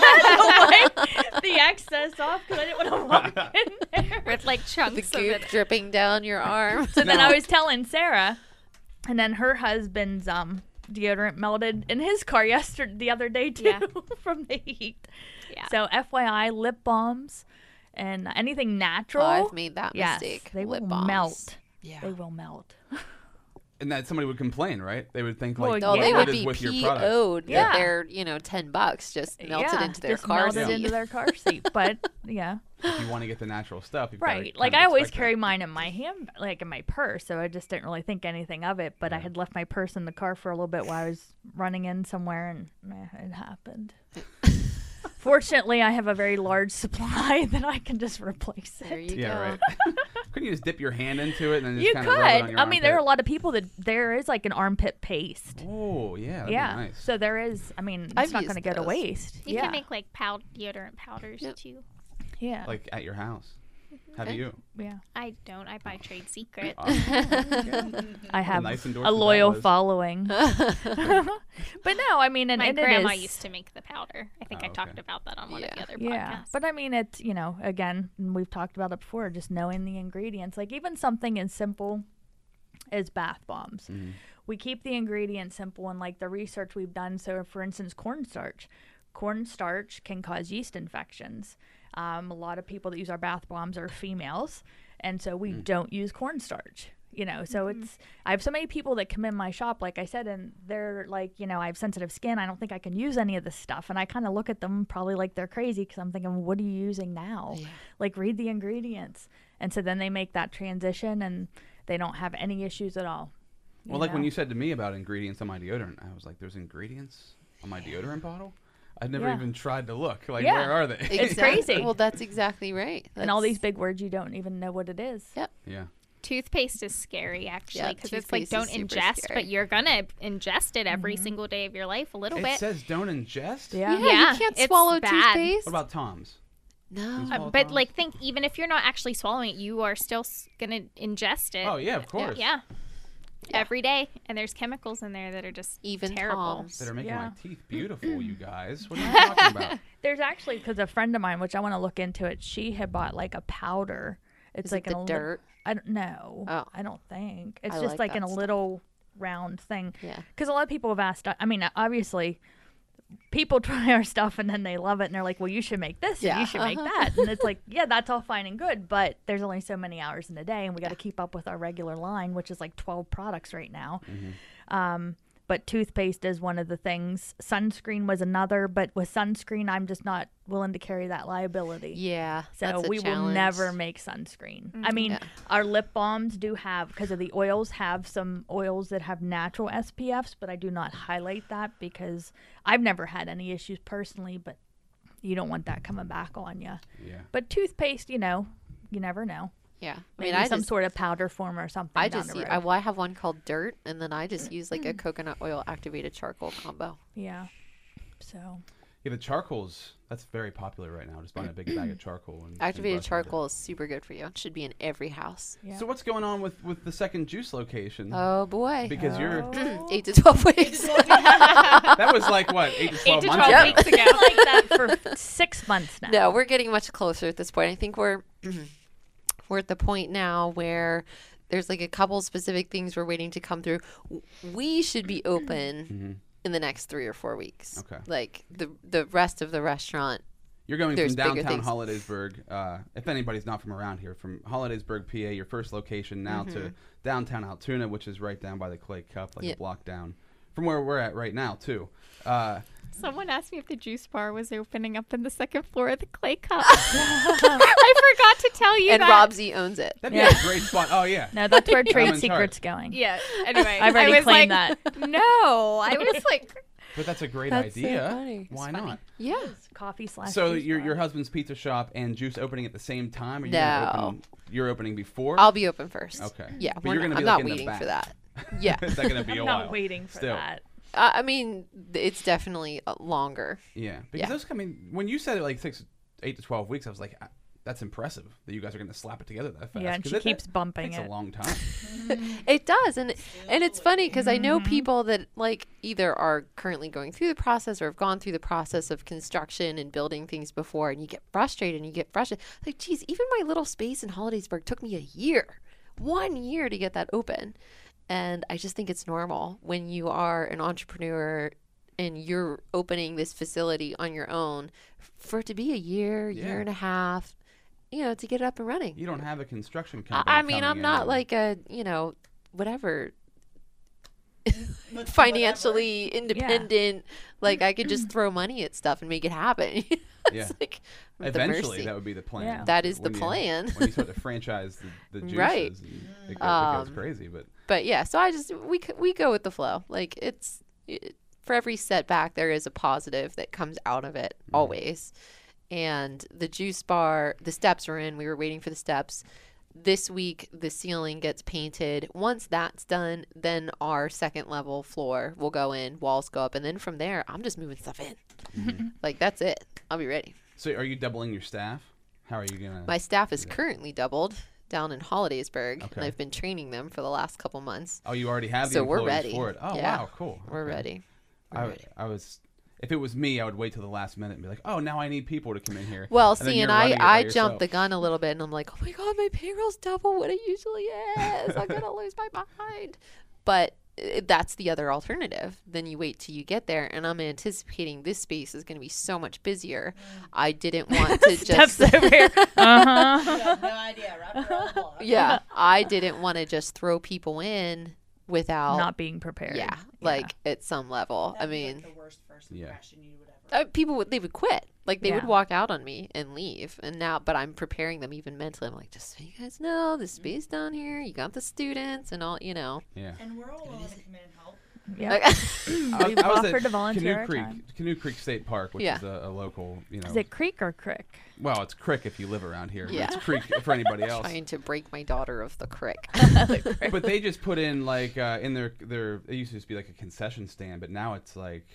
[SPEAKER 4] had to wipe the excess off because I didn't want to walk in there.
[SPEAKER 5] with like
[SPEAKER 3] The
[SPEAKER 5] chunks of
[SPEAKER 3] goop
[SPEAKER 5] it.
[SPEAKER 3] dripping down your arm.
[SPEAKER 4] So then I was telling Sarah, and then her husband's um deodorant melted in his car yesterday, the other day too,
[SPEAKER 5] Yeah.
[SPEAKER 4] from the heat.
[SPEAKER 5] Yeah.
[SPEAKER 4] So FYI, lip balms and anything
[SPEAKER 3] Oh,
[SPEAKER 4] natural.
[SPEAKER 3] I've made that
[SPEAKER 4] yes,
[SPEAKER 3] mistake.
[SPEAKER 4] they
[SPEAKER 3] Lip
[SPEAKER 4] will
[SPEAKER 3] balms.
[SPEAKER 4] melt.
[SPEAKER 3] Yeah.
[SPEAKER 4] They will melt.
[SPEAKER 1] And that somebody would complain, right? They would think
[SPEAKER 4] Well, oh,
[SPEAKER 1] like,
[SPEAKER 3] No,
[SPEAKER 1] what
[SPEAKER 4] yeah.
[SPEAKER 3] they
[SPEAKER 1] good
[SPEAKER 3] would
[SPEAKER 1] is
[SPEAKER 3] be
[SPEAKER 1] with your product?
[SPEAKER 3] PO'd that
[SPEAKER 4] Yeah.
[SPEAKER 3] they're, you know, 10 bucks just melted
[SPEAKER 4] yeah,
[SPEAKER 3] into their
[SPEAKER 4] just
[SPEAKER 3] car
[SPEAKER 4] melted
[SPEAKER 3] seat.
[SPEAKER 4] into their car seat. But yeah,
[SPEAKER 1] If you want to get the natural stuff, you've gotta
[SPEAKER 4] right.
[SPEAKER 1] kind
[SPEAKER 4] Like
[SPEAKER 1] of
[SPEAKER 4] I always
[SPEAKER 1] expect
[SPEAKER 4] carry mine in my hand, like in my purse, so I just didn't really think anything of it. But I had left my purse in the car for a little bit while I was running in somewhere, and eh, it happened. Fortunately, I have a very large supply that I can just replace
[SPEAKER 3] There
[SPEAKER 4] it.
[SPEAKER 1] that.
[SPEAKER 3] you
[SPEAKER 1] Yeah,
[SPEAKER 3] go.
[SPEAKER 1] right. Couldn't you just dip your hand into it and then just
[SPEAKER 4] You
[SPEAKER 1] kind
[SPEAKER 4] could.
[SPEAKER 1] of rub it on your
[SPEAKER 4] I mean, there are a
[SPEAKER 1] armpit?
[SPEAKER 4] lot of people that there is like an armpit paste.
[SPEAKER 1] Oh yeah, that'd be
[SPEAKER 4] yeah.
[SPEAKER 1] nice.
[SPEAKER 4] So there is. I mean, it's
[SPEAKER 3] I've
[SPEAKER 4] not going to
[SPEAKER 3] used
[SPEAKER 4] go to
[SPEAKER 3] those.
[SPEAKER 4] waste.
[SPEAKER 5] You
[SPEAKER 4] yeah.
[SPEAKER 5] can make like pow- deodorant powders
[SPEAKER 3] Yep.
[SPEAKER 5] too.
[SPEAKER 4] yeah.
[SPEAKER 1] like at your house. How do
[SPEAKER 3] Okay.
[SPEAKER 1] you?
[SPEAKER 4] yeah.
[SPEAKER 5] I don't. I buy Trade Secret. Mhm.
[SPEAKER 4] I have
[SPEAKER 1] nice
[SPEAKER 4] a
[SPEAKER 1] endorsement that
[SPEAKER 4] loyal
[SPEAKER 1] was.
[SPEAKER 4] following. but no, I mean, and,
[SPEAKER 5] My
[SPEAKER 4] and
[SPEAKER 5] grandma
[SPEAKER 4] it is,
[SPEAKER 5] used to make the powder. I think
[SPEAKER 1] Oh,
[SPEAKER 5] I talked
[SPEAKER 1] okay.
[SPEAKER 5] about that on one of the
[SPEAKER 3] Yeah.
[SPEAKER 5] other
[SPEAKER 4] Yeah,
[SPEAKER 5] podcasts.
[SPEAKER 4] but I mean, it's you know, again, and we've talked about it before. Just knowing the ingredients, like even something as simple as bath bombs, we keep the ingredients simple and like the research we've done. So, for instance, cornstarch, cornstarch can cause yeast infections. Um, a lot of people that use our bath bombs are females, and so we don't use cornstarch. You know, so it's I have so many people that come in my shop, like I said, and they're like, you know, I have sensitive skin. I don't think I can use any of this stuff, and I kind of look at them probably like they're crazy because I'm thinking, what are you using now? Like, read the ingredients, and so then they make that transition and they don't have any issues at all.
[SPEAKER 1] Well, like when
[SPEAKER 4] know.
[SPEAKER 1] you said to me about ingredients on my deodorant, I was like, "There's ingredients on my deodorant bottle." I'd never
[SPEAKER 4] Yeah.
[SPEAKER 1] even tried to look. Like,
[SPEAKER 4] Yeah.
[SPEAKER 1] where are they?
[SPEAKER 4] It's
[SPEAKER 3] Exact-
[SPEAKER 4] crazy.
[SPEAKER 3] Well, that's exactly right.
[SPEAKER 4] and all
[SPEAKER 3] That's-
[SPEAKER 4] these big words you don't even know what it is.
[SPEAKER 1] yeah.
[SPEAKER 5] Toothpaste is scary actually
[SPEAKER 3] Yeah,
[SPEAKER 5] because it's like don't
[SPEAKER 3] toothpaste is super scary.
[SPEAKER 5] ingest,
[SPEAKER 3] Mm-hmm.
[SPEAKER 5] but you're gonna ingest it every single day of your life a little
[SPEAKER 1] It
[SPEAKER 5] bit.
[SPEAKER 1] says don't ingest.
[SPEAKER 4] Yeah.
[SPEAKER 3] Yeah,
[SPEAKER 5] Oh, Yeah,
[SPEAKER 3] you can't
[SPEAKER 5] it's
[SPEAKER 3] swallow
[SPEAKER 5] bad.
[SPEAKER 3] toothpaste.
[SPEAKER 1] What about Tom's?
[SPEAKER 3] no.
[SPEAKER 1] These
[SPEAKER 5] Uh,
[SPEAKER 1] small
[SPEAKER 5] but
[SPEAKER 1] Tom's?
[SPEAKER 5] like think even if you're not actually swallowing it, you are still s- gonna ingest it.
[SPEAKER 1] Oh yeah, of course.
[SPEAKER 5] Yeah. Every day, and there's chemicals in there that are just
[SPEAKER 3] Even
[SPEAKER 5] terrible.
[SPEAKER 3] Tom's.
[SPEAKER 1] That are making
[SPEAKER 4] Yeah.
[SPEAKER 1] my teeth beautiful, you guys. What are you talking about?
[SPEAKER 4] There's actually because a friend of mine, which I want to look into it, she had bought like a powder. It's
[SPEAKER 3] Is it
[SPEAKER 4] like in
[SPEAKER 3] the
[SPEAKER 4] a lit-
[SPEAKER 3] dirt?
[SPEAKER 4] I don't know.
[SPEAKER 3] Oh.
[SPEAKER 4] I don't think it's
[SPEAKER 3] I
[SPEAKER 4] just
[SPEAKER 3] like
[SPEAKER 4] like in a
[SPEAKER 3] that stuff.
[SPEAKER 4] little round thing.
[SPEAKER 3] Yeah.
[SPEAKER 4] Because a lot of people have asked. I mean, obviously, people try our stuff and then they love it and they're like, "Well, you should make this. and
[SPEAKER 3] Yeah, Uh-huh.
[SPEAKER 4] you should make that." And it's like, yeah, that's all fine and good, but there's only so many hours in a day, and we got to keep up with our regular line, which is like 12 products right now. Um, but toothpaste is one of the things. Sunscreen was another, but with sunscreen, I'm just not willing to carry that liability.
[SPEAKER 3] Yeah.
[SPEAKER 4] So
[SPEAKER 3] that's a
[SPEAKER 4] we will
[SPEAKER 3] challenge.
[SPEAKER 4] never make sunscreen.
[SPEAKER 1] Mm-hmm.
[SPEAKER 4] I mean, our lip balms do have because of the oils have some oils that have natural SPFs, but I do not highlight that because I've never had any issues personally, but you don't want that coming back on you.
[SPEAKER 1] Yeah.
[SPEAKER 4] But toothpaste, you know, you never know.
[SPEAKER 3] Yeah. I
[SPEAKER 4] Maybe
[SPEAKER 3] mean, I
[SPEAKER 4] some
[SPEAKER 3] just,
[SPEAKER 4] sort of powder form or something.
[SPEAKER 3] I
[SPEAKER 4] down
[SPEAKER 3] just,
[SPEAKER 4] the
[SPEAKER 3] u-
[SPEAKER 4] road. Mm.
[SPEAKER 3] I, well, I have one called Dirt, and then I just use like a coconut oil activated charcoal combo.
[SPEAKER 4] yeah. So
[SPEAKER 1] Yeah, the charcoals. That's very popular right now. Just buying a big bag of charcoal. And, and
[SPEAKER 3] Activated
[SPEAKER 1] brushing with it.
[SPEAKER 3] charcoal is super good for you. It should be in every house.
[SPEAKER 4] Yeah.
[SPEAKER 1] So what's going on with with the second juice location?
[SPEAKER 3] Oh boy.
[SPEAKER 1] because you're
[SPEAKER 3] Eight to twelve weeks.
[SPEAKER 1] that was like what eight to
[SPEAKER 5] Eight
[SPEAKER 1] twelve
[SPEAKER 5] to
[SPEAKER 1] months. ago.
[SPEAKER 5] twelve weeks ago.
[SPEAKER 4] like that for six months now.
[SPEAKER 3] no, we're getting much closer at this point. I think we're we're at the point now where there's like a couple specific things we're waiting to come through. W- We should be open in the next three or four weeks.
[SPEAKER 1] Mm-hmm. Okay.
[SPEAKER 3] Like the the rest of the restaurant.
[SPEAKER 1] You're going
[SPEAKER 3] There's
[SPEAKER 1] from
[SPEAKER 3] bigger
[SPEAKER 1] downtown
[SPEAKER 3] things.
[SPEAKER 1] Hollidaysburg. Uh, if anybody's not from around here, from Hollidaysburg, PA, your first location now to downtown Altoona, which is right down by the Clay Cup, like
[SPEAKER 3] Mm-hmm. Yeah.
[SPEAKER 1] a block down from where we're at right now too. Uh,
[SPEAKER 5] Someone asked me if the juice bar was opening up in the second floor of the Clay Cup. I forgot to tell you
[SPEAKER 3] and
[SPEAKER 5] that.
[SPEAKER 3] Robsy owns it.
[SPEAKER 1] that'd be a
[SPEAKER 4] Yeah.
[SPEAKER 1] great spot. Oh yeah.
[SPEAKER 4] No, that's where
[SPEAKER 1] I'm
[SPEAKER 4] trade
[SPEAKER 1] in
[SPEAKER 4] secrets
[SPEAKER 1] charge.
[SPEAKER 4] going.
[SPEAKER 5] Yeah. Anyway,
[SPEAKER 4] I've already
[SPEAKER 5] I was
[SPEAKER 4] claimed
[SPEAKER 5] like,
[SPEAKER 4] that.
[SPEAKER 5] No, I was like,
[SPEAKER 1] But that's a great
[SPEAKER 3] That's so
[SPEAKER 1] idea.
[SPEAKER 3] funny.
[SPEAKER 1] Why
[SPEAKER 5] funny.
[SPEAKER 1] not?
[SPEAKER 3] Yeah.
[SPEAKER 4] Coffee slash.
[SPEAKER 1] So
[SPEAKER 4] juice
[SPEAKER 1] your
[SPEAKER 4] bar.
[SPEAKER 1] your husband's pizza shop and juice opening at the same time? Are you gonna
[SPEAKER 3] No.
[SPEAKER 1] open, you're opening before?
[SPEAKER 3] I'll be open first.
[SPEAKER 1] Okay.
[SPEAKER 3] Yeah.
[SPEAKER 1] But
[SPEAKER 3] we're
[SPEAKER 1] you're gonna
[SPEAKER 3] not-
[SPEAKER 1] be
[SPEAKER 3] I'm
[SPEAKER 1] like
[SPEAKER 3] not
[SPEAKER 1] in the
[SPEAKER 3] waiting for
[SPEAKER 1] back.
[SPEAKER 3] that. Yeah.
[SPEAKER 1] Is that gonna be
[SPEAKER 4] I'm
[SPEAKER 1] a
[SPEAKER 4] not
[SPEAKER 1] while?
[SPEAKER 4] waiting for
[SPEAKER 1] Still.
[SPEAKER 4] that.
[SPEAKER 3] I I mean, it's definitely uh, longer.
[SPEAKER 1] Yeah, because those I mean, when you said it like six, eight to twelve weeks, I was like, "Ah, that's impressive that you guys are going to slap it together that fast.
[SPEAKER 4] Yeah, and
[SPEAKER 1] 'Cause
[SPEAKER 4] she
[SPEAKER 1] it- that
[SPEAKER 4] keeps bumping
[SPEAKER 1] takes a
[SPEAKER 4] it.
[SPEAKER 1] long time.
[SPEAKER 3] It does, and and it's funny because I know
[SPEAKER 1] Mm-hmm.
[SPEAKER 3] people that like either are currently going through the process or have gone through the process of construction and building things before, and you get frustrated and you get frustrated. Like, geez, even my little space in Hollidaysburg took me a year, one year to get that open, and I just think it's normal when you are an entrepreneur and you're opening this facility on your own for it to be a year,
[SPEAKER 1] Yeah.
[SPEAKER 3] year and a half, you know, to get it up and running.
[SPEAKER 1] You don't have a construction
[SPEAKER 3] I-
[SPEAKER 1] company.
[SPEAKER 3] I mean,
[SPEAKER 1] coming
[SPEAKER 3] I'm
[SPEAKER 1] in
[SPEAKER 3] not
[SPEAKER 1] and-
[SPEAKER 3] like a, you know, whatever,
[SPEAKER 6] With whatever.
[SPEAKER 3] financially independent. Like, I could just throw money at stuff and make it happen. it's
[SPEAKER 1] Yeah.
[SPEAKER 3] like, I'm at the
[SPEAKER 1] Eventually,
[SPEAKER 3] mercy.
[SPEAKER 1] that would be the plan.
[SPEAKER 4] Yeah.
[SPEAKER 3] That is the
[SPEAKER 1] When you-
[SPEAKER 3] plan.
[SPEAKER 1] when you start to franchise the, the juices,
[SPEAKER 3] Right.
[SPEAKER 1] and it, goes, it goes
[SPEAKER 3] Um,
[SPEAKER 1] crazy. But
[SPEAKER 3] But yeah, so I just, we, c- we go with the flow. Like, it's, it, for every setback, there is a positive that comes out of it
[SPEAKER 1] Mm-hmm.
[SPEAKER 3] always. And the juice bar, the steps are in. We were waiting for the steps. This week, the ceiling gets painted. Once that's done, then our second level floor will go in, walls go up. And then from there, I'm just moving stuff in.
[SPEAKER 1] Mm-hmm.
[SPEAKER 3] like, that's it. I'll be ready.
[SPEAKER 1] so, are you doubling your staff? How are you gonna?
[SPEAKER 3] My staff is currently doubled down in Hollidaysburg,
[SPEAKER 1] Okay.
[SPEAKER 3] and I've been training them for the last couple months.
[SPEAKER 1] oh, you already have the
[SPEAKER 3] So we're
[SPEAKER 1] employees
[SPEAKER 3] ready.
[SPEAKER 1] for it. Oh
[SPEAKER 3] Yeah.
[SPEAKER 1] wow, cool.
[SPEAKER 3] We're
[SPEAKER 1] Okay.
[SPEAKER 3] ready.
[SPEAKER 1] I, I was. If it was me, I would wait till the last minute and be like, "Oh, now I need people to come in here."
[SPEAKER 3] Well,
[SPEAKER 1] then
[SPEAKER 3] see,
[SPEAKER 1] you're
[SPEAKER 3] and
[SPEAKER 1] running
[SPEAKER 3] I,
[SPEAKER 1] it by
[SPEAKER 3] I jumped the
[SPEAKER 1] yourself.
[SPEAKER 3] gun a little bit, and I'm like, oh my god, my payroll's double what it usually is. I'm gonna lose my mind. But uh, that's the other alternative. Then you wait till you get there, and I'm anticipating this space is gonna be so much busier. I didn't want to
[SPEAKER 4] Steps
[SPEAKER 3] just.
[SPEAKER 4] over here. Uh huh.
[SPEAKER 1] Uh-huh.
[SPEAKER 6] You have no idea. Wrap your own block.
[SPEAKER 3] yeah, I didn't want to just throw people in without.
[SPEAKER 4] Not being prepared.
[SPEAKER 3] yeah, like at some level. I
[SPEAKER 6] That'd be, like,
[SPEAKER 3] mean,
[SPEAKER 6] the worst first
[SPEAKER 1] Yeah.
[SPEAKER 6] impression you would ever.
[SPEAKER 3] uh, people would they would quit like they would
[SPEAKER 4] Yeah.
[SPEAKER 3] walk out on me and leave and now but i'm preparing them even mentally i'm like just so you guys know
[SPEAKER 1] Mm-hmm.
[SPEAKER 3] the space down here you got the students and all you know
[SPEAKER 1] Yeah.
[SPEAKER 6] And we're all willing to come in and help.
[SPEAKER 4] Yeah.
[SPEAKER 3] like,
[SPEAKER 1] I-
[SPEAKER 4] We've
[SPEAKER 1] I was at
[SPEAKER 4] offered to volunteer
[SPEAKER 1] Canoe
[SPEAKER 4] our
[SPEAKER 1] Creek,
[SPEAKER 4] time.
[SPEAKER 1] Canoe Creek State Park, which
[SPEAKER 3] Yeah.
[SPEAKER 1] is a, a local, you know,
[SPEAKER 4] Is it creek or crick?
[SPEAKER 1] well, it's Creek if you live around here. but
[SPEAKER 3] Yeah.
[SPEAKER 1] It's Creek for anybody else.
[SPEAKER 3] trying to break my daughter of the crick
[SPEAKER 1] But they just put in like uh, in their their it used to just be like a concession stand, but now it's like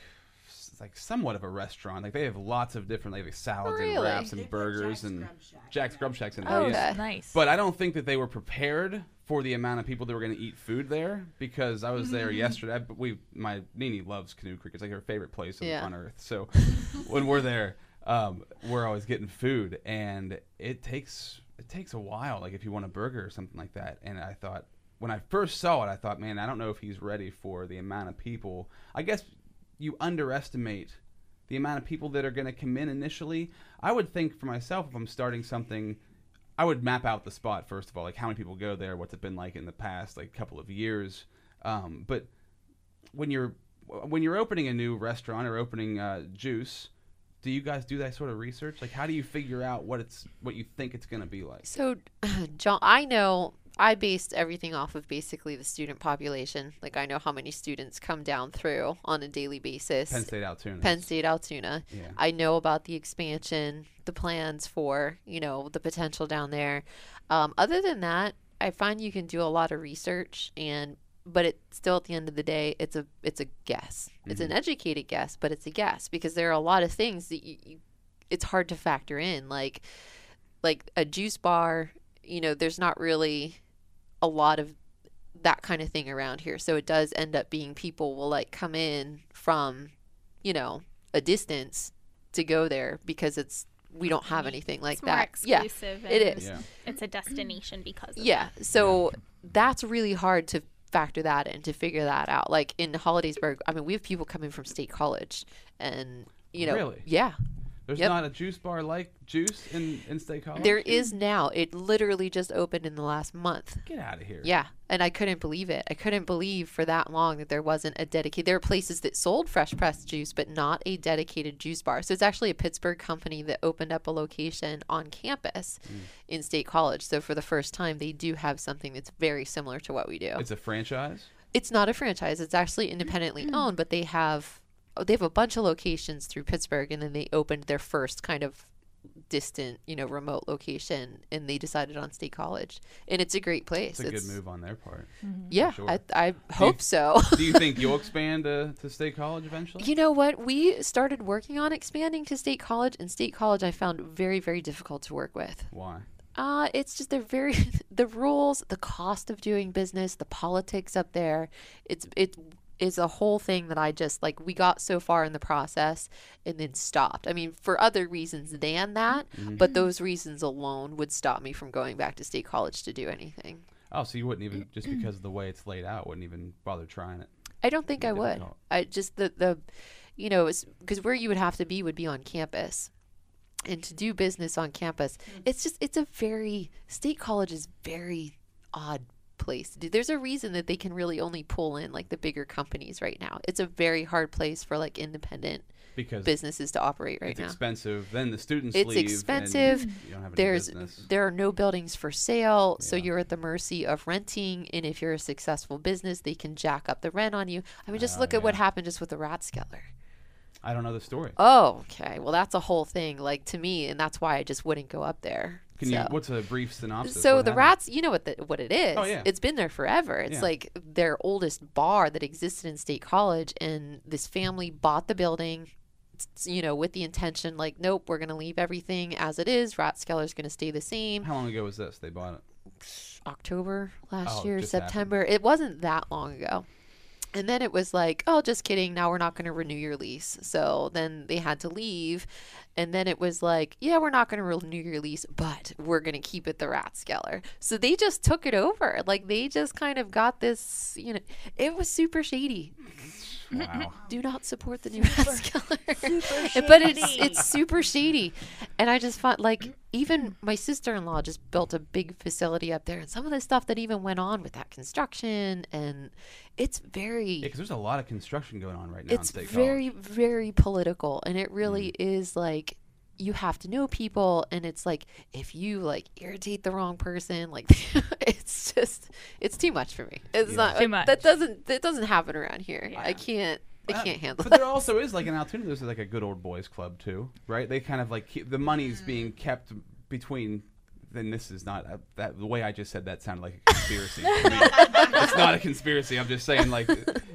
[SPEAKER 1] it's like somewhat of a restaurant. Like they have lots of different like salads
[SPEAKER 3] Really?
[SPEAKER 1] and wraps
[SPEAKER 6] They
[SPEAKER 1] and
[SPEAKER 6] put
[SPEAKER 1] burgers
[SPEAKER 6] Jack's
[SPEAKER 1] and
[SPEAKER 6] Grub Shack
[SPEAKER 1] Jack's
[SPEAKER 6] in
[SPEAKER 1] Grub Shacks in there.
[SPEAKER 3] Oh,
[SPEAKER 1] yeah.
[SPEAKER 3] okay.
[SPEAKER 4] nice.
[SPEAKER 1] But I don't think that they were prepared for the amount of people that were going to eat food there because I was there yesterday. I- But we, my Nini loves Canoe Creek. It's like her favorite place on-
[SPEAKER 3] Yeah.
[SPEAKER 1] on earth. So when we're there, um, we're always getting food, and it takes it takes a while. Like if you want a burger or something like that. And I thought when I first saw it, I thought, man, I don't know if he's ready for the amount of people. I guess you underestimate the amount of people that are going to come in initially. I would think for myself if I'm starting something, I would map out the spot first of all, like how many people go there, what's it been like in the past, like couple of years. Um, but when you're when you're opening a new restaurant or opening uh, juice, do you guys do that sort of research? Like, how do you figure out what it's what you think it's going to be like?
[SPEAKER 3] So, John, I know I based everything off of basically the student population. Like, I know how many students come down through on a daily basis.
[SPEAKER 1] Penn State Altoona.
[SPEAKER 3] Penn State Altoona.
[SPEAKER 1] Yeah.
[SPEAKER 3] I know about the expansion, the plans for, you know, the potential down there. Um, other than that, I find you can do a lot of research and but it still at the end of the day it's a it's a guess. It's an educated guess, but it's a guess because there are a lot of things that you, you it's hard to factor in like like a juice bar, you know, there's not really a lot of that kind of thing around here. So it does end up being people will like come in from, you know, a distance to go there because it's we don't have anything like
[SPEAKER 5] it's more
[SPEAKER 3] that. Yeah.
[SPEAKER 5] exclusive.
[SPEAKER 3] it
[SPEAKER 5] and
[SPEAKER 3] is.
[SPEAKER 1] Yeah.
[SPEAKER 5] It's a destination because of
[SPEAKER 3] Yeah. So that's really hard to factor that in to figure that out. Like in Hollidaysburg, I mean, we have people coming from state college and you know,
[SPEAKER 1] Really?
[SPEAKER 3] yeah,
[SPEAKER 1] There's
[SPEAKER 3] Yep.
[SPEAKER 1] not a juice bar like juice in in State College.
[SPEAKER 3] there is now. It literally just opened in the last month.
[SPEAKER 1] Get out of here.
[SPEAKER 3] Yeah, and I couldn't believe it. I couldn't believe for that long that there wasn't a dedicated. There were places that sold fresh pressed juice, but not a dedicated juice bar. So it's actually a Pittsburgh company that opened up a location on campus
[SPEAKER 1] Hmm.
[SPEAKER 3] in State College. So for the first time, they do have something that's very similar to what we do. It's,
[SPEAKER 1] It's a franchise.
[SPEAKER 3] not a franchise. It's actually independently
[SPEAKER 1] Hmm.
[SPEAKER 3] owned, but they have oh, they have a bunch of locations through Pittsburgh, and then they opened their first kind of distant, you know, remote location, and they decided on State College, and it's a great place.
[SPEAKER 1] It's a good move on their part.
[SPEAKER 3] Yeah,
[SPEAKER 1] sure.
[SPEAKER 3] I, I hope so.
[SPEAKER 1] Do you think you'll expand uh, to State College eventually?
[SPEAKER 3] You know what? We started working on expanding to state college, and state college I found very, very difficult to work with.
[SPEAKER 1] Why?
[SPEAKER 3] Uh, it's just they're very the rules, the cost of doing business, the politics up there. It's it is a whole thing that I just like we got so far in the process and then stopped. I mean, for other reasons than that,
[SPEAKER 1] Mm-hmm.
[SPEAKER 3] but those reasons alone would stop me from going back to state college to do anything.
[SPEAKER 1] Oh, so you wouldn't even just because of the way it's laid out, wouldn't even bother trying it.
[SPEAKER 3] I don't think I would.
[SPEAKER 1] difficult.
[SPEAKER 3] I just the the, you know, because where you would have to be would be on campus, and to do business on campus, it's just it's a very state college is very odd place to do. There's a reason that they can really only pull in like the bigger companies right now. It's a very hard place for like independent
[SPEAKER 1] Because
[SPEAKER 3] businesses to operate right
[SPEAKER 1] it's
[SPEAKER 3] now.
[SPEAKER 1] expensive. Then the students
[SPEAKER 3] It's
[SPEAKER 1] leave. and
[SPEAKER 3] expensive.
[SPEAKER 1] you don't have any
[SPEAKER 3] There's
[SPEAKER 1] business.
[SPEAKER 3] there are no buildings for sale, so you're at the mercy of renting. And if you're a successful business, they can jack up the rent on you. I mean, just
[SPEAKER 1] Oh,
[SPEAKER 3] look at what
[SPEAKER 1] yeah.
[SPEAKER 3] happened just with the Ratskeller.
[SPEAKER 1] I don't know the story.
[SPEAKER 3] Oh, okay. Well, that's a whole thing, like to me, and that's why I just wouldn't go up there.
[SPEAKER 1] Can
[SPEAKER 3] so.
[SPEAKER 1] you? What's a brief synopsis?
[SPEAKER 3] so
[SPEAKER 1] What
[SPEAKER 3] the
[SPEAKER 1] happened?
[SPEAKER 3] rats, you know what the, what it is.
[SPEAKER 1] Oh, yeah.
[SPEAKER 3] It's been there forever. It's
[SPEAKER 1] Yeah.
[SPEAKER 3] like their oldest bar that existed in State College, and this family bought the building, s- you know, with the intention like, nope, we're gonna leave everything as it is. Ratskeller's gonna stay the same.
[SPEAKER 1] How long ago was this? They bought it.
[SPEAKER 3] October last
[SPEAKER 1] Oh,
[SPEAKER 3] year,
[SPEAKER 1] just happened.
[SPEAKER 3] September. It wasn't that long ago. And then it was like, oh, just kidding. Now we're not going to renew your lease. So then they had to leave. And then it was like, yeah, we're not going to renew your lease, but we're going to keep it the Ratskeller. So they just took it over. Like they just kind of got this, you know, it was super shady.
[SPEAKER 1] Wow.
[SPEAKER 3] Do not support the new Ratskeller. but it's it's super shady. And I just thought like even my sister in law just built a big facility up there and some of the stuff that even went on with that construction and it's
[SPEAKER 1] Yeah,
[SPEAKER 3] very
[SPEAKER 1] because there's a lot of construction going on right now.
[SPEAKER 3] it's
[SPEAKER 1] in State
[SPEAKER 3] very,
[SPEAKER 1] College.
[SPEAKER 3] very political and it really
[SPEAKER 1] Mm.
[SPEAKER 3] is like you have to know people and it's like if you like irritate the wrong person like it's just it's too much for me it's
[SPEAKER 1] Yeah.
[SPEAKER 3] not
[SPEAKER 4] Too much.
[SPEAKER 3] that doesn't that doesn't happen around here i can't i
[SPEAKER 1] Uh,
[SPEAKER 3] can't handle
[SPEAKER 1] But
[SPEAKER 3] that
[SPEAKER 1] there also is like an alternative. There's like a good old boys club too, right? They kind of like keep, the money's
[SPEAKER 3] Hmm.
[SPEAKER 1] being kept between. Then this is not a, that the way I just said that sounded like a conspiracy. to me. it's not a conspiracy. I'm just saying like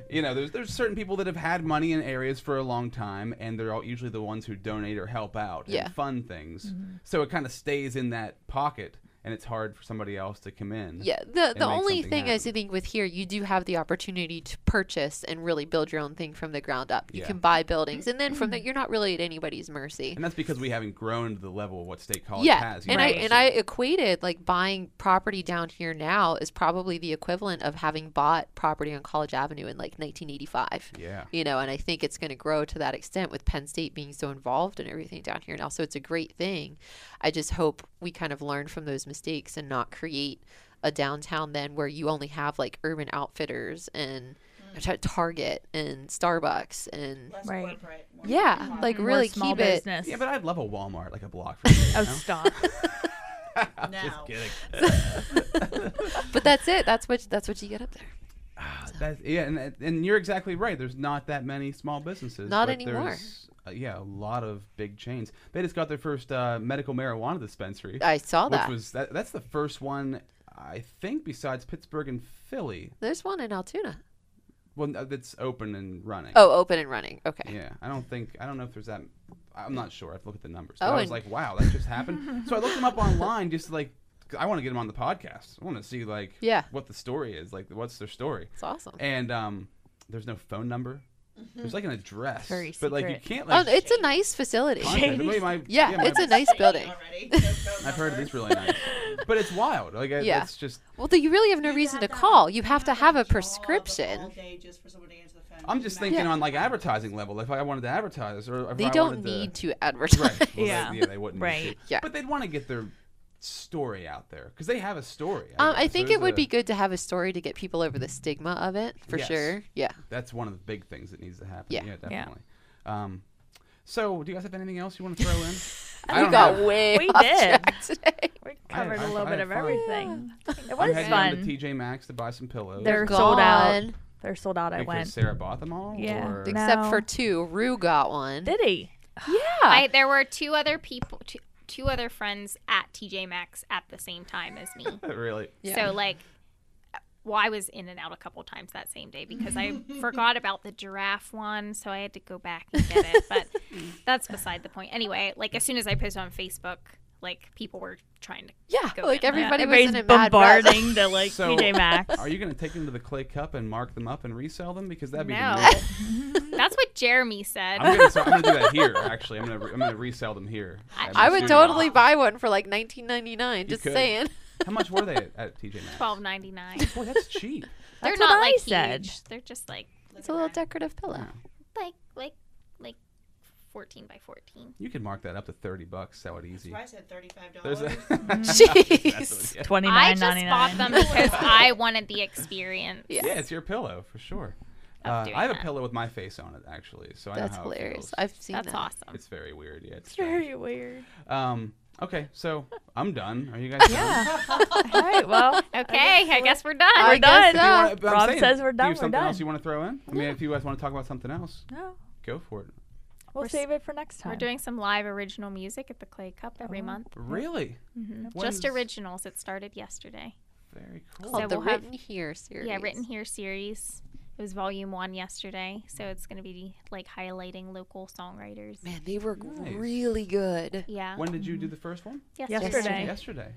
[SPEAKER 1] you know there's there's certain people that have had money in areas for a long time, and they're all usually the ones who donate or help out
[SPEAKER 3] Yeah.
[SPEAKER 1] and fund things. So it kind of stays in that pocket, and it's hard for somebody else to come in.
[SPEAKER 3] Yeah, the
[SPEAKER 1] and
[SPEAKER 3] the
[SPEAKER 1] make
[SPEAKER 3] only
[SPEAKER 1] something
[SPEAKER 3] thing is, I
[SPEAKER 1] happen.
[SPEAKER 3] think with here, you do have the opportunity to purchase and really build your own thing from the ground up. You
[SPEAKER 1] Yeah.
[SPEAKER 3] can buy buildings, and then from that, you're not really at anybody's mercy.
[SPEAKER 1] and that's because we haven't grown to the level of what state college
[SPEAKER 3] Yeah,
[SPEAKER 1] has. you
[SPEAKER 3] and
[SPEAKER 1] know,
[SPEAKER 3] I
[SPEAKER 1] so-
[SPEAKER 3] and I equated like buying property down here now is probably the equivalent of having bought property on College Avenue in like 1985.
[SPEAKER 1] Yeah.
[SPEAKER 3] you know, and I think it's going to grow to that extent with Penn State being so involved in everything down here now. So it's a great thing. I just hope we kind of learn from those mistakes and not create a downtown then where you only have like Urban Outfitters and Target and Starbucks and
[SPEAKER 6] Less
[SPEAKER 4] Mm. Right.
[SPEAKER 6] corporate. more
[SPEAKER 3] yeah,
[SPEAKER 6] private.
[SPEAKER 3] like
[SPEAKER 4] More
[SPEAKER 3] really
[SPEAKER 4] small
[SPEAKER 3] keep it.
[SPEAKER 4] business.
[SPEAKER 1] Yeah, but I'd love a Walmart like a block from me.
[SPEAKER 4] oh, stop.
[SPEAKER 6] now.
[SPEAKER 1] kidding.
[SPEAKER 3] But that's it. That's what that's what you get up there.
[SPEAKER 1] Ah, That's, yeah, and and you're exactly right. There's not that many small businesses.
[SPEAKER 3] Not
[SPEAKER 1] but
[SPEAKER 3] anymore.
[SPEAKER 1] there's, Uh, yeah, a lot of big chains. They just got their first uh, medical marijuana dispensary.
[SPEAKER 3] I saw
[SPEAKER 1] which
[SPEAKER 3] that.
[SPEAKER 1] was that, that's the first one I think besides Pittsburgh and Philly.
[SPEAKER 3] There's one in Altoona.
[SPEAKER 1] Well, no, that's open and running.
[SPEAKER 3] Oh, open and running. Okay.
[SPEAKER 1] Yeah, I don't think I don't know if there's that. I'm not sure. I have to look at the numbers.
[SPEAKER 3] Oh,
[SPEAKER 1] but I was
[SPEAKER 3] and-
[SPEAKER 1] like, wow, that just happened. so I looked them up online just to, like 'cause I want to get them on the podcast. I want to see like
[SPEAKER 3] Yeah.
[SPEAKER 1] what the story is. Like what's their story?
[SPEAKER 3] It's awesome.
[SPEAKER 1] And um, there's no phone number.
[SPEAKER 3] Mm-hmm.
[SPEAKER 1] There's like an address,
[SPEAKER 4] very
[SPEAKER 1] but like you
[SPEAKER 4] secret.
[SPEAKER 1] can't
[SPEAKER 3] Oh,
[SPEAKER 1] like.
[SPEAKER 3] it's a nice facility.
[SPEAKER 1] contact them. Wait, my-
[SPEAKER 3] Yeah,
[SPEAKER 1] my-
[SPEAKER 3] it's a nice building.
[SPEAKER 6] Already. There's no
[SPEAKER 1] I've heard of
[SPEAKER 6] number.
[SPEAKER 1] this really nice, but it's wild. Like I-
[SPEAKER 3] Yeah.
[SPEAKER 1] it's just.
[SPEAKER 3] Well, then you really have no reason to
[SPEAKER 6] have that-
[SPEAKER 3] call. You have to have a
[SPEAKER 6] job all
[SPEAKER 3] prescription.
[SPEAKER 6] day just for someone to answer the phone.
[SPEAKER 1] I'm
[SPEAKER 6] You
[SPEAKER 1] just
[SPEAKER 6] imagine-
[SPEAKER 1] thinking on like advertising level. If I wanted to advertise, or if
[SPEAKER 3] They
[SPEAKER 1] I
[SPEAKER 3] don't
[SPEAKER 1] wanted to-
[SPEAKER 3] need to advertise.
[SPEAKER 1] Right. Well,
[SPEAKER 4] Yeah.
[SPEAKER 1] They, yeah, they wouldn't.
[SPEAKER 4] Right.
[SPEAKER 1] Right.
[SPEAKER 3] Yeah.
[SPEAKER 1] But they'd want to get their story out there because they have a story.
[SPEAKER 3] Um, I
[SPEAKER 1] guess.
[SPEAKER 3] think
[SPEAKER 1] There's
[SPEAKER 3] it would
[SPEAKER 1] a-
[SPEAKER 3] be good to have a story to get people over the stigma of it, for
[SPEAKER 1] Yes.
[SPEAKER 3] sure. Yeah.
[SPEAKER 1] That's one of the big things that needs to happen. Yeah,
[SPEAKER 3] Yeah.
[SPEAKER 1] definitely. Um, so, do you guys have anything else you want to throw in? I
[SPEAKER 3] We
[SPEAKER 1] don't
[SPEAKER 3] got
[SPEAKER 1] have-
[SPEAKER 3] way
[SPEAKER 4] We
[SPEAKER 3] off
[SPEAKER 4] did.
[SPEAKER 3] track today.
[SPEAKER 4] We covered
[SPEAKER 1] I-
[SPEAKER 4] a little
[SPEAKER 1] I had
[SPEAKER 4] bit of
[SPEAKER 1] fun.
[SPEAKER 4] everything. It
[SPEAKER 1] I'm
[SPEAKER 4] was
[SPEAKER 1] heading down
[SPEAKER 4] fun.
[SPEAKER 1] to TJ Maxx to buy some pillows.
[SPEAKER 4] They're
[SPEAKER 3] Gone.
[SPEAKER 4] sold out. They're sold out. I
[SPEAKER 1] because
[SPEAKER 4] went.
[SPEAKER 1] Sarah bought them all.
[SPEAKER 4] Yeah.
[SPEAKER 1] Or...
[SPEAKER 4] Big-
[SPEAKER 3] Except
[SPEAKER 4] No.
[SPEAKER 3] for two. Rue got one.
[SPEAKER 4] Did he?
[SPEAKER 3] Yeah.
[SPEAKER 5] I, there were two other people, two, two other friends at TJ Maxx at the same time as me.
[SPEAKER 1] really?
[SPEAKER 3] Yeah.
[SPEAKER 5] So like, well, I was in and out a couple times that same day because I forgot about the giraffe one, so I had to go back and get it. But that's beside the point. Anyway, like as soon as I posted on Facebook, like people were trying to.
[SPEAKER 3] Yeah,
[SPEAKER 5] Go
[SPEAKER 3] like
[SPEAKER 5] get one.
[SPEAKER 3] everybody was in a
[SPEAKER 4] Everybody's
[SPEAKER 3] mad rush.
[SPEAKER 4] bombarding the like
[SPEAKER 1] So-
[SPEAKER 4] TJ Maxx.
[SPEAKER 1] Are you going to take them to the clay cup and mark them up and resell them? Because that'd be
[SPEAKER 5] No.
[SPEAKER 1] the move.
[SPEAKER 5] That's what Jeremy said.
[SPEAKER 1] I'm going to I'm gonna do that here, actually. I'm going to I'm gonna resell them here. at my
[SPEAKER 3] I would
[SPEAKER 1] studio.
[SPEAKER 3] totally buy one for like 19.99. Just
[SPEAKER 1] could.
[SPEAKER 3] saying.
[SPEAKER 1] How much were they at, at TJ Maxx?
[SPEAKER 5] Twelve ninety nine.
[SPEAKER 1] Boy, that's cheap.
[SPEAKER 5] They're
[SPEAKER 4] what
[SPEAKER 5] not
[SPEAKER 4] I
[SPEAKER 5] like
[SPEAKER 4] said.
[SPEAKER 5] huge. They're just like
[SPEAKER 3] It's a little decorative pillow.
[SPEAKER 5] like like like fourteen by fourteen.
[SPEAKER 1] You could mark that up to 30 bucks. Sell it easy.
[SPEAKER 6] I said thirty-five
[SPEAKER 1] There's
[SPEAKER 6] dollars.
[SPEAKER 1] a
[SPEAKER 3] Jeez.
[SPEAKER 1] yeah.
[SPEAKER 4] Twenty
[SPEAKER 5] I
[SPEAKER 4] nine
[SPEAKER 5] just
[SPEAKER 4] ninety
[SPEAKER 5] bought them
[SPEAKER 4] nine.
[SPEAKER 5] because I wanted the experience.
[SPEAKER 3] Yeah.
[SPEAKER 1] Yeah, it's your pillow for sure.
[SPEAKER 5] Of
[SPEAKER 1] Uh,
[SPEAKER 5] doing
[SPEAKER 1] I have a
[SPEAKER 5] that.
[SPEAKER 1] pillow with my face on it, actually. So I know
[SPEAKER 3] That's
[SPEAKER 1] how
[SPEAKER 3] hilarious.
[SPEAKER 1] It feels.
[SPEAKER 3] I've seen
[SPEAKER 5] That's
[SPEAKER 3] that.
[SPEAKER 5] awesome.
[SPEAKER 1] It's very weird. Yeah, it's strange.
[SPEAKER 4] Very weird.
[SPEAKER 1] Um, okay, so I'm done. Are you guys done?
[SPEAKER 4] Yeah. All right. Well,
[SPEAKER 5] Okay, I guess we're done.
[SPEAKER 3] I
[SPEAKER 4] we're
[SPEAKER 3] guess
[SPEAKER 4] done.
[SPEAKER 1] If you wanna-
[SPEAKER 3] Yeah,
[SPEAKER 1] but I'm
[SPEAKER 4] Rob
[SPEAKER 1] saying,
[SPEAKER 4] says we're
[SPEAKER 1] Do you
[SPEAKER 4] done,
[SPEAKER 1] have
[SPEAKER 4] we're
[SPEAKER 1] something else
[SPEAKER 4] done.
[SPEAKER 1] you want to throw in? I mean, if you guys want to talk about something else,
[SPEAKER 4] No,
[SPEAKER 1] go for it.
[SPEAKER 4] we'll
[SPEAKER 5] We're s-
[SPEAKER 4] save it for next time. Oh.
[SPEAKER 5] We're doing some live original music at the Clay Cup every month.
[SPEAKER 1] Really?
[SPEAKER 4] Mm-hmm.
[SPEAKER 5] Just
[SPEAKER 1] When's-
[SPEAKER 5] originals. It started yesterday.
[SPEAKER 1] Very cool.
[SPEAKER 3] Called
[SPEAKER 5] So
[SPEAKER 3] the
[SPEAKER 5] we'll have-
[SPEAKER 3] Written Here series.
[SPEAKER 5] Yeah, written here series. It was volume one yesterday, so it's going to be like highlighting local songwriters.
[SPEAKER 3] Man, they were
[SPEAKER 1] Nice.
[SPEAKER 3] really good.
[SPEAKER 5] Yeah,
[SPEAKER 1] When did you do the first one?
[SPEAKER 4] Yesterday.
[SPEAKER 1] Yesterday.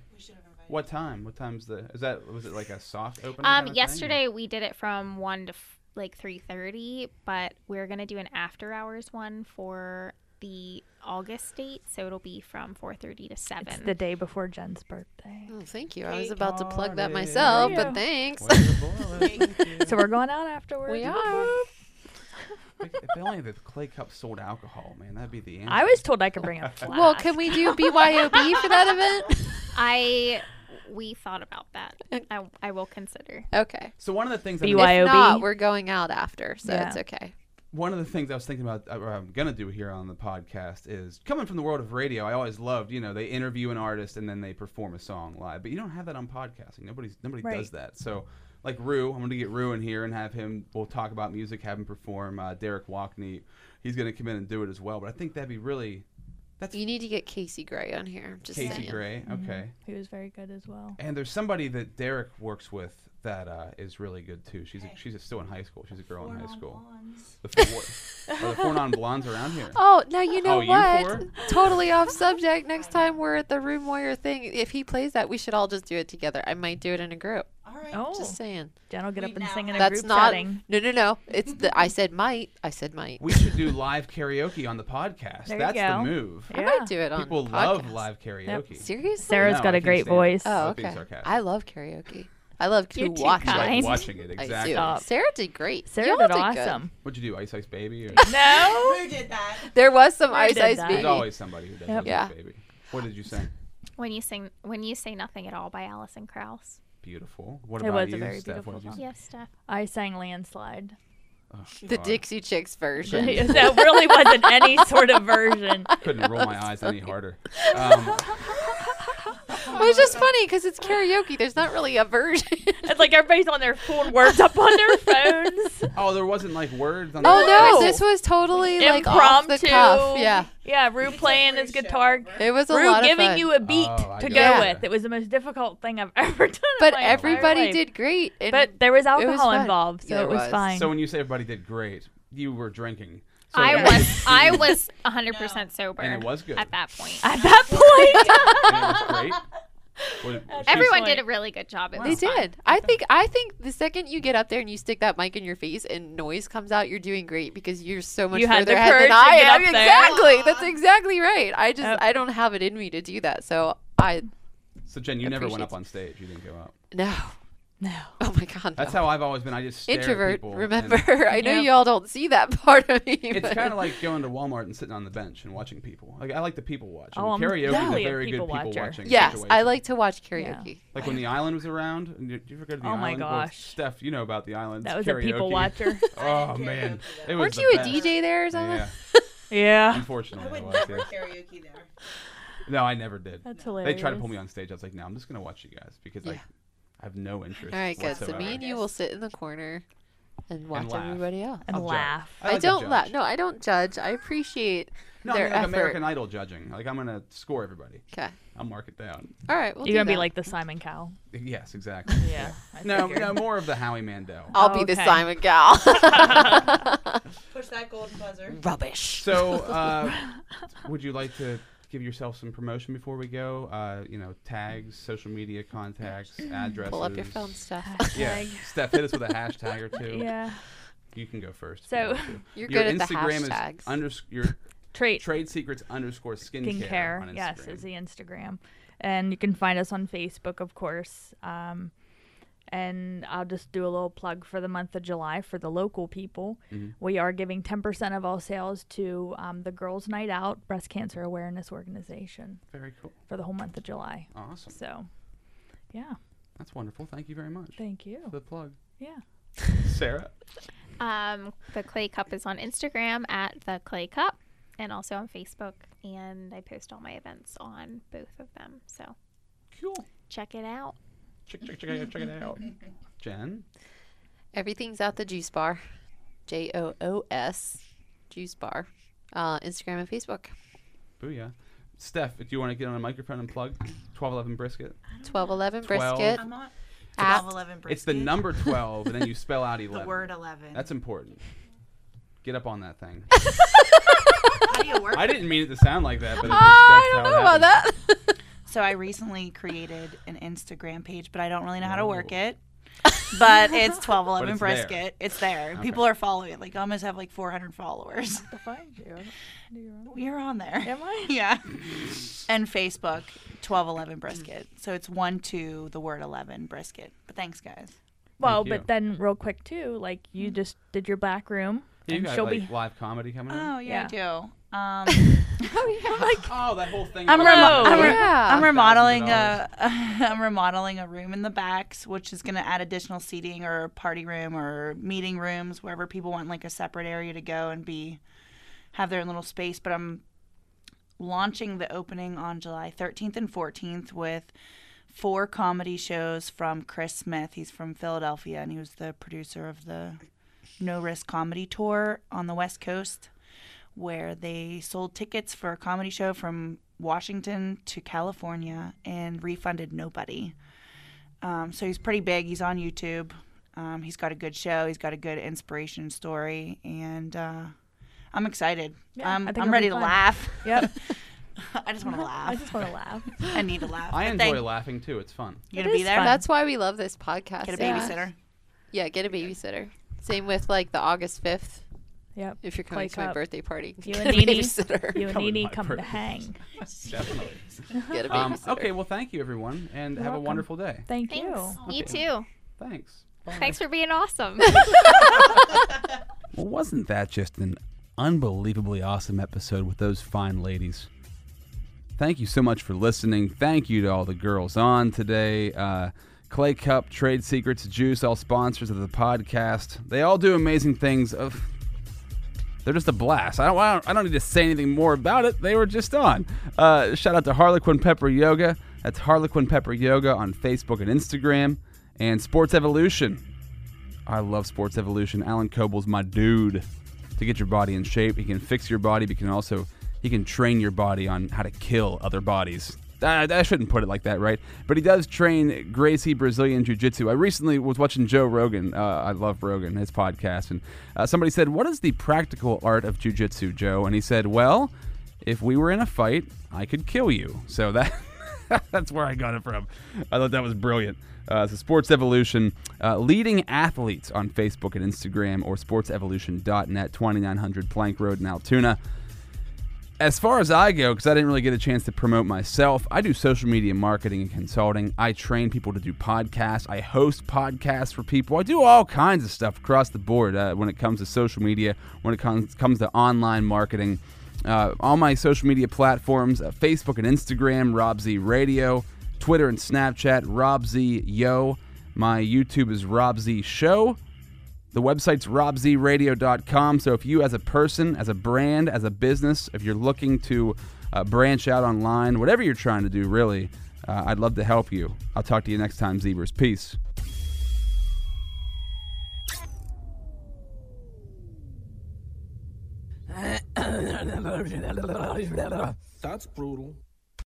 [SPEAKER 1] What time? What time's the? Is that was it like a soft opening? kind
[SPEAKER 5] Um,
[SPEAKER 1] of thing, or-
[SPEAKER 5] yesterday we did it from one to f- like three thirty, but we're going to do an after hours one for the August date, so it'll be from four thirty to
[SPEAKER 4] It's
[SPEAKER 5] seven.
[SPEAKER 4] the day before Jen's birthday.
[SPEAKER 3] Oh, thank you. I was
[SPEAKER 6] Cake
[SPEAKER 3] about to plug that
[SPEAKER 1] party.
[SPEAKER 3] myself, but
[SPEAKER 4] Yeah.
[SPEAKER 3] thanks.
[SPEAKER 1] Well, boy,
[SPEAKER 4] So we're going out afterwards.
[SPEAKER 3] We are.
[SPEAKER 1] If if only the clay cup sold alcohol, man, that'd be the answer.
[SPEAKER 4] I was told I could bring a flask.
[SPEAKER 3] Well, can we do BYOB for that event?
[SPEAKER 5] I we thought about that. I, I will consider.
[SPEAKER 3] Okay.
[SPEAKER 1] So one of the things I
[SPEAKER 4] BY YOB?
[SPEAKER 3] If not, we're going out after, so
[SPEAKER 4] Yeah.
[SPEAKER 3] it's okay.
[SPEAKER 1] one of the things I was thinking about, or I'm gonna do here on the podcast is coming from the world of radio. I always loved, you know, they interview an artist and then they perform a song live, but you don't have that on podcasting. Nobody's nobody
[SPEAKER 4] Right.
[SPEAKER 1] does that. So, like Rue, I'm gonna get Rue in here and have him. We'll talk about music, have him perform. Uh, Derek Walkney, he's gonna come in and do it as well. But I think that'd be really that's
[SPEAKER 3] You need to get Casey Gray on here. Just
[SPEAKER 1] Casey
[SPEAKER 3] saying.
[SPEAKER 1] Gray. Okay,
[SPEAKER 4] He was very good as well.
[SPEAKER 1] and there's somebody that Derek works with that uh, is really good too. She's a, she's still in high school. She's a girl in high school. The four, are the four non blondes around here.
[SPEAKER 3] Oh, now you know
[SPEAKER 1] you
[SPEAKER 3] what?
[SPEAKER 1] four?
[SPEAKER 3] totally off subject. Next time we're at the Room Warrior thing, if he plays that, we should all just do it together. I might do it in a group.
[SPEAKER 6] All right.
[SPEAKER 4] Oh,
[SPEAKER 3] Just saying.
[SPEAKER 4] Jen will get
[SPEAKER 6] We
[SPEAKER 4] up and
[SPEAKER 6] now
[SPEAKER 4] sing in a
[SPEAKER 3] That's
[SPEAKER 4] group
[SPEAKER 3] not.
[SPEAKER 4] setting.
[SPEAKER 3] No, no, no. It's the. I said might. I said might.
[SPEAKER 1] We should do live karaoke on the podcast.
[SPEAKER 4] There you
[SPEAKER 1] That's the
[SPEAKER 4] go.
[SPEAKER 1] move.
[SPEAKER 3] I
[SPEAKER 4] Yeah.
[SPEAKER 3] might do it on.
[SPEAKER 1] People
[SPEAKER 3] podcast.
[SPEAKER 1] love live karaoke.
[SPEAKER 3] Seriously.
[SPEAKER 4] Sarah's
[SPEAKER 1] No,
[SPEAKER 4] got
[SPEAKER 1] I
[SPEAKER 4] a
[SPEAKER 1] can't
[SPEAKER 4] great
[SPEAKER 1] stand it.
[SPEAKER 4] voice.
[SPEAKER 1] I
[SPEAKER 3] Oh,
[SPEAKER 1] was being
[SPEAKER 3] okay.
[SPEAKER 1] sarcastic.
[SPEAKER 3] I love karaoke. I love to
[SPEAKER 5] You're too
[SPEAKER 3] watch
[SPEAKER 1] She's,
[SPEAKER 5] kind.
[SPEAKER 3] it.
[SPEAKER 1] like watching it exactly.
[SPEAKER 3] I
[SPEAKER 4] Stop.
[SPEAKER 3] do. Sarah did great.
[SPEAKER 4] Sarah
[SPEAKER 3] Y'all
[SPEAKER 4] did
[SPEAKER 3] good.
[SPEAKER 4] awesome.
[SPEAKER 1] What'd you do? Ice Ice Baby? Or-
[SPEAKER 4] No.
[SPEAKER 6] Who did that?
[SPEAKER 3] There was some ice
[SPEAKER 4] did
[SPEAKER 3] ice
[SPEAKER 4] that?
[SPEAKER 1] There's
[SPEAKER 3] baby.
[SPEAKER 1] always somebody who does
[SPEAKER 4] Yep.
[SPEAKER 1] Ice
[SPEAKER 3] Yeah.
[SPEAKER 1] Ice Baby. What did you sing?
[SPEAKER 5] When you sing, when you say nothing at all by Alison Krauss.
[SPEAKER 1] Beautiful. What
[SPEAKER 4] It
[SPEAKER 1] about
[SPEAKER 4] was a
[SPEAKER 1] you,
[SPEAKER 4] very
[SPEAKER 1] Steph? What
[SPEAKER 4] beautiful
[SPEAKER 1] did you
[SPEAKER 4] song.
[SPEAKER 1] sing?
[SPEAKER 5] Yes, Steph.
[SPEAKER 4] I sang Landslide.
[SPEAKER 1] Oh,
[SPEAKER 3] the
[SPEAKER 1] God.
[SPEAKER 3] Dixie Chicks version.
[SPEAKER 4] that really wasn't any sort of version.
[SPEAKER 1] Couldn't roll my eyes any harder. Um,
[SPEAKER 3] It was just funny because it's karaoke. There's not really a version.
[SPEAKER 4] It's like everybody's on their phone, words up on their phones.
[SPEAKER 1] oh, there wasn't like words on
[SPEAKER 3] oh
[SPEAKER 1] the
[SPEAKER 3] no,
[SPEAKER 4] No.
[SPEAKER 3] this was totally like off the
[SPEAKER 4] Impromptu.
[SPEAKER 3] cuff. Yeah,
[SPEAKER 4] Yeah, Rue playing his guitar.
[SPEAKER 3] it was a
[SPEAKER 4] Rue
[SPEAKER 3] lot of
[SPEAKER 4] giving
[SPEAKER 3] fun.
[SPEAKER 4] you a beat
[SPEAKER 1] Oh, I
[SPEAKER 4] to go
[SPEAKER 1] gotcha.
[SPEAKER 4] with. It was the most difficult thing I've ever done. in
[SPEAKER 3] but
[SPEAKER 4] my entire
[SPEAKER 3] everybody
[SPEAKER 4] life.
[SPEAKER 3] did great. And
[SPEAKER 4] But there was
[SPEAKER 3] was
[SPEAKER 4] alcohol
[SPEAKER 3] fun.
[SPEAKER 4] involved, so
[SPEAKER 3] Yeah,
[SPEAKER 4] it was,
[SPEAKER 3] was.
[SPEAKER 4] fine.
[SPEAKER 1] So when you say everybody did great, you were drinking. So
[SPEAKER 5] I
[SPEAKER 1] it
[SPEAKER 5] was I was 100% sober.
[SPEAKER 1] And it was good.
[SPEAKER 5] At that point.
[SPEAKER 4] At that point,
[SPEAKER 1] and it was great. Was it- she-
[SPEAKER 5] Everyone
[SPEAKER 4] She's
[SPEAKER 5] did
[SPEAKER 4] like-
[SPEAKER 5] a really good job. It
[SPEAKER 3] they
[SPEAKER 5] was fun.
[SPEAKER 3] did. I think. I think the second you get up there and you stick that mic in your face and noise comes out, you're doing great because you're so much
[SPEAKER 4] You had
[SPEAKER 3] further
[SPEAKER 4] the
[SPEAKER 3] ahead
[SPEAKER 4] courage to
[SPEAKER 3] than I
[SPEAKER 4] get
[SPEAKER 3] am.
[SPEAKER 4] up there.
[SPEAKER 3] Exactly. That's exactly right. I just
[SPEAKER 4] Yep.
[SPEAKER 3] I don't have it in me to do that. So I
[SPEAKER 1] So Jen, you never went
[SPEAKER 3] Appreciate
[SPEAKER 1] up on stage. You didn't go up.
[SPEAKER 3] no.
[SPEAKER 4] no.
[SPEAKER 3] Oh my god.
[SPEAKER 1] That's
[SPEAKER 3] no.
[SPEAKER 1] how I've always been. I just stare at
[SPEAKER 3] introvert.
[SPEAKER 1] people and-
[SPEAKER 3] Remember, I know
[SPEAKER 4] Yep.
[SPEAKER 3] y'all don't see that part of me.
[SPEAKER 1] It's
[SPEAKER 3] but-
[SPEAKER 1] kind of like going to Walmart and sitting on the bench and watching people. Like I like the people watch. I
[SPEAKER 4] Oh,
[SPEAKER 1] mean,
[SPEAKER 4] I'm
[SPEAKER 1] karaoke is
[SPEAKER 4] definitely
[SPEAKER 1] a
[SPEAKER 4] a
[SPEAKER 1] very
[SPEAKER 4] people
[SPEAKER 1] good people
[SPEAKER 4] watcher.
[SPEAKER 1] watching.
[SPEAKER 3] yes, I
[SPEAKER 1] situation.
[SPEAKER 3] like to watch
[SPEAKER 4] Yeah.
[SPEAKER 3] karaoke.
[SPEAKER 1] Like when the island was around. and Did you ever go to the
[SPEAKER 4] Oh
[SPEAKER 1] island?
[SPEAKER 4] my
[SPEAKER 1] Well,
[SPEAKER 4] gosh.
[SPEAKER 1] Steph, you know about the island.
[SPEAKER 4] That was a people watcher.
[SPEAKER 1] oh man, it was
[SPEAKER 3] Weren't
[SPEAKER 1] the
[SPEAKER 3] you a
[SPEAKER 1] best.
[SPEAKER 3] DJ there or something?
[SPEAKER 1] Yeah,
[SPEAKER 4] yeah.
[SPEAKER 6] I
[SPEAKER 1] unfortunately, Oh, I
[SPEAKER 6] would
[SPEAKER 1] was.
[SPEAKER 6] never
[SPEAKER 1] yeah.
[SPEAKER 6] karaoke there.
[SPEAKER 1] No, I never did.
[SPEAKER 4] That's
[SPEAKER 1] They
[SPEAKER 4] hilarious.
[SPEAKER 1] tried to pull me on stage. I was like, no, I'm just gonna watch you guys because I,
[SPEAKER 3] Yeah.
[SPEAKER 1] I have no interest.
[SPEAKER 3] All right, guys. So
[SPEAKER 1] whatsoever.
[SPEAKER 3] me and you will sit in the corner. and watch
[SPEAKER 1] laugh.
[SPEAKER 3] everybody else.
[SPEAKER 4] and
[SPEAKER 1] I'll judge.
[SPEAKER 4] laugh.
[SPEAKER 1] I like
[SPEAKER 3] I
[SPEAKER 1] to
[SPEAKER 3] don't laugh.
[SPEAKER 1] judge.
[SPEAKER 3] No, I don't judge. I appreciate
[SPEAKER 1] No, I
[SPEAKER 3] their
[SPEAKER 1] mean, like
[SPEAKER 3] effort.
[SPEAKER 1] American Idol judging. Like I'm gonna score everybody.
[SPEAKER 3] Okay.
[SPEAKER 1] I'll mark it down.
[SPEAKER 3] All right. We'll
[SPEAKER 4] You're
[SPEAKER 3] do
[SPEAKER 4] gonna be
[SPEAKER 3] that.
[SPEAKER 4] like the Simon Cowell.
[SPEAKER 1] Yes, exactly.
[SPEAKER 4] Yeah. I
[SPEAKER 1] No,
[SPEAKER 4] figured.
[SPEAKER 1] no, more of the Howie Mandel.
[SPEAKER 3] I'll be the
[SPEAKER 4] Okay.
[SPEAKER 3] Simon gal.
[SPEAKER 6] Push that golden buzzer.
[SPEAKER 3] Rubbish.
[SPEAKER 1] So, uh, would you like to give yourself some promotion before we go? Uh, you know, tags, social media contacts, addresses.
[SPEAKER 3] Pull up your film stuff.
[SPEAKER 1] Yeah, Steph, hit us with a hashtag or two.
[SPEAKER 4] Yeah.
[SPEAKER 1] You can go first. if
[SPEAKER 4] So-
[SPEAKER 1] you want to.
[SPEAKER 3] You're
[SPEAKER 1] your
[SPEAKER 3] good at the
[SPEAKER 1] Instagram
[SPEAKER 3] hashtags.
[SPEAKER 1] is unders- your
[SPEAKER 4] Trait.
[SPEAKER 1] trade secrets underscore skincare.
[SPEAKER 4] skincare.
[SPEAKER 1] on
[SPEAKER 4] yes,
[SPEAKER 1] Instagram.
[SPEAKER 4] is the Instagram, and you can find us on Facebook, of course. Um, and I'll just do a little plug for the month of July for the local people.
[SPEAKER 1] Mm-hmm.
[SPEAKER 4] We are giving ten percent of all sales to um, the Girls' Night Out Breast Cancer Awareness Organization
[SPEAKER 1] Very cool.
[SPEAKER 4] for the whole month of July.
[SPEAKER 1] Awesome.
[SPEAKER 4] So, yeah,
[SPEAKER 1] That's wonderful. Thank you very much.
[SPEAKER 4] thank
[SPEAKER 1] for
[SPEAKER 4] you.
[SPEAKER 1] the plug.
[SPEAKER 4] Yeah,
[SPEAKER 1] Sarah?
[SPEAKER 5] Um, the Clay Cup is on Instagram at the Clay Cup, and also on Facebook. And I post all my events on both of them, so
[SPEAKER 1] Cool.
[SPEAKER 5] check it out.
[SPEAKER 1] Check, check, check, it out, check it out. Jen?
[SPEAKER 3] Everything's out the juice bar. J O O S juice bar. Uh, Instagram and Facebook.
[SPEAKER 1] Booyah. Steph, do you want to get on a microphone and plug 1211 Brisket?
[SPEAKER 3] Twelve eleven
[SPEAKER 1] Twelve.
[SPEAKER 3] brisket.
[SPEAKER 6] I'm not.
[SPEAKER 3] At-
[SPEAKER 6] 11
[SPEAKER 1] It's the number 12, and then you spell out 11.
[SPEAKER 6] The word 11.
[SPEAKER 1] That's important. Get up on that thing.
[SPEAKER 6] How do you work?
[SPEAKER 1] I didn't mean it to sound like that, but it's
[SPEAKER 3] Oh,
[SPEAKER 1] that's
[SPEAKER 3] I don't
[SPEAKER 1] how
[SPEAKER 3] know
[SPEAKER 1] it
[SPEAKER 3] about
[SPEAKER 1] happens.
[SPEAKER 3] that.
[SPEAKER 6] So I recently created an Instagram page, but I don't really know how to work
[SPEAKER 1] Ooh.
[SPEAKER 6] it. But it's twelve eleven
[SPEAKER 1] Oh. it's there.
[SPEAKER 6] brisket. It's there. People are following it. Like I almost have like four hundred followers.
[SPEAKER 4] to find you. Do your own-
[SPEAKER 6] You're on there.
[SPEAKER 4] Am I?
[SPEAKER 6] Yeah. And Facebook, twelve eleven brisket. So it's one two the word eleven brisket. But thanks guys.
[SPEAKER 4] Well,
[SPEAKER 1] you.
[SPEAKER 4] but then real quick too, like you just did your back room,
[SPEAKER 1] You
[SPEAKER 4] and
[SPEAKER 1] got
[SPEAKER 4] she'll
[SPEAKER 1] like
[SPEAKER 4] be
[SPEAKER 1] live comedy coming up?
[SPEAKER 6] Oh yeah, I do. Um,
[SPEAKER 1] Oh, that whole thing. Oh,
[SPEAKER 6] I'm,
[SPEAKER 1] about-
[SPEAKER 6] remo- I'm, re-
[SPEAKER 3] Yeah.
[SPEAKER 6] I'm remodeling
[SPEAKER 1] $1,000.
[SPEAKER 6] a I'm remodeling a room in the backs, which is going to add additional seating or party room or meeting rooms wherever people want like a separate area to go and be have their own little space. But I'm launching the opening on July 13th and 14th with four comedy shows from Chris Smith. He's from Philadelphia and he was the producer of the No Risk Comedy Tour on the West Coast where they sold tickets for a comedy show from Washington to California and refunded nobody. Um, so he's pretty big. He's on YouTube. Um, he's got a good show. He's got a good inspiration story, and uh, I'm excited.
[SPEAKER 4] Yeah,
[SPEAKER 6] I'm,
[SPEAKER 4] I think
[SPEAKER 6] I'm
[SPEAKER 4] it'll
[SPEAKER 6] ready
[SPEAKER 4] be
[SPEAKER 6] to
[SPEAKER 4] fun.
[SPEAKER 6] laugh.
[SPEAKER 4] Yep.
[SPEAKER 6] I just want to
[SPEAKER 4] I
[SPEAKER 6] laugh.
[SPEAKER 4] just want to laugh.
[SPEAKER 6] I need to laugh.
[SPEAKER 1] I
[SPEAKER 6] But
[SPEAKER 1] enjoy
[SPEAKER 6] thank-
[SPEAKER 1] laughing too. It's fun.
[SPEAKER 6] You
[SPEAKER 4] It
[SPEAKER 6] gonna be
[SPEAKER 4] is
[SPEAKER 6] there?
[SPEAKER 4] fun.
[SPEAKER 3] That's why we love this podcast.
[SPEAKER 6] Get a
[SPEAKER 3] Yeah.
[SPEAKER 6] babysitter.
[SPEAKER 3] Yeah, get a babysitter. Same with like the August 5th.
[SPEAKER 4] Yep.
[SPEAKER 3] If you're
[SPEAKER 4] Clay
[SPEAKER 3] coming to my
[SPEAKER 4] Cup.
[SPEAKER 3] birthday party,
[SPEAKER 4] You
[SPEAKER 3] get
[SPEAKER 4] and
[SPEAKER 3] a
[SPEAKER 4] Nene.
[SPEAKER 3] babysitter.
[SPEAKER 4] You and
[SPEAKER 1] Come in
[SPEAKER 4] Nene
[SPEAKER 1] my
[SPEAKER 4] come to
[SPEAKER 1] purse.
[SPEAKER 4] hang.
[SPEAKER 1] Definitely.
[SPEAKER 3] Get a
[SPEAKER 1] Um,
[SPEAKER 3] babysitter.
[SPEAKER 1] okay, well, thank you, everyone, and have a
[SPEAKER 4] welcome.
[SPEAKER 1] wonderful day.
[SPEAKER 4] Thank
[SPEAKER 5] Thanks.
[SPEAKER 4] you.
[SPEAKER 5] You too.
[SPEAKER 1] Thanks.
[SPEAKER 5] Thanks for being awesome.
[SPEAKER 1] Well, wasn't that just an unbelievably awesome episode with those fine ladies? Thank you so much for listening. Thank you to all the girls on today. Uh, Clay Cup, Trade Secrets, Juice, all sponsors of the podcast. They all do amazing things. Of they're just a blast. I don't, I don't, I don't need to say anything more about it. They were just on. Uh, shout out to Harlequin Pepper Yoga. That's Harlequin Pepper Yoga on Facebook and Instagram. And Sports Evolution. I love Sports Evolution. Alan Kobel's my dude. To get your body in shape, he can fix your body, but he can also he can train your body on how to kill other bodies. I, I shouldn't put it like that, right? But he does train Gracie Brazilian Jiu Jitsu. I recently was watching Joe Rogan. Uh, I love Rogan, his podcast. And uh, somebody said, What is the practical art of Jiu Jitsu, Joe? And he said, Well, if we were in a fight, I could kill you. So that that's where I got it from. I thought that was brilliant. Uh, so Sports Evolution, uh, leading athletes on Facebook and Instagram or sportsevolution.net, 2900 Plank Road in Altoona. As far as I go, because I didn't really get a chance to promote myself, I do social media marketing and consulting. I train people to do podcasts. I host podcasts for people. I do all kinds of stuff across the board uh, when it comes to social media, when it comes, comes to online marketing. Uh, all my social media platforms uh, Facebook and Instagram, Rob Z Radio, Twitter and Snapchat, Rob Z Yo. My YouTube is Rob Z Show. The website's robzradio.com. So if you, as a person, as a brand, as a business, if you're looking to uh, branch out online, whatever you're trying to do, really, uh, I'd love to help you. I'll talk to you next time, Zebras. Peace. That's brutal.